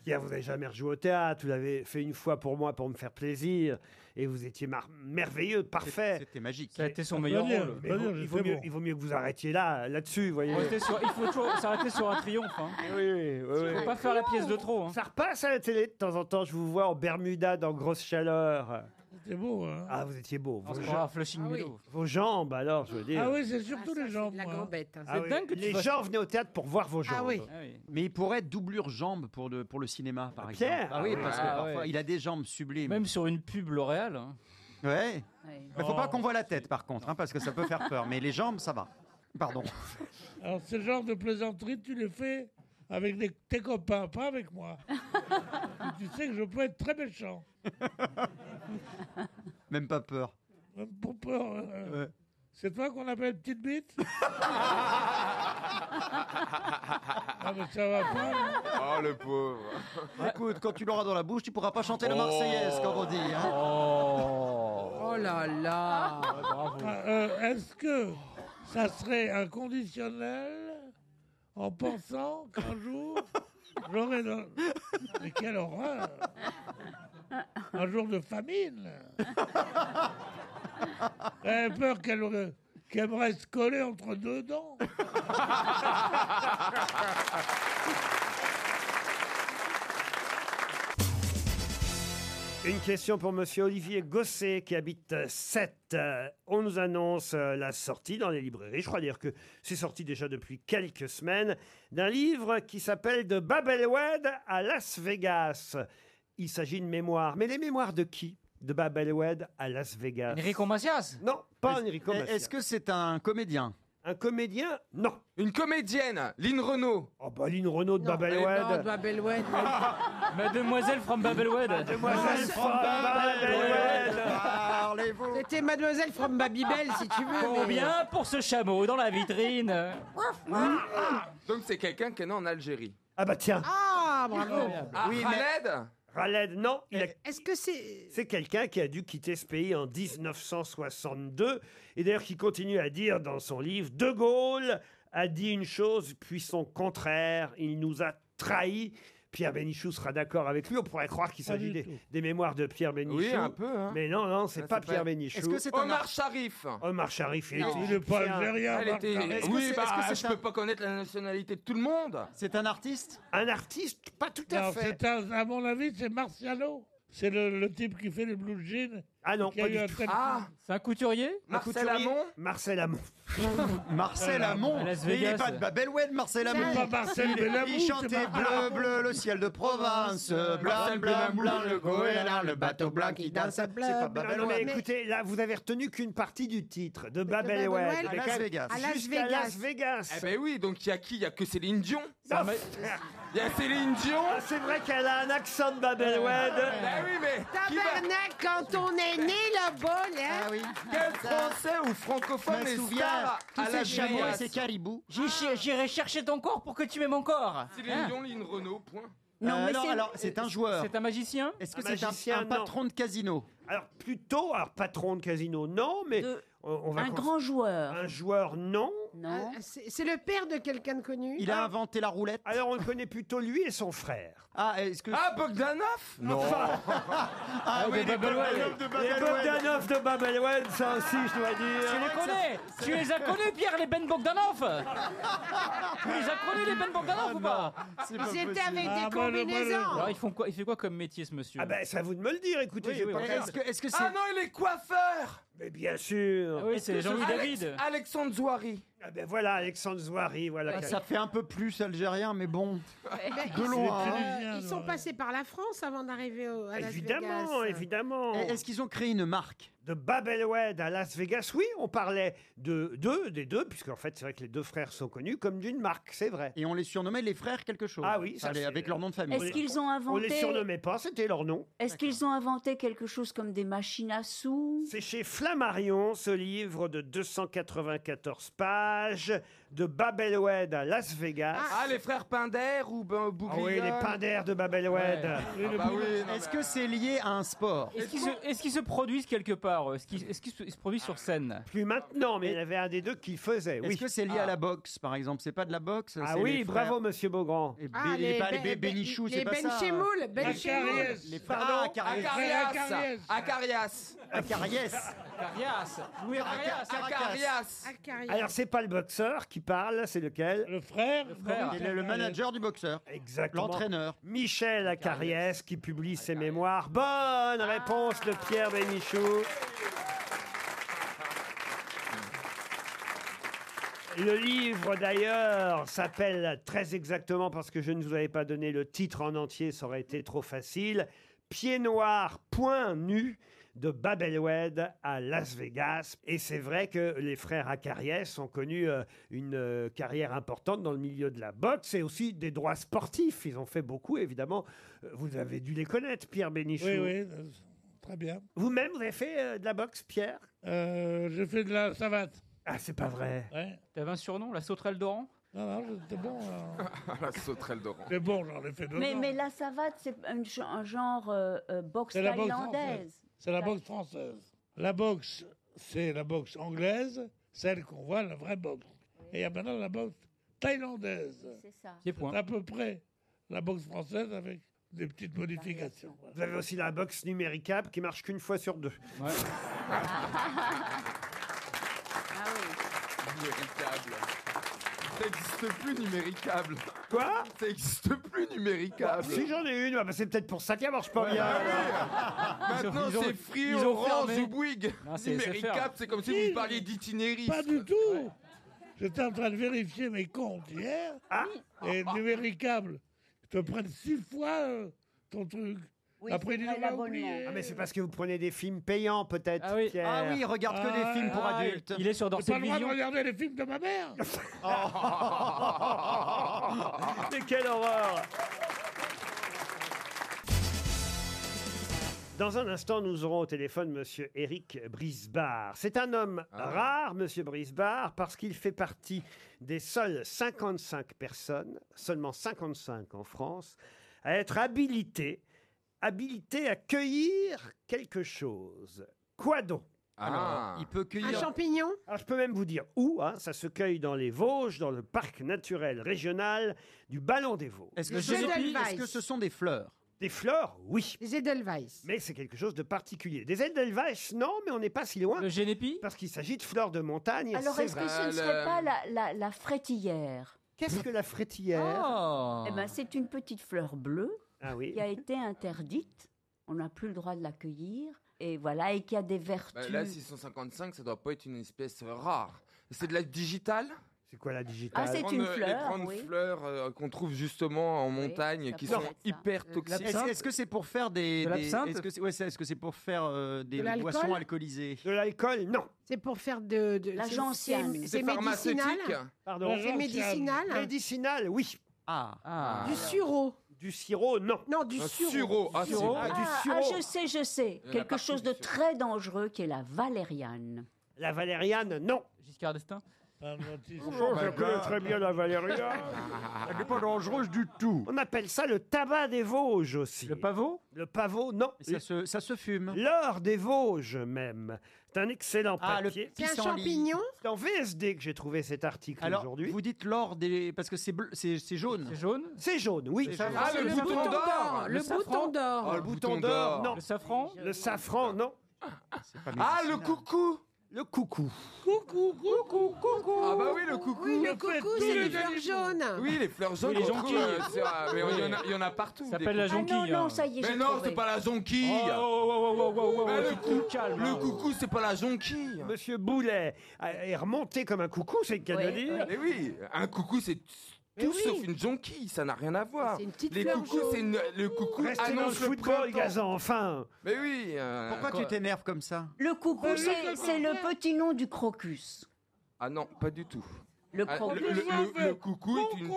Pierre, vous n'avez jamais rejoué au théâtre, vous l'avez fait une fois pour moi pour me faire plaisir, et vous étiez mar- merveilleux, parfait.
C'était magique.
Ça a été son meilleur
Mais
rôle.
il vaut- il, vaut mieux, il vaut mieux que vous arrêtiez là, là-dessus, vous voyez.
Rester sur- Il faut toujours s'arrêter sur un triomphe. hein.
Oui, oui, oui,
Faut
oui.
pas faire la pièce de trop. hein.
Ça repasse à la télé de temps en temps, je vous vois en Bermuda dans grosse chaleur.
C'était beau. Hein.
Ah, vous étiez beau.
On se
Vos,
croirait à
Flushing Ah oui. Meadow.
vos jambes, alors, je veux dire.
Ah oui, c'est surtout les jambes.
la
moi.
gambette, hein.
Ah oui. Les gens venaient au théâtre pour voir
Ah
vos jambes.
Ah Mais il pourrait être doublure jambes pour le, pour le cinéma, par exemple.
Pierre
Ah oui, parce que
Ah
parfois,
ouais.
il a des jambes sublimes.
Même sur une pub L'Oréal. hein.
Ouais.
Ouais.
Mais faut pas
Oh.
qu'on voit la tête, par contre, hein, parce que ça peut faire peur. Mais les jambes, ça va. Pardon. [LAUGHS]
Alors, ce genre de plaisanterie, tu les fais avec des- tes copains, pas avec moi. Et tu sais que je peux être très méchant.
Même pas peur.
Même pour peur. euh, C'est toi qu'on appelle petite bite Ah, mais ça va pas.
Oh, le pauvre. Écoute, quand tu l'auras dans la bouche, tu pourras pas chanter la
Oh.
Marseillaise, comme on dit. hein.
Oh là là
Ah, euh, Est-ce que ça serait inconditionnel en pensant qu'un jour j'aurais. dans- Mais quelle horreur Un jour de famine J'avais peur qu'elle aurait- qu'elle me reste collée entre deux
[LAUGHS]
dents.
Une question pour Monsieur Olivier Gosset qui habite 7. On nous annonce euh, la sortie dans les librairies. Je crois dire que c'est sorti déjà depuis quelques semaines d'un livre qui s'appelle De Babelwed à Las Vegas. Il s'agit de mémoires. Mais les mémoires de qui De Babelwed à Las Vegas.
Enrico Macias
Non, pas Enrico Macias.
Est-ce que c'est un comédien
Un comédien Non.
Une comédienne, Lynn Renault.
Oh bah Lynn Renault de
Non, de
Babelwed.
Babelwed.
[LAUGHS]
Mademoiselle from Babelwed.
Ah, Mademoiselle from bah,
Parlez-vous. C'était Mademoiselle from Babybel, si tu veux. mais-
euh,
Combien pour ce chameau dans la vitrine
Ah, Donc c'est quelqu'un qui est né en Algérie.
Ah bah tiens.
Ah, bravo.
Ah,
Oui, mais-
Khaled
Khaled, non. il a-
Est-ce que c'est...
C'est quelqu'un qui a dû quitter ce pays en 1962 et d'ailleurs qui continue à dire dans son livre De Gaulle a dit une chose puis son contraire, il nous a trahis. Pierre Bénichou sera d'accord avec lui. On pourrait croire qu'il
Pas
s'agit
du
des,
tout.
des mémoires de Pierre Bénichou.
Oui, un peu, hein.
Mais non, non, c'est
Ah,
pas
c'est
Pierre
pas-
Bénichou.
Est-ce que c'est un Omar Sharif
Omar Sharif, il
Non.
est
Il est pas
égyptien.
algérien,
Elle était-
Est-ce que
Oui,
c'est-
bah,
est-ce que c'est
je
un-
peux pas connaître la nationalité de tout le monde.
C'est un artiste
Un artiste Pas tout
à fait. à mon avis, c'est Marciano. C'est le, le type qui fait les blue jeans.
Ah non,
qui a
pas
eu
du
un
tout.
tel-
Ah,
C'est un couturier
Marcel Amont Marcel Amont.
[LAUGHS] Marcel Amont. Mais il n'est pas de Babelwed, Marcel Amont.
C'est pas Marcel
Il-
Bellamont,
Il
c'est
chantait
Marcel
bleu,
Amont.
bleu, le ciel de province. Blanc,
Marcel
blanc,
Bellamont.
blanc, le goéland, le bateau blanc qui danse. C'est pas
Ah non, mais
Babelwed.
écootez, là, vous avez retenu qu'une partie du titre de
Ah, ben,
Babel
Babelwed.
Wed. À Las Vegas. À Las
Jusqu'à
Vegas.
Las Vegas.
Eh ben oui, donc il y a qui Il y a que Céline Dion.
Ah,
Il y a Céline Dion.
Ah, c'est vrai qu'elle a un accent de Babelwed.
Ah,
Ben oui, mais qui va-
Tabarnak, quand on est né, le bol, hein Ah oui.
Quel français ou francophone est star à la Vegas
caribous.
Ah.
J'irai chercher ton corps pour que tu m'aies mon corps.
Ah.
Hein.
Céline Dion, Lynn Renault, point.
Non, Euh, mais alors- c'est- alors, c'est un joueur.
C'est un magicien
Est-ce que c'est un- un patron de casino
Alors plutôt, alors patron de casino, non, mais on, on va
un
grand joueur. Un joueur, non. Ah.
Ah, C'est c'est le père de quelqu'un de connu.
Il a inventé la roulette.
Alors on le connaît plutôt lui et son frère.
Ah, est-ce que.
Ah, Bogdanov
Non.
Ah oui,
les
les Bogdanov de
Les
Babelwed.
Bogdanov de Babelwed, ça aussi, je dois
Tu les
dire.
connais Tu les as connus, Pierre, les Ben Bogdanov Tu les as connus, les Ben Bogdanov
Ah,
ou pas
Ah,
Ils étaient avec des
Ah, bah,
combinaisons.
Alors, ils font quoi, il fait quoi comme métier, ce monsieur
Ah ben, c'est à vous de me le dire. Écoutez,
Oui,
j'ai
oui,
pas
oui.
qu'à-
Est-ce que- est-ce que
Ah non, il est coiffeur
Mais Eh, bien sûr.
Ah oui, c'est
Est-ce que
Jean-Louis
ce-
David.
Alex-
Alexandre Zouari.
Ah ben voilà, Alexandre Zouari, voilà.
Ah, Ça fait un peu plus algérien, mais bon.
Mais
De
ils-
loin.
euh,
hein.
ils sont passés par la France avant d'arriver au- à Las
Ah, Évidemment,
Vegas.
évidemment.
Est-ce qu'ils ont créé une marque
De Babelwed à Las Vegas, oui, on parlait de deux, des deux, puisqu'en fait, c'est vrai que les deux frères sont connus comme d'une marque, c'est vrai.
Et on les surnommait les frères quelque chose.
Ah oui, ça,
Enfin, les-
c'est-
avec leur nom de famille.
On
Est-ce
les-
qu'ils ont
On les
inventé-
surnommait pas, c'était leur nom.
Est-ce qu'ils ont inventé quelque chose comme des machines à sous
C'est chez Flammarion, ce livre de 294 pages, de Babelwed à Las Vegas.
Ah, les frères Pinder ou ben,
Ah oui, les pains d'air de Babelwed.
Oui, le Ah bah oui, Bouillon. non,
Est-ce que c'est lié à un sport
Est-ce qu'ils se, est-ce qu'ils se produisent quelque part eux Est-ce qu'ils est-ce qu'ils se, ils se produisent sur scène
Plus maintenant, mais il y en avait un des deux qui le faisait,
Est-ce
oui.
que c'est lié à la boxe, par exemple C'est pas de la boxe
Ah
c'est les
oui,
frères-
bravo, monsieur Beaugrand.
Et
Ah,
Bé- les,
les Bé-
pas-
Ben,
les Bé-
Bé-
Bénichou,
les
c'est pas ça. hein.
Benchemoul,
Ah,
Benchemoul.
Acariès.
Les frères-
Pardon
Ah, Acariès.
Acarias.
Acarias.
Acarias.
Acarias.
Carias Louis Carias
Acarias.
Alors, c'est pas le boxeur qui parle, c'est lequel
Le frère,
frère.
Il est le manager du boxeur.
Exactement.
L'entraîneur.
Michel Acariès qui publie ses mémoires. Bonne
Ah.
réponse de Pierre Bénichou. Le livre d'ailleurs s'appelle très exactement parce que je ne vous avais pas donné le titre en entier, ça aurait été trop facile. Pieds noirs, point nu de Babelwed à Las Vegas. Et c'est vrai que les frères Acariès ont connu euh, une euh, carrière importante dans le milieu de la boxe et aussi des droits sportifs. Ils ont fait beaucoup, évidemment. Euh, Vous avez dû les connaître, Pierre Bénichou.
Oui, oui, euh, très bien.
Vous-même, vous avez fait euh, de la boxe, Pierre
J'ai fait Euh, de la savate.
Ah, c'est pas vrai.
T'avais un surnom, la sauterelle d'Oran
Non, non, j'étais bon.
[LAUGHS]
la sauterelle d'Oran.
Mais bon, j'en ai fait deux.
Mais,
ans.
mais la savate, c'est un, gen- un genre euh, euh, boxe
C'est la boxe
thaïlandaise.
française. C'est la boxe française. La boxe, c'est la boxe anglaise, celle qu'on voit, la vraie boxe. Et il y a maintenant la boxe thaïlandaise.
C'est ça.
C'est à peu près la boxe française avec des petites modifications.
Vous avez aussi la boxe numéricable qui marche qu'une fois sur deux.
ah.
Numéricable. Ça n'existe plus, numéricable.
Quoi
Ça n'existe plus, numéricable.
si j'en ai une, bah, c'est peut-être pour ça qu'elle marche pas bien.
Maintenant,
Ils ont-
c'est
ils ont-
Free,
ils ont
Orange
fermé.
ou Bouygues.
Non, c'est
Numéricable,
SFR.
c'est comme si
Si,
vous parliez d'itinéris.
Pas du tout J'étais en train de vérifier mes comptes hier,
Ah.
et numéricable, ils te prennent six fois euh, ton truc. Après, ils disent, on a oublié.
Ah, mais c'est parce que vous prenez des films payants, peut-être. Ah oui,
Ah oui, il regarde que des films pour adultes. Il est sur Dorset J'ai pas le droit de Vision. regarder
les films de ma mère.
Oh.
Mais quelle horreur Dans un instant, nous aurons au téléphone Monsieur Éric Brisbard. C'est un homme rare, Monsieur Brisbard, parce qu'il fait partie des seules 55 personnes, seulement 55 en France, à être habilitées, habilitées à cueillir quelque chose. Quoi donc
Alors, il peut cueillir- Un
champignon Je peux même vous dire où. hein. ça se cueille dans les Vosges, dans le parc naturel régional du Ballon des Vosges.
Est-ce que, ce sont- est-ce que ce sont des fleurs
Des fleurs, oui. Des Edelweiss. Mais c'est quelque chose de particulier. Des Edelweiss, non, mais on n'est pas si loin. Le génépi Parce qu'il s'agit de fleurs de montagne.
Alors,
Ah, c'est
est-ce que
vrai.
ce ne
Euh,
serait pas la, la, la frétillère
Qu'est-ce que la frétillère
Ah.
Eh ben, C'est une petite fleur bleue
Ah oui.
qui a été interdite. On n'a plus le droit de l'accueillir. Et voilà, et qui a des vertus.
Bah, là, 655, ça doit pas être une espèce rare. C'est de la digitale
C'est quoi la digitale
Ah, c'est
Prendre,
une
euh, Les
fleur,
grandes
oui.
fleurs euh, qu'on trouve justement en montagne et qui
peut
sont
être ça.
hyper toxiques.
Est-ce est-ce que c'est pour faire des.
De
des-
l'absinthe
Est-ce que c'est ouais, c'est- est-ce que c'est pour faire euh, des
De l'alcool
boissons alcoolisées
De l'alcool, non.
C'est pour faire de. de
La
c'est-
gentiane.
c'est-
C'est
C'est médicinal.
pharmaceutique.
Pardon.
C'est médicinal.
Médicinal, oui.
Ah.
Du sirop.
Du sirop, non.
Non, du
Un
sirop.
sirop, ah, c'est
Sirop.
bon.
Ah, du
Ah,
sirop.
ah, je sais, je sais.
Il y en a
Quelque
partout,
chose de très dangereux qui est la valériane.
La valériane, non.
Giscard d'Estaing
Ah,
Bonjour, je connais très bien
[LAUGHS]
la valériane.
Ah.
Elle n'est pas dangereuse du tout. On appelle ça le tabac des Vosges aussi. Le pavot Le pavot, non.
Ça se, ça se fume.
L'or des Vosges même. C'est un excellent
Ah, le
papier.
C'est un pissenlit. champignon
C'est en VSD que j'ai trouvé cet article
Alors,
aujourd'hui.
vous dites l'or des. Parce que c'est bleu- c'est c'est jaune. C'est
jaune
C'est jaune, oui.
C'est jaune. Ah, le
C'est
bouton d'or,
Le,
le
safran.
bouton d'or.
Ah, le bouton d'or, non.
Le safran
Le safran, non.
Ah, le coucou
Le coucou.
Coucou, coucou, coucou.
Ah bah oui, le coucou.
Oui, le
En fait,
coucou,
tous
c'est
les
les fleurs jaunes.
Oui, les fleurs jaunes.
Oui, les
on trouve,
jonquilles.
euh, c'est- ah, mais il y, en a- il y en a partout.
Ça
des
s'appelle la
coucous.
jonquille, Ah non, non, hein.
ça y est,
Mais
j'ai
non,
trouvé.
c'est pas la jonquille.
Oh, oh, oh, oh, oh, oh, oh,
Mais
oh,
le,
tu te
coucou,
calmes,
le
hein.
coucou, c'est pas la jonquille.
Monsieur Boulet a- est remonté comme un coucou, c'est le cas de
Ouais,
le dire.
Mais Eh oui, un coucou, c'est t-
Mais
tout
oui.
sauf une jonquille, ça n'a rien à voir.
C'est une petite
les
fleur
coucous,
jaune.
c'est une- le coucou
Restez dans le
annonce le
football,
printemps.
Gazan, enfin.
Mais oui. euh,
Pourquoi
quoi-
tu t'énerves comme ça
Le coucou,
Euh, le
c'est
coucou.
c'est le petit nom du crocus.
Ah non, pas du tout.
Le
Ah,
croc-
le, le- le- le coucou est une.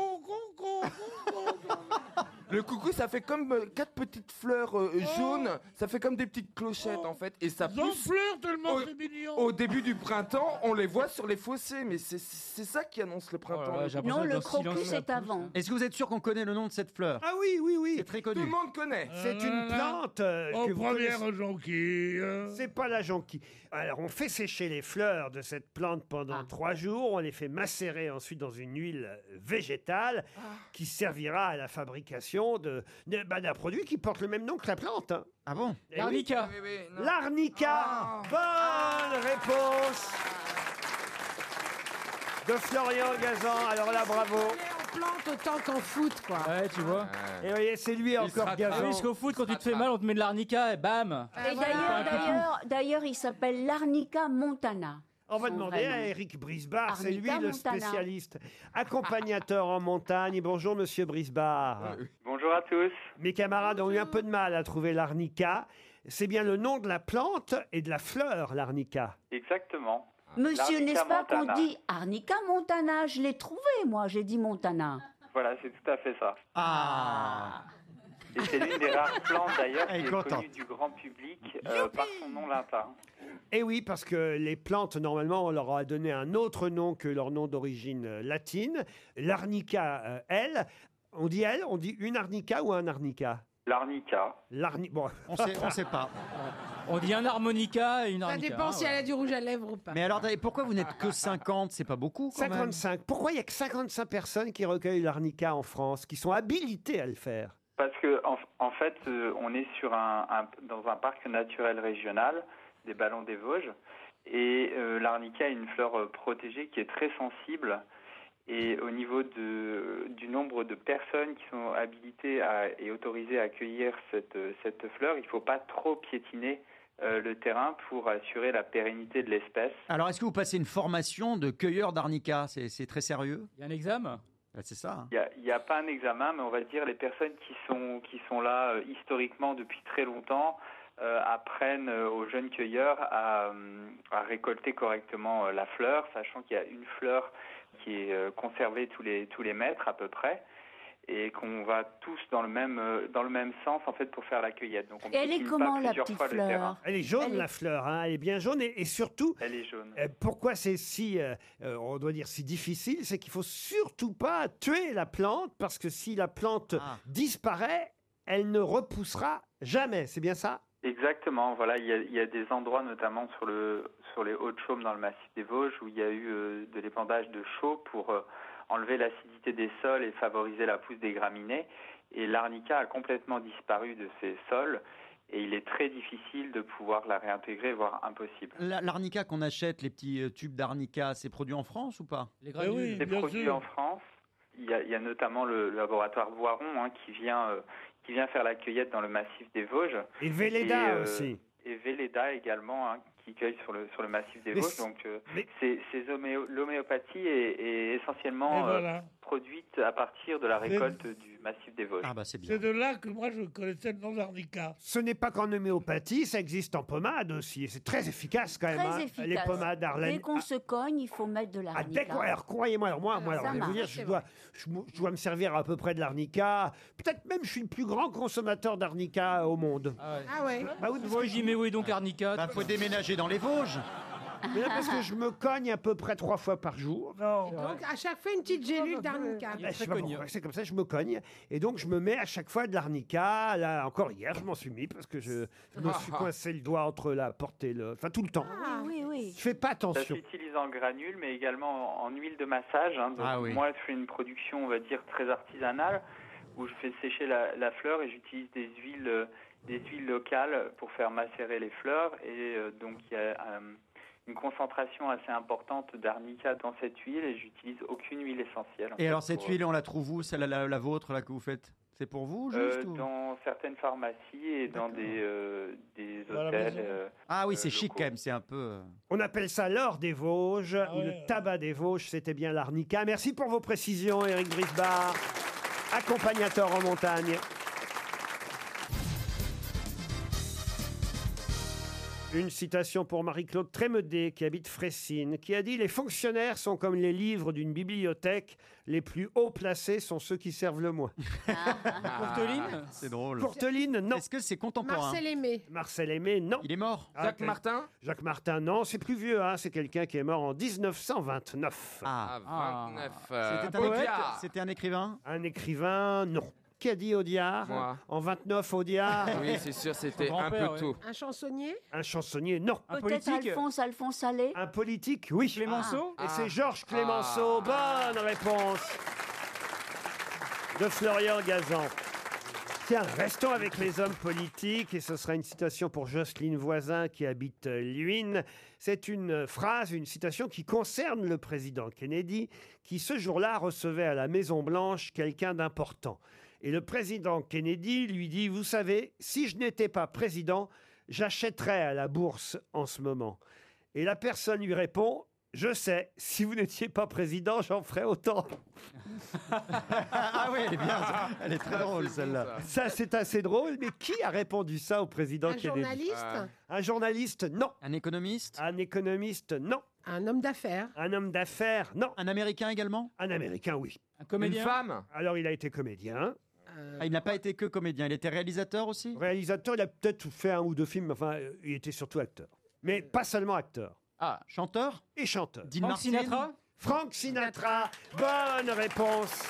Le coucou, ça fait comme euh, quatre petites fleurs euh, jaunes. Ça fait comme des petites clochettes en fait, et ça
Sans
pousse.
fleurs, tellement
Au-
c'est mignon
Au début du printemps, on les voit sur les fossés, mais c'est- c'est ça qui annonce le printemps.
Non, le crocus est avant.
Est-ce que vous êtes sûr qu'on connaît le nom de cette fleur
Ah oui, oui, oui.
C'est très connu.
Tout le monde connaît.
C'est une plante euh,
Aux
que vous
premières
connaissez.
jonquilles.
C'est pas la jonquille. Alors, on fait sécher les fleurs de cette plante pendant
Ah.
trois jours. On les fait macérer ensuite dans une huile végétale
Ah.
Ah.
qui servira à la fabrication de, de- bah, d'un produit qui porte le même nom que la plante. hein. Eh
Ah bon
L'arnica.
Oui, oui, non. Ah.
L'arnica. Bonne réponse de Florian Gazan. Alors là, bravo.
plante autant qu'en foot, quoi.
Ouais, tu vois.
Et voyez, c'est lui encore
gazant.
gazant.
Jusqu'au foot, quand tu te fais mal, on te met de l'arnica et bam.
Ah,
Et d'ailleurs, d'ailleurs, d'ailleurs, il s'appelle l'Arnica Montana.
On va demander
Vraiment.
à Eric Brisbard, c'est lui
Arnica
le
Montana.
spécialiste. Accompagnateur en montagne. Bonjour, monsieur Brisbard.
Bonjour à tous.
Mes camarades ont eu un peu de mal à trouver l'arnica. C'est bien le nom de la plante et de la fleur, l'arnica.
Exactement.
Ah. Monsieur,
L'Arnica
n'est-ce pas qu'on
montana.
dit Arnica Montana Je l'ai trouvé, moi, j'ai dit Montana.
Voilà, c'est tout à fait ça.
Ah
Et c'est l'une des rares plantes d'ailleurs qui
Elle est
est
contente.
connue du grand public euh, par son nom latin.
Et Eh oui, parce que les plantes, normalement, on leur a donné un autre nom que leur nom d'origine euh, latine. L'arnica, euh, elle, on dit elle, on dit une arnica ou un arnica
L'arnica.
L'arni... Bon.
On sait- on sait
[LAUGHS]
pas.
On dit un harmonica et une
Ça
arnica.
dépend si
hein,
elle a du rouge à lèvres ou pas.
Mais alors, attendez, pourquoi vous n'êtes que 50 C'est pas beaucoup quand même.
55. Pourquoi il y a que 55 personnes qui recueillent l'arnica en France, qui sont habilitées à le faire
Parce que en, en fait, euh, on est sur un, un- dans un parc naturel régional des Ballons des Vosges, et euh, l'arnica est une fleur euh, protégée qui est très sensible. Et au niveau de, du nombre de personnes qui sont habilitées à- et autorisées à accueillir cette, euh, cette fleur, il ne faut pas trop piétiner euh, le terrain pour assurer la pérennité de l'espèce.
Alors, est-ce que vous passez une formation de cueilleur d'arnica C'est c'est très sérieux Bah,
Il y a un examen
C'est ça. hein.
Il n'y a, pas un examen, mais on va dire les personnes qui sont, qui sont là euh, historiquement depuis très longtemps euh, apprennent euh, aux jeunes cueilleurs à, euh, à récolter correctement euh, la fleur, sachant qu'il y a une fleur qui est euh, conservée tous les, tous les mètres à peu près et qu'on va tous dans le même euh, dans le même sens en fait pour faire la cueillette. Donc on
Et elle est
piétine pas
comment, la
plusieurs
petite
fois le
fleur
terrain.
Elle est jaune,
Elle est-
la fleur, hein, elle est bien jaune. Et, et surtout,
Elle est jaune.
euh, pourquoi c'est si, euh, euh, on doit dire, si difficile C'est qu'il faut surtout pas tuer la plante, parce que si la plante
Ah.
disparaît, elle ne repoussera jamais. C'est bien ça
Exactement, voilà, il y, a, il y a des endroits notamment sur le sur les hauts de Chaume dans le massif des Vosges où il y a eu euh, de l'épandage de chaux pour euh, enlever l'acidité des sols et favoriser la pousse des graminées et l'arnica a complètement disparu de ces sols et il est très difficile de pouvoir la réintégrer voire impossible.
La- L'arnica qu'on achète, les petits euh, tubes d'arnica, c'est produit en France ou pas
Eh
C'est produit en France. Il y, a, il y a notamment le, le laboratoire Boiron hein, qui vient euh, qui vient faire la cueillette dans le massif des Vosges.
Et Véleda
euh,
aussi.
Et Véleda également hein, qui cueille sur le sur le massif des
Mais
Vosges.
c'est-
Donc euh, c'est c'est homéo- l'homéopathie est, est
Et
essentiellement euh,
voilà.
produite à partir de la
C'est-
récolte du massif des Vosges.
C'est de là que moi je connaissais le nom d'arnica.
Ce n'est pas qu'en homéopathie, ça existe en pommade aussi. et C'est très efficace quand même. hein,
Très efficace.
Les pommades
Dès
Arlène.
qu'on se cogne, il faut mettre de
Ah,
l'arnica.
dès qu'on- alors croyez-moi, alors moi, moi, alors,
Ah, ça
je vais vous
marche,
dire,
c'est
je dois, je, mou- je dois me servir à peu près de l'arnica. Peut-être même, je suis le plus grand consommateur d'arnica au monde.
Ah ouais
Bah oui, moi,
j'y mets oui donc l'arnica.
Bah, faut déménager dans les Vosges.
Mais là, parce que je me cogne à peu près trois fois par jour.
Donc à chaque fois une petite gélule d'arnica.
Ah, je sais pas pourquoi, c'est comme ça, je me cogne. Et donc, je me mets à chaque fois de l'arnica. Là, encore hier, je m'en suis mis parce que je me suis coincé le doigt entre la porte et le. Enfin, tout le temps.
Oui, Ah oui.
Je fais pas attention.
Ça s'utilise en granules, mais également en, en huile de massage. hein. Donc,
Ah oui.
Moi, je fais une production, on va dire, très artisanale, où je fais sécher la, la fleur et j'utilise des huiles, euh, des huiles locales pour faire macérer les fleurs. Et euh, donc, il y a euh, une concentration assez importante d'arnica dans cette huile et j'utilise aucune huile essentielle. en
Et
fait,
alors, cette
pour-
huile, on la trouve où Celle, la, la, la vôtre, là, que vous faites C'est pour vous, juste
Euh,
ou-
Dans certaines pharmacies et dans des, euh, des
Dans la
hôtels.
maison.
euh,
Ah oui, c'est chic quand même, c'est un peu. euh,
On appelle ça l'or des Vosges ou le tabac des Vosges. C'était bien l'arnica. Merci pour vos précisions, Eric Brisbard, accompagnateur en montagne. Une citation pour Marie-Claude Trémedé, qui habite Fressines, qui a dit Les fonctionnaires sont comme les livres d'une bibliothèque. Les plus haut placés sont ceux qui servent le moins.
Courteline
Ah, C'est drôle.
Courteline, non.
Ah. Est-ce que c'est contemporain
Marcel Aimé.
Marcel Aimé, non. Il
est mort. Ah,
Jacques Martin
Ah, Jacques Martin, non. C'est plus vieux, hein. C'est quelqu'un qui est mort en 1929.
Ah,
Ah.
29. euh,
C'était un poète
Audiard.
C'était un écrivain
Un écrivain, non. Qui a dit Audiard
Moi.
En 29, Audiard
[LAUGHS] Oui, c'est sûr, c'était un peu tôt.
Un chansonnier
Un chansonnier, non.
Peut-être Alphonse, Alphonse Allais
Un politique, oui.
Clémenceau
Ah.
Et c'est Georges Clémenceau. Bonne réponse de Florian Gazan. Tiens, restons avec les hommes politiques et ce sera une citation pour Jocelyne Voisin qui habite euh, Luynes. C'est une phrase, une citation qui concerne le président Kennedy qui ce jour-là recevait à la Maison Blanche quelqu'un d'important. Et le président Kennedy lui dit, vous savez, si je n'étais pas président, j'achèterais à la bourse en ce moment. Et la personne lui répond, je sais, si vous n'étiez pas président, j'en ferais autant.
Ah oui, elle est bien. Elle est très drôle celle-là.
Ça, c'est assez drôle, mais qui a répondu ça au président
Un
Kennedy
journaliste
Ah.
Euh.
Un journaliste, non. Un économiste Un économiste, non.
Un homme d'affaires
Un homme d'affaires, non. Un Américain également Un Américain, oui. Un
comédien Une femme
Alors, il a été comédien.
Ah, il n'a pas été que comédien, il était réalisateur aussi
Réalisateur, il a peut-être fait un ou deux films, mais enfin, euh, il était surtout acteur. Mais pas seulement acteur.
Euh. Ah, chanteur
Et chanteur.
Dean Frank Martin Sinatra
Frank Sinatra, bonne réponse.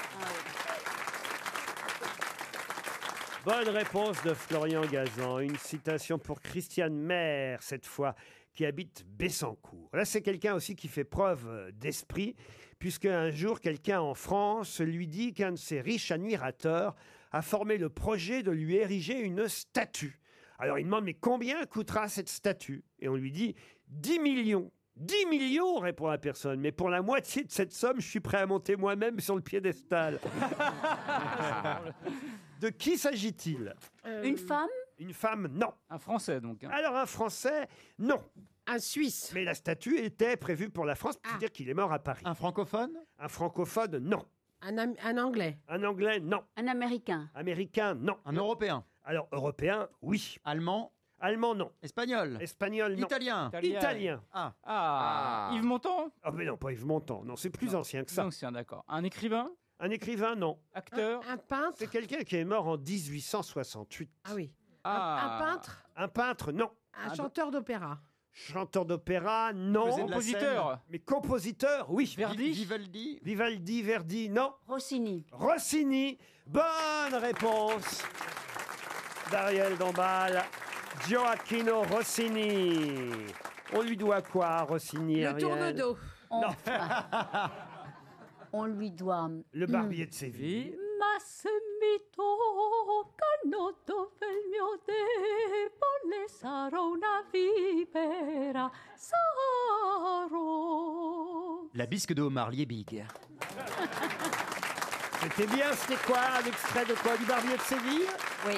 Bonne réponse de Florian Gazan. Une citation pour Christiane Maire, cette fois, qui habite Bessancourt. Là, c'est quelqu'un aussi qui fait preuve euh, d'esprit, puisque un jour, quelqu'un en France lui dit qu'un de ses riches admirateurs a formé le projet de lui ériger une statue. Alors, il demande, mais combien coûtera cette statue Et on lui dit, 10 millions. 10 millions, répond la personne, mais pour la moitié de cette somme, je suis prêt à monter moi-même sur le piédestal. [LAUGHS] De qui s'agit-il
Euh,
Une femme
Une femme, non. Un Français, donc. hein. Alors, un Français, non.
Un Suisse. Ah.
Mais la statue était prévue pour la France, c'est-à-dire qu'il est mort à Paris. Un francophone Un francophone, non.
Un, Am- un Anglais
Un Anglais, non.
Un Américain
Américain, non. Un Européen Alors, Européen, oui. Allemand Allemand, non. Espagnol Espagnol, non.
Italien
Italien.
Ah.
Ah. Yves Montand
Ah, mais non, pas Yves Montand. Non, c'est plus ancien que ça. ancien, d'accord. Un écrivain Un écrivain, non.
Acteur Un, un peintre
C'est quelqu'un qui est mort en 1868.
Ah oui. Ah. Un peintre
Un peintre, non.
Un chanteur d'opéra
Chanteur d'opéra, non.
Faisait de la Compositeur. scène.
Mais compositeur, oui.
Verdi Vivaldi
Vivaldi, Verdi, non.
Rossini.
Rossini, bonne réponse d'Ariel Dombal. Gioacchino Rossini. On lui doit quoi, Rossini
Le
Ariel
tourne-dos. On,
[LAUGHS]
on lui doit
Le barbier de Séville.
Mas mito canotto pel mio debole sarò una vipera sarò
La bisque de Omar Liebig.
[LAUGHS] C'était bien, c'était quoi Un extrait de quoi Du Barbier de Séville
Oui.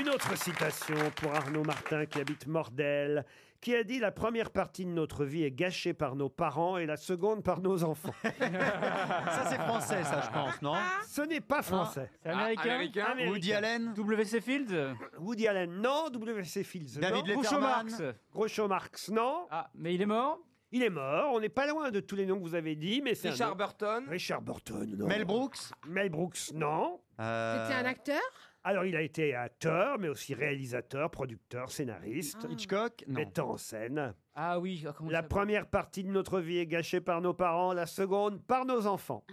Une autre citation pour Arnaud Martin qui habite Mordel, qui a dit La première partie de notre vie est gâchée par nos parents et la seconde par nos enfants.
Ça, c'est français, ça, je pense, non
Ce n'est pas français.
Ah, C'est américain
Américain.
W.C. Fields
Woody Allen, non. W.C. Fields,
David
non.
Letterman. Groucho Marx.
Groucho Marx, non. Ah, mais il est mort Il est mort. On n'est pas loin de tous les noms que vous avez dit, mais c'est un
Richard
nom.
Burton
Richard Burton, non.
Mel Brooks
Mel Brooks, non.
Euh,
Euh.
C'était un acteur
Alors, il a été acteur, mais aussi réalisateur, producteur, scénariste.
Hitchcock Non.
Metteur en scène.
Ah oui, ah, comment
La première partie de notre vie est gâchée par nos parents, la seconde par nos enfants.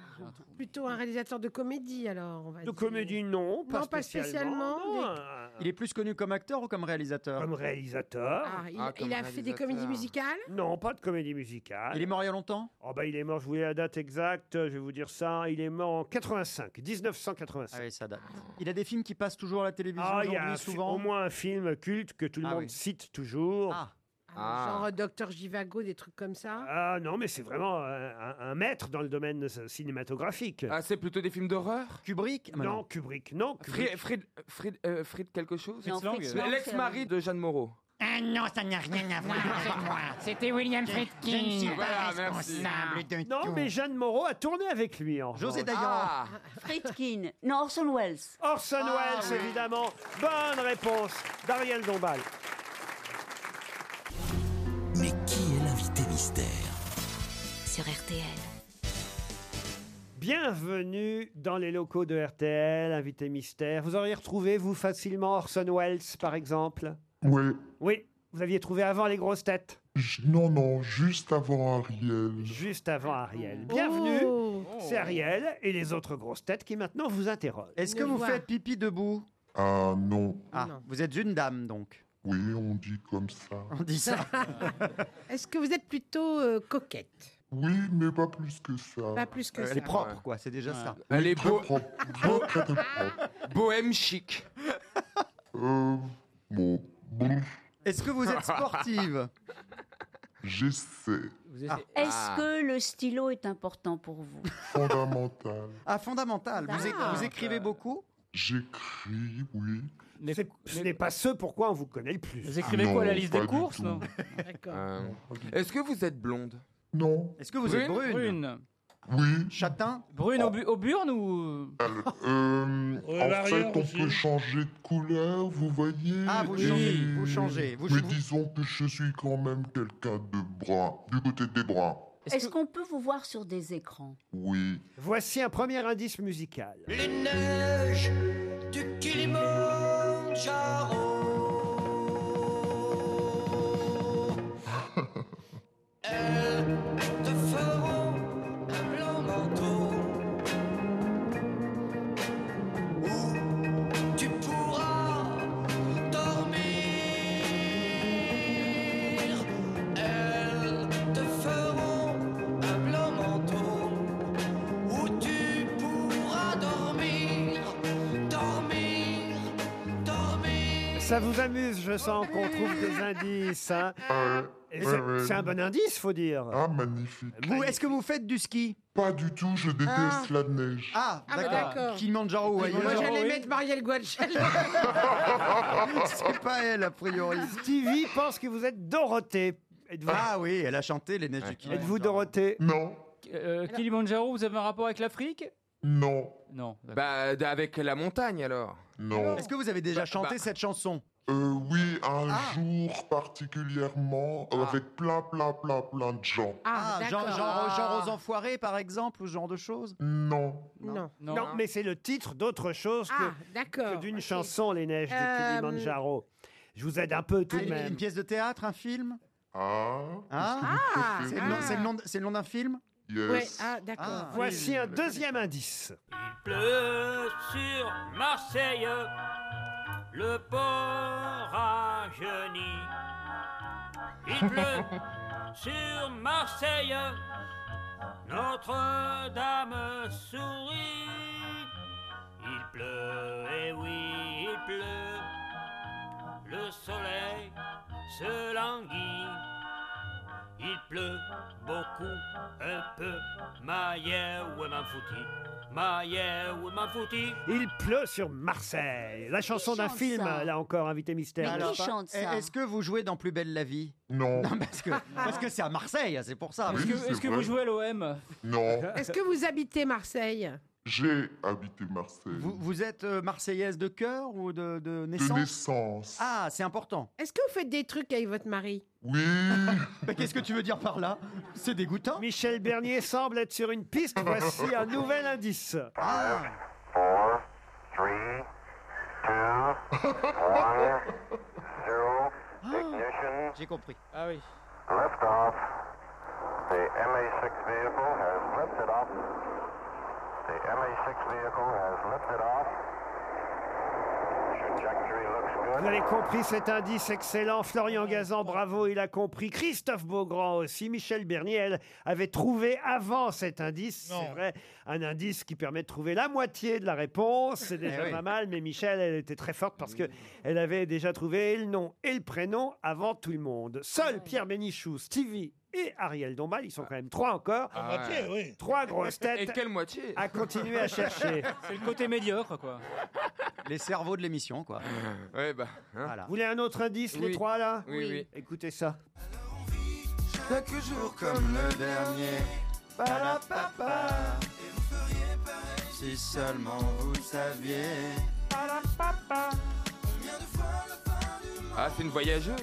Plutôt un réalisateur de comédie, alors, on va
De
dire.
comédie, non, pas
Non, pas
spécialement.
spécialement,
Non,
des-
un-
Il est plus connu comme acteur ou comme réalisateur
Comme réalisateur.
Ah, il, il a fait des comédies musicales
Non, pas de comédie musicale.
Il est mort il y a longtemps
Oh bah il est mort, je voulais la date exacte, je vais vous dire ça. Il est mort en 85, 1985.
Ah oui, ça date. Il a des films qui passent toujours à la télévision
Ah, il y a un
aujourd'hui,
fi-
souvent
au moins un film culte que tout le
Ah
monde
oui.
cite toujours.
Ah.
Genre euh, Docteur Givago, des trucs comme ça
Ah non, mais c'est vraiment un, un- un maître dans le domaine euh, cinématographique.
Ah, c'est plutôt des films d'horreur
Kubrick
Ah, non, Kubrick, non. Kubrick.
Fred, Fred, Fred, euh, Fred quelque chose
Non, Fritz Lang. Fritz Lang,
L'ex-mari de Jeanne Moreau.
Ah non, ça n'a rien à voir avec
[LAUGHS]
moi. C'était William Friedkin. Je ne suis pas
Voilà, merci.
responsable de
non,
tout.
mais Jeanne Moreau a tourné avec lui en
José
revanche.
Dayan. Ah.
Friedkin. Non, Orson Welles.
Orson
Ah,
Welles,
oui.
évidemment. Bonne réponse d'Ariel Dombal.
Mais qui est l'invité mystère
Sur RTL.
Bienvenue dans les locaux de RTL, invité mystère. Vous auriez retrouvé, vous, facilement Orson Welles, par exemple
Oui.
Oui, vous aviez trouvé avant les grosses têtes,
J- Non, non, juste avant Ariel.
juste avant Ariel.
Oh.
Bienvenue, c'est Ariel et les autres grosses têtes qui maintenant vous interrogent.
Est-ce que vous faites pipi debout
Ah non.
Ah, vous êtes une dame donc.
Oui, on dit comme ça.
[LAUGHS] On dit ça.
[LAUGHS] Est-ce que vous êtes plutôt euh, coquette
Oui, mais pas plus que ça.
Pas plus que
Euh,
ça.
Elle est propre, quoi, c'est déjà ça.
Elle est beau. Propre, bien très, très propre.
Bohème chic.
Euh, bon, brr,
Est-ce que vous êtes
[LAUGHS]
sportive
j'essaie.
Ah,
Ah.
Est-ce que le stylo est important pour vous Ah.
Fondamental.
Ah, fondamental. Vous, é- vous écrivez beaucoup
J'écris, oui.
C'est- Ce n'est pas ce pourquoi on vous connaît le plus. Vous
écrivez Ah quoi, la non, liste des pas du courses, tout. [LAUGHS] non
Euh, Est-ce que vous êtes blonde
Non.
Est-ce que vous êtes brune
Oui.
Châtain Brune
au, bu- au burn ou
[LAUGHS] Euh,
Ouais,
en
l'arrière
fait, on
aussi.
peut changer de couleur, vous voyez.
Ah, vous
et-
changez, vous changez, vous
mais
changez.
disons que je suis quand même quelqu'un de brun, du côté des bruns.
Est-ce qu'on peut vous voir sur des écrans
Oui.
Voici un premier indice musical.
Les neiges du Kilimandjaro. Elles te feront un blanc manteau. Où tu pourras dormir. Elles te feront un blanc manteau. Où tu pourras dormir, dormir, dormir.
Ça vous amuse, je sens qu'on trouve des indices. hein. Et c'est
ouais, ouais.
c'est un bon indice, faut dire.
Ah, magnifique.
Vous, est-ce que vous faites du ski
Pas du tout, je déteste
Ah.
la neige.
Ah,
Ah, mais d'accord.
d'accord. Kilimanjaro, ouais.
Moi, j'allais
Oui.
mettre Marielle [LAUGHS]
[LAUGHS]
Guadchel.
Ah, C'est pas elle, a priori.
Stevie pense que vous êtes Dorothée. Êtes-vous
Ah oui, elle a chanté les neiges du Kilimanjaro.
Oh. êtes-vous Dorothée
Non,
euh, Kilimanjaro, vous avez un rapport avec l'Afrique
non,
Non.
Bah, d- avec la montagne alors.
non.
Est-ce que vous avez déjà
Bah,
chanté
bah.
cette chanson Ah.
Euh, oui, un jour particulièrement, euh, avec plein, plein, plein, plein de gens.
Ah, genre,
d'accord.
genre- genre aux enfoirés, par exemple, ou ce genre de choses
Non.
Non.
Non, mais c'est le titre d'autre chose que,
Ah,
que
d'accord.
d'une chanson, Les Neiges du
Euh,
Kilimanjaro. Je vous aide un peu tout de
Une- Une
même.
pièce de théâtre, un film
Ah,
Ah,
Ah,
C'est le nom- c'est le nom de- c'est le nom d'un film
yes.
Ouais, ah, d'accord.
Voici un deuxième indice.
pleut sur Marseille, le port à Genie. Il pleut sur Marseille, Notre-Dame sourit. Il pleut, et oui, il pleut, le soleil se languit. Il pleut beaucoup, un peu, ma yeah, ouais, m'en foutis. Ma yeah, ouais, m'en foutis.
Il pleut sur Marseille. Eh, La chanson d'un
chante
film,
ça
là encore, invité mystère.
Mais qui
pas-
chante
est-
ça
eh, Est-ce que vous jouez dans Plus belle la vie
Non,
Non, parce que parce que c'est à Marseille, hein, c'est pour ça.
Est-ce
Oui,
que,
c'est
est-ce que
vrai.
vous jouez à l'OM
non.
Ah.
Est-ce que vous habitez Marseille
J'ai habité Marseille.
Vous, vous êtes euh, marseillaise de cœur ou de, de
De
naissance
naissance.
Ah, c'est important.
Est-ce que vous faites des trucs avec votre mari
Oui.
[LAUGHS] Mais Qu'est-ce que tu veux dire par là C'est dégoûtant.
Michel Bernier semble être sur une piste. Voici un nouvel indice.
Four, three,
[LAUGHS]
two, one, zero. Ignition.
J'ai compris.
Ah oui.
Lift off. The MA6 vehicle has lifted off. The MA6 vehicle has lifted off. Trajectory looks good.
Vous avez compris cet indice excellent. Florian Gazan, bravo, il a compris. Christophe Beaugrand aussi. Michel Berniel avait trouvé avant cet indice, c'est vrai, un indice qui permet de trouver la moitié de la réponse. C'est déjà
Eh
oui.
pas mal, mais Michel, elle était très forte parce que elle avait déjà trouvé et le nom et le prénom avant tout le monde. Seuls Pierre Bénichou, Stevie et Ariel Dombal, ils sont quand même trois encore,
Ah,
À moitié, oui.
trois grosses
Ah. Et
têtes
quelle moitié
à continuer à chercher.
[LAUGHS] C'est le côté médiocre, quoi.
Les cerveaux de l'émission, quoi.
[LAUGHS] Ouais, bah. hein.
Voilà.
Vous voulez un autre indice, les
Oui.
trois là
Oui, oui.
Écoutez ça.
Chaque jour comme le dernier,
Si seulement vous saviez.
Ah, c'est une voyageuse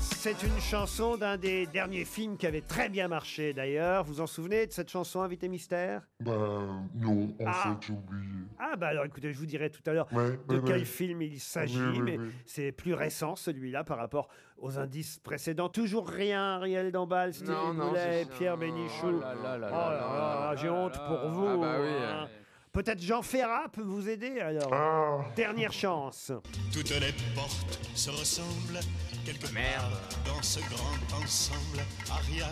C'est une chanson d'un des derniers films qui avait très bien marché d'ailleurs. Vous en souvenez de cette chanson Invité Mystère
Bah, non, en
Ah.
fait, j'ai oublié.
Ah bah alors écoutez, je vous dirai tout à l'heure
Ouais,
de
ouais,
quel
ouais.
film il s'agit,
Oui, oui,
mais
oui.
c'est plus récent celui-là par rapport aux indices précédents. Toujours rien, Ariel Dombal, Stevie
Non, non,
Boulet,
c'est ça.
Pierre Bénichou.
Oh là là là
Oh là
là là
là,
là
j'ai honte pour vous.
Ah bah oui.
hein. Peut-être Jean Ferrat peut vous aider alors.
Ah.
Dernière chance.
Toutes les portes se ressemblent quelque part dans ce grand ensemble. Ariane,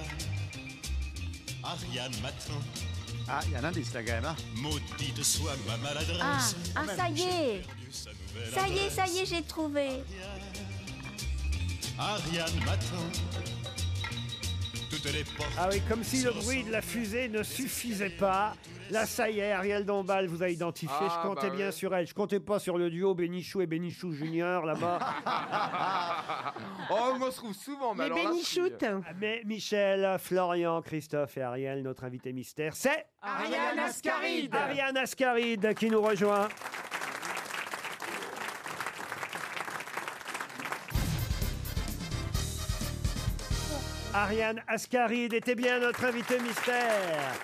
Ariane m'attend
Ah, il y a un indice là quand même. Hein.
Maudite soit ma
Ah,
maladresse.
ah, ça y est Ça y est, ça y est, j'ai trouvé
Ah,
Ariane m'attend. Toutes les portes.
Ah oui, comme si le bruit de la fusée ne suffisait pas. Là, ça y est, Ariel Dombal vous a identifié.
Ah,
je comptais
bah
bien
oui.
sur elle. Je comptais pas sur le duo Bénichou et Bénichou
[LAUGHS]
Junior là-bas.
Ah,
Ah.
[LAUGHS] oh, moi, je trouve souvent, mais, alors là, je suis-
Mais Michel, Florian, Christophe et Ariel, notre invité mystère, c'est
Ariane Ascaride.
Ariane Ascaride qui nous rejoint. Ariane Ascaride était bien notre invité mystère.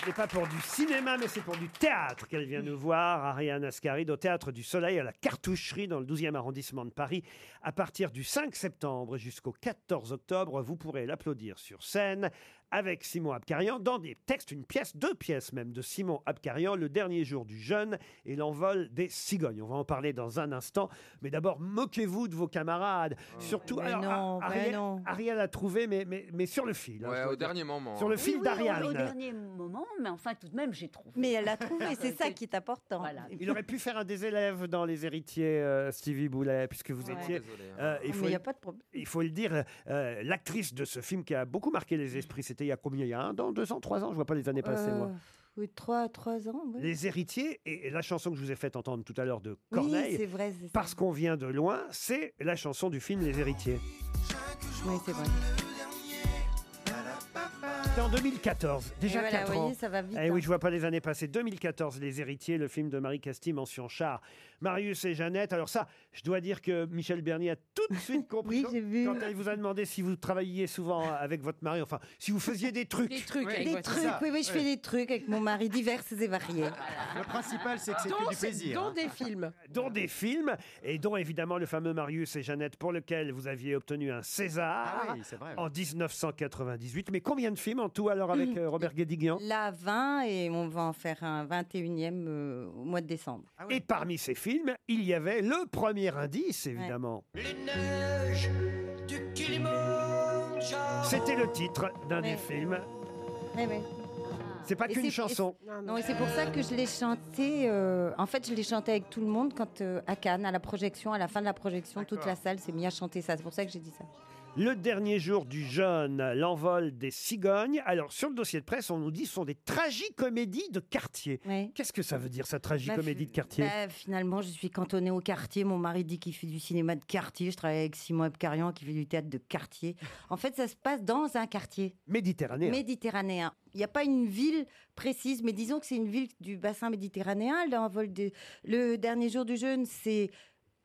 Ce n'est pas pour du cinéma, mais c'est pour du théâtre qu'elle vient nous voir, Ariane Ascaride, au Théâtre du Soleil, à la Cartoucherie, dans le 12e arrondissement de Paris. À partir du 5 septembre jusqu'au 14 octobre, vous pourrez l'applaudir sur scène avec Simon Abkarian, dans des textes, une pièce, deux pièces même, de Simon Abkarian, Le dernier jour du jeûne et l'envol des cigognes. On va en parler dans un instant, mais d'abord, moquez-vous de vos camarades. Surtout,
Oh. Mais
alors,
non,
Ar-
mais
Ariel,
non.
Ariel a trouvé, mais, mais, mais sur le fil. hein,
Ouais,
je
au
veux dire.
dernier moment. hein.
Sur le
Oui,
fil
oui, au-
d'Ariane.
Au, dernier moment, mais enfin, tout de même, j'ai trouvé.
Mais elle l'a trouvé,
[LAUGHS]
c'est ça qui est important.
Il aurait pu faire un des élèves dans Les Héritiers, euh, Stevie Boulet, puisque vous
Ouais.
étiez.
Désolé, hein.
euh,
Mais
il faut,
il y a pas de problème.
il faut le dire, euh, l'actrice de ce film qui a beaucoup marqué les esprits, c'était il y a combien Il y a un an, deux ans, trois ans Je vois pas les années passées, moi.
Euh, Oui, 3, trois ans. oui.
Les Héritiers et et la chanson que je vous ai fait entendre tout à l'heure de
Oui,
Corneille,
c'est vrai, c'est ça.
parce qu'on vient de loin, c'est la chanson du film Les Héritiers.
Oui, c'est vrai.
C'était en 2014, déjà
Et voilà,
4
vous
ans.
voyez, ça va vite,
Eh oui,
hein.
je vois pas les années passées. 2014, Les Héritiers, le film de Marie Castille, mention char. Marius et Jeannette. Alors ça, je dois dire que Michel Bernier a tout de
[LAUGHS]
suite compris quand- quand elle vous a demandé si vous travailliez souvent avec votre mari, enfin, si vous faisiez des trucs. Des trucs,
des trucs, oui, oui, je fais des trucs avec mon mari diverses
[LAUGHS]
et variés.
Le principal, c'est que c'est
Dont
que du
c'est-
plaisir.
dont
hein.
des films.
dont des films, et dont évidemment le fameux Marius et Jeannette, pour lequel vous aviez obtenu un César
Ah oui, c'est vrai.
en 1998. Mais combien de films en tout alors
[LAUGHS]
avec euh, Robert Guédiguian
Là, 20 et on va en faire un 21e euh, au mois de décembre.
Et parmi ces films, il y avait le premier indice, évidemment.
Les neiges du Kilimandjaro.
C'était le titre d'un des films.
Ouais, ouais.
C'est pas
Ah. Et
qu'une
c'est-
chanson.
et c'est- Non, et c'est pour ça que je l'ai chanté. euh, en fait, je l'ai chanté avec tout le monde quand euh, à Cannes, à la projection, à la fin de la projection, toute la salle s'est mise à chanter ça. C'est pour ça que j'ai dit ça.
Le dernier jour du jeûne, l'envol des cigognes. Alors, sur le dossier de presse, on nous dit que ce sont des tragicomédies de quartier. Qu'est-ce que ça veut dire, ça, tragicomédie de quartier
Bah, finalement, je suis cantonnée au quartier. Mon mari dit qu'il fait du cinéma de quartier. Je travaille avec Simon Abkarian qui fait du théâtre de quartier. En fait, ça se passe dans un quartier.
Méditerranéen.
Méditerranéen. Il n'y a pas une ville précise, mais disons que c'est une ville du bassin méditerranéen. Là, en vol de- Le dernier jour du jeûne, c'est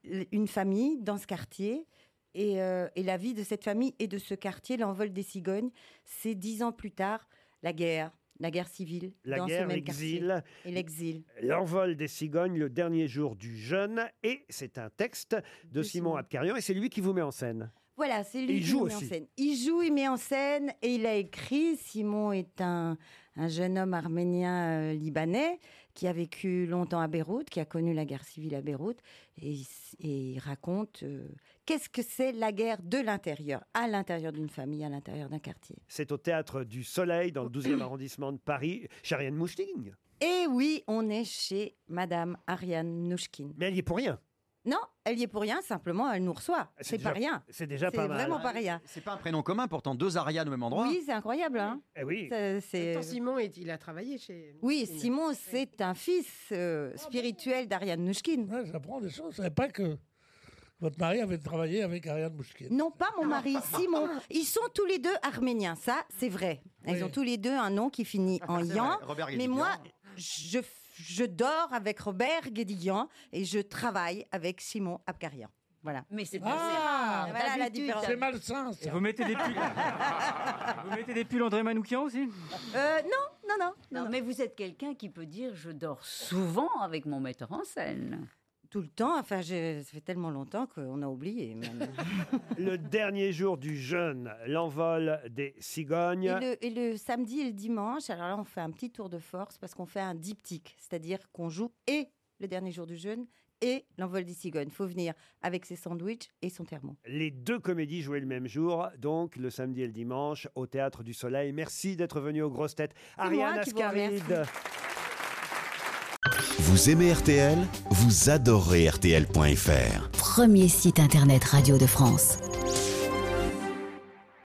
une famille dans ce quartier. Et, euh, et la vie de cette famille et de ce quartier, l'envol des cigognes, c'est dix ans plus tard la guerre, la guerre civile.
La
dans ce
guerre,
même
l'exil.
quartier. Et l'exil.
L'envol des cigognes, le dernier jour du jeûne, et c'est un texte de Simon Abkarian, et c'est lui qui vous met en scène.
Voilà, c'est lui
Il
qui
joue
nous met
aussi.
en scène. Il joue, il met en scène et il a écrit. Simon est un, un jeune homme arménien euh, libanais qui a vécu longtemps à Beyrouth, qui a connu la guerre civile à Beyrouth. Et, il s- et il raconte euh, qu'est-ce que c'est la guerre de l'intérieur, à l'intérieur d'une famille, à l'intérieur d'un quartier.
C'est au Théâtre du Soleil, dans le 12e arrondissement de Paris, chez Ariane Mouchting.
Et oui, on est chez Madame Ariane Nouchkine.
Mais elle y est pour rien. Ah,
Non, elle y est pour rien, simplement elle nous reçoit.
C'est
C'est
déjà-
pas rien.
c'est
déjà pas mal.
vraiment pas rien.
C'est pas un prénom commun, pourtant deux Ariane au même endroit.
Oui, c'est incroyable. Hein
Eh oui.
Ça, c'est- euh,
Attends, Simon, est- il a travaillé chez.
Oui, Simon, c'est un fils euh, spirituel d'Ariane Nouchkine.
J'apprends des choses. Je savais pas que votre mari avait travaillé avec Ariane Mouchkine.
Non, pas mon mari, Simon. Ils sont tous les deux arméniens, ça, c'est vrai. Ils
Oui.
ont tous les deux un nom qui finit en
Ah, C'est
yan.
vrai, Robert
Mais
Guédiguian.
moi, je, je dors avec Robert Guédiguian et je travaille avec Simon Abkarian. Voilà.
Mais c'est
Ah,
c'est rare.
voilà la
D'habitude,
différence.
c'est malsain,
Et vous mettez des pulls.
[LAUGHS]
vous mettez des pulls André Manoukian aussi
Euh, non, non,
non, Mais vous êtes quelqu'un qui peut dire je dors souvent avec mon metteur en scène.
Tout le temps, enfin, je- ça fait tellement longtemps qu'on a oublié. même.
Le dernier jour du jeûne, l'envol des
Et
cigognes.
le, et le samedi et le dimanche, alors là, on fait un petit tour de force parce qu'on fait un diptyque, c'est-à-dire qu'on joue et le dernier jour du jeûne et l'envol des cigognes. Faut venir avec ses sandwichs et son thermo.
Les deux comédies jouées le même jour, donc le samedi et le dimanche, au Théâtre du Soleil. Merci d'être venu aux grosses têtes.
C'est moi
Ariane
qui vous remercie.
Ascaride.
Vous aimez RTL Vous adorez RTL.fr.
Premier site internet radio de France.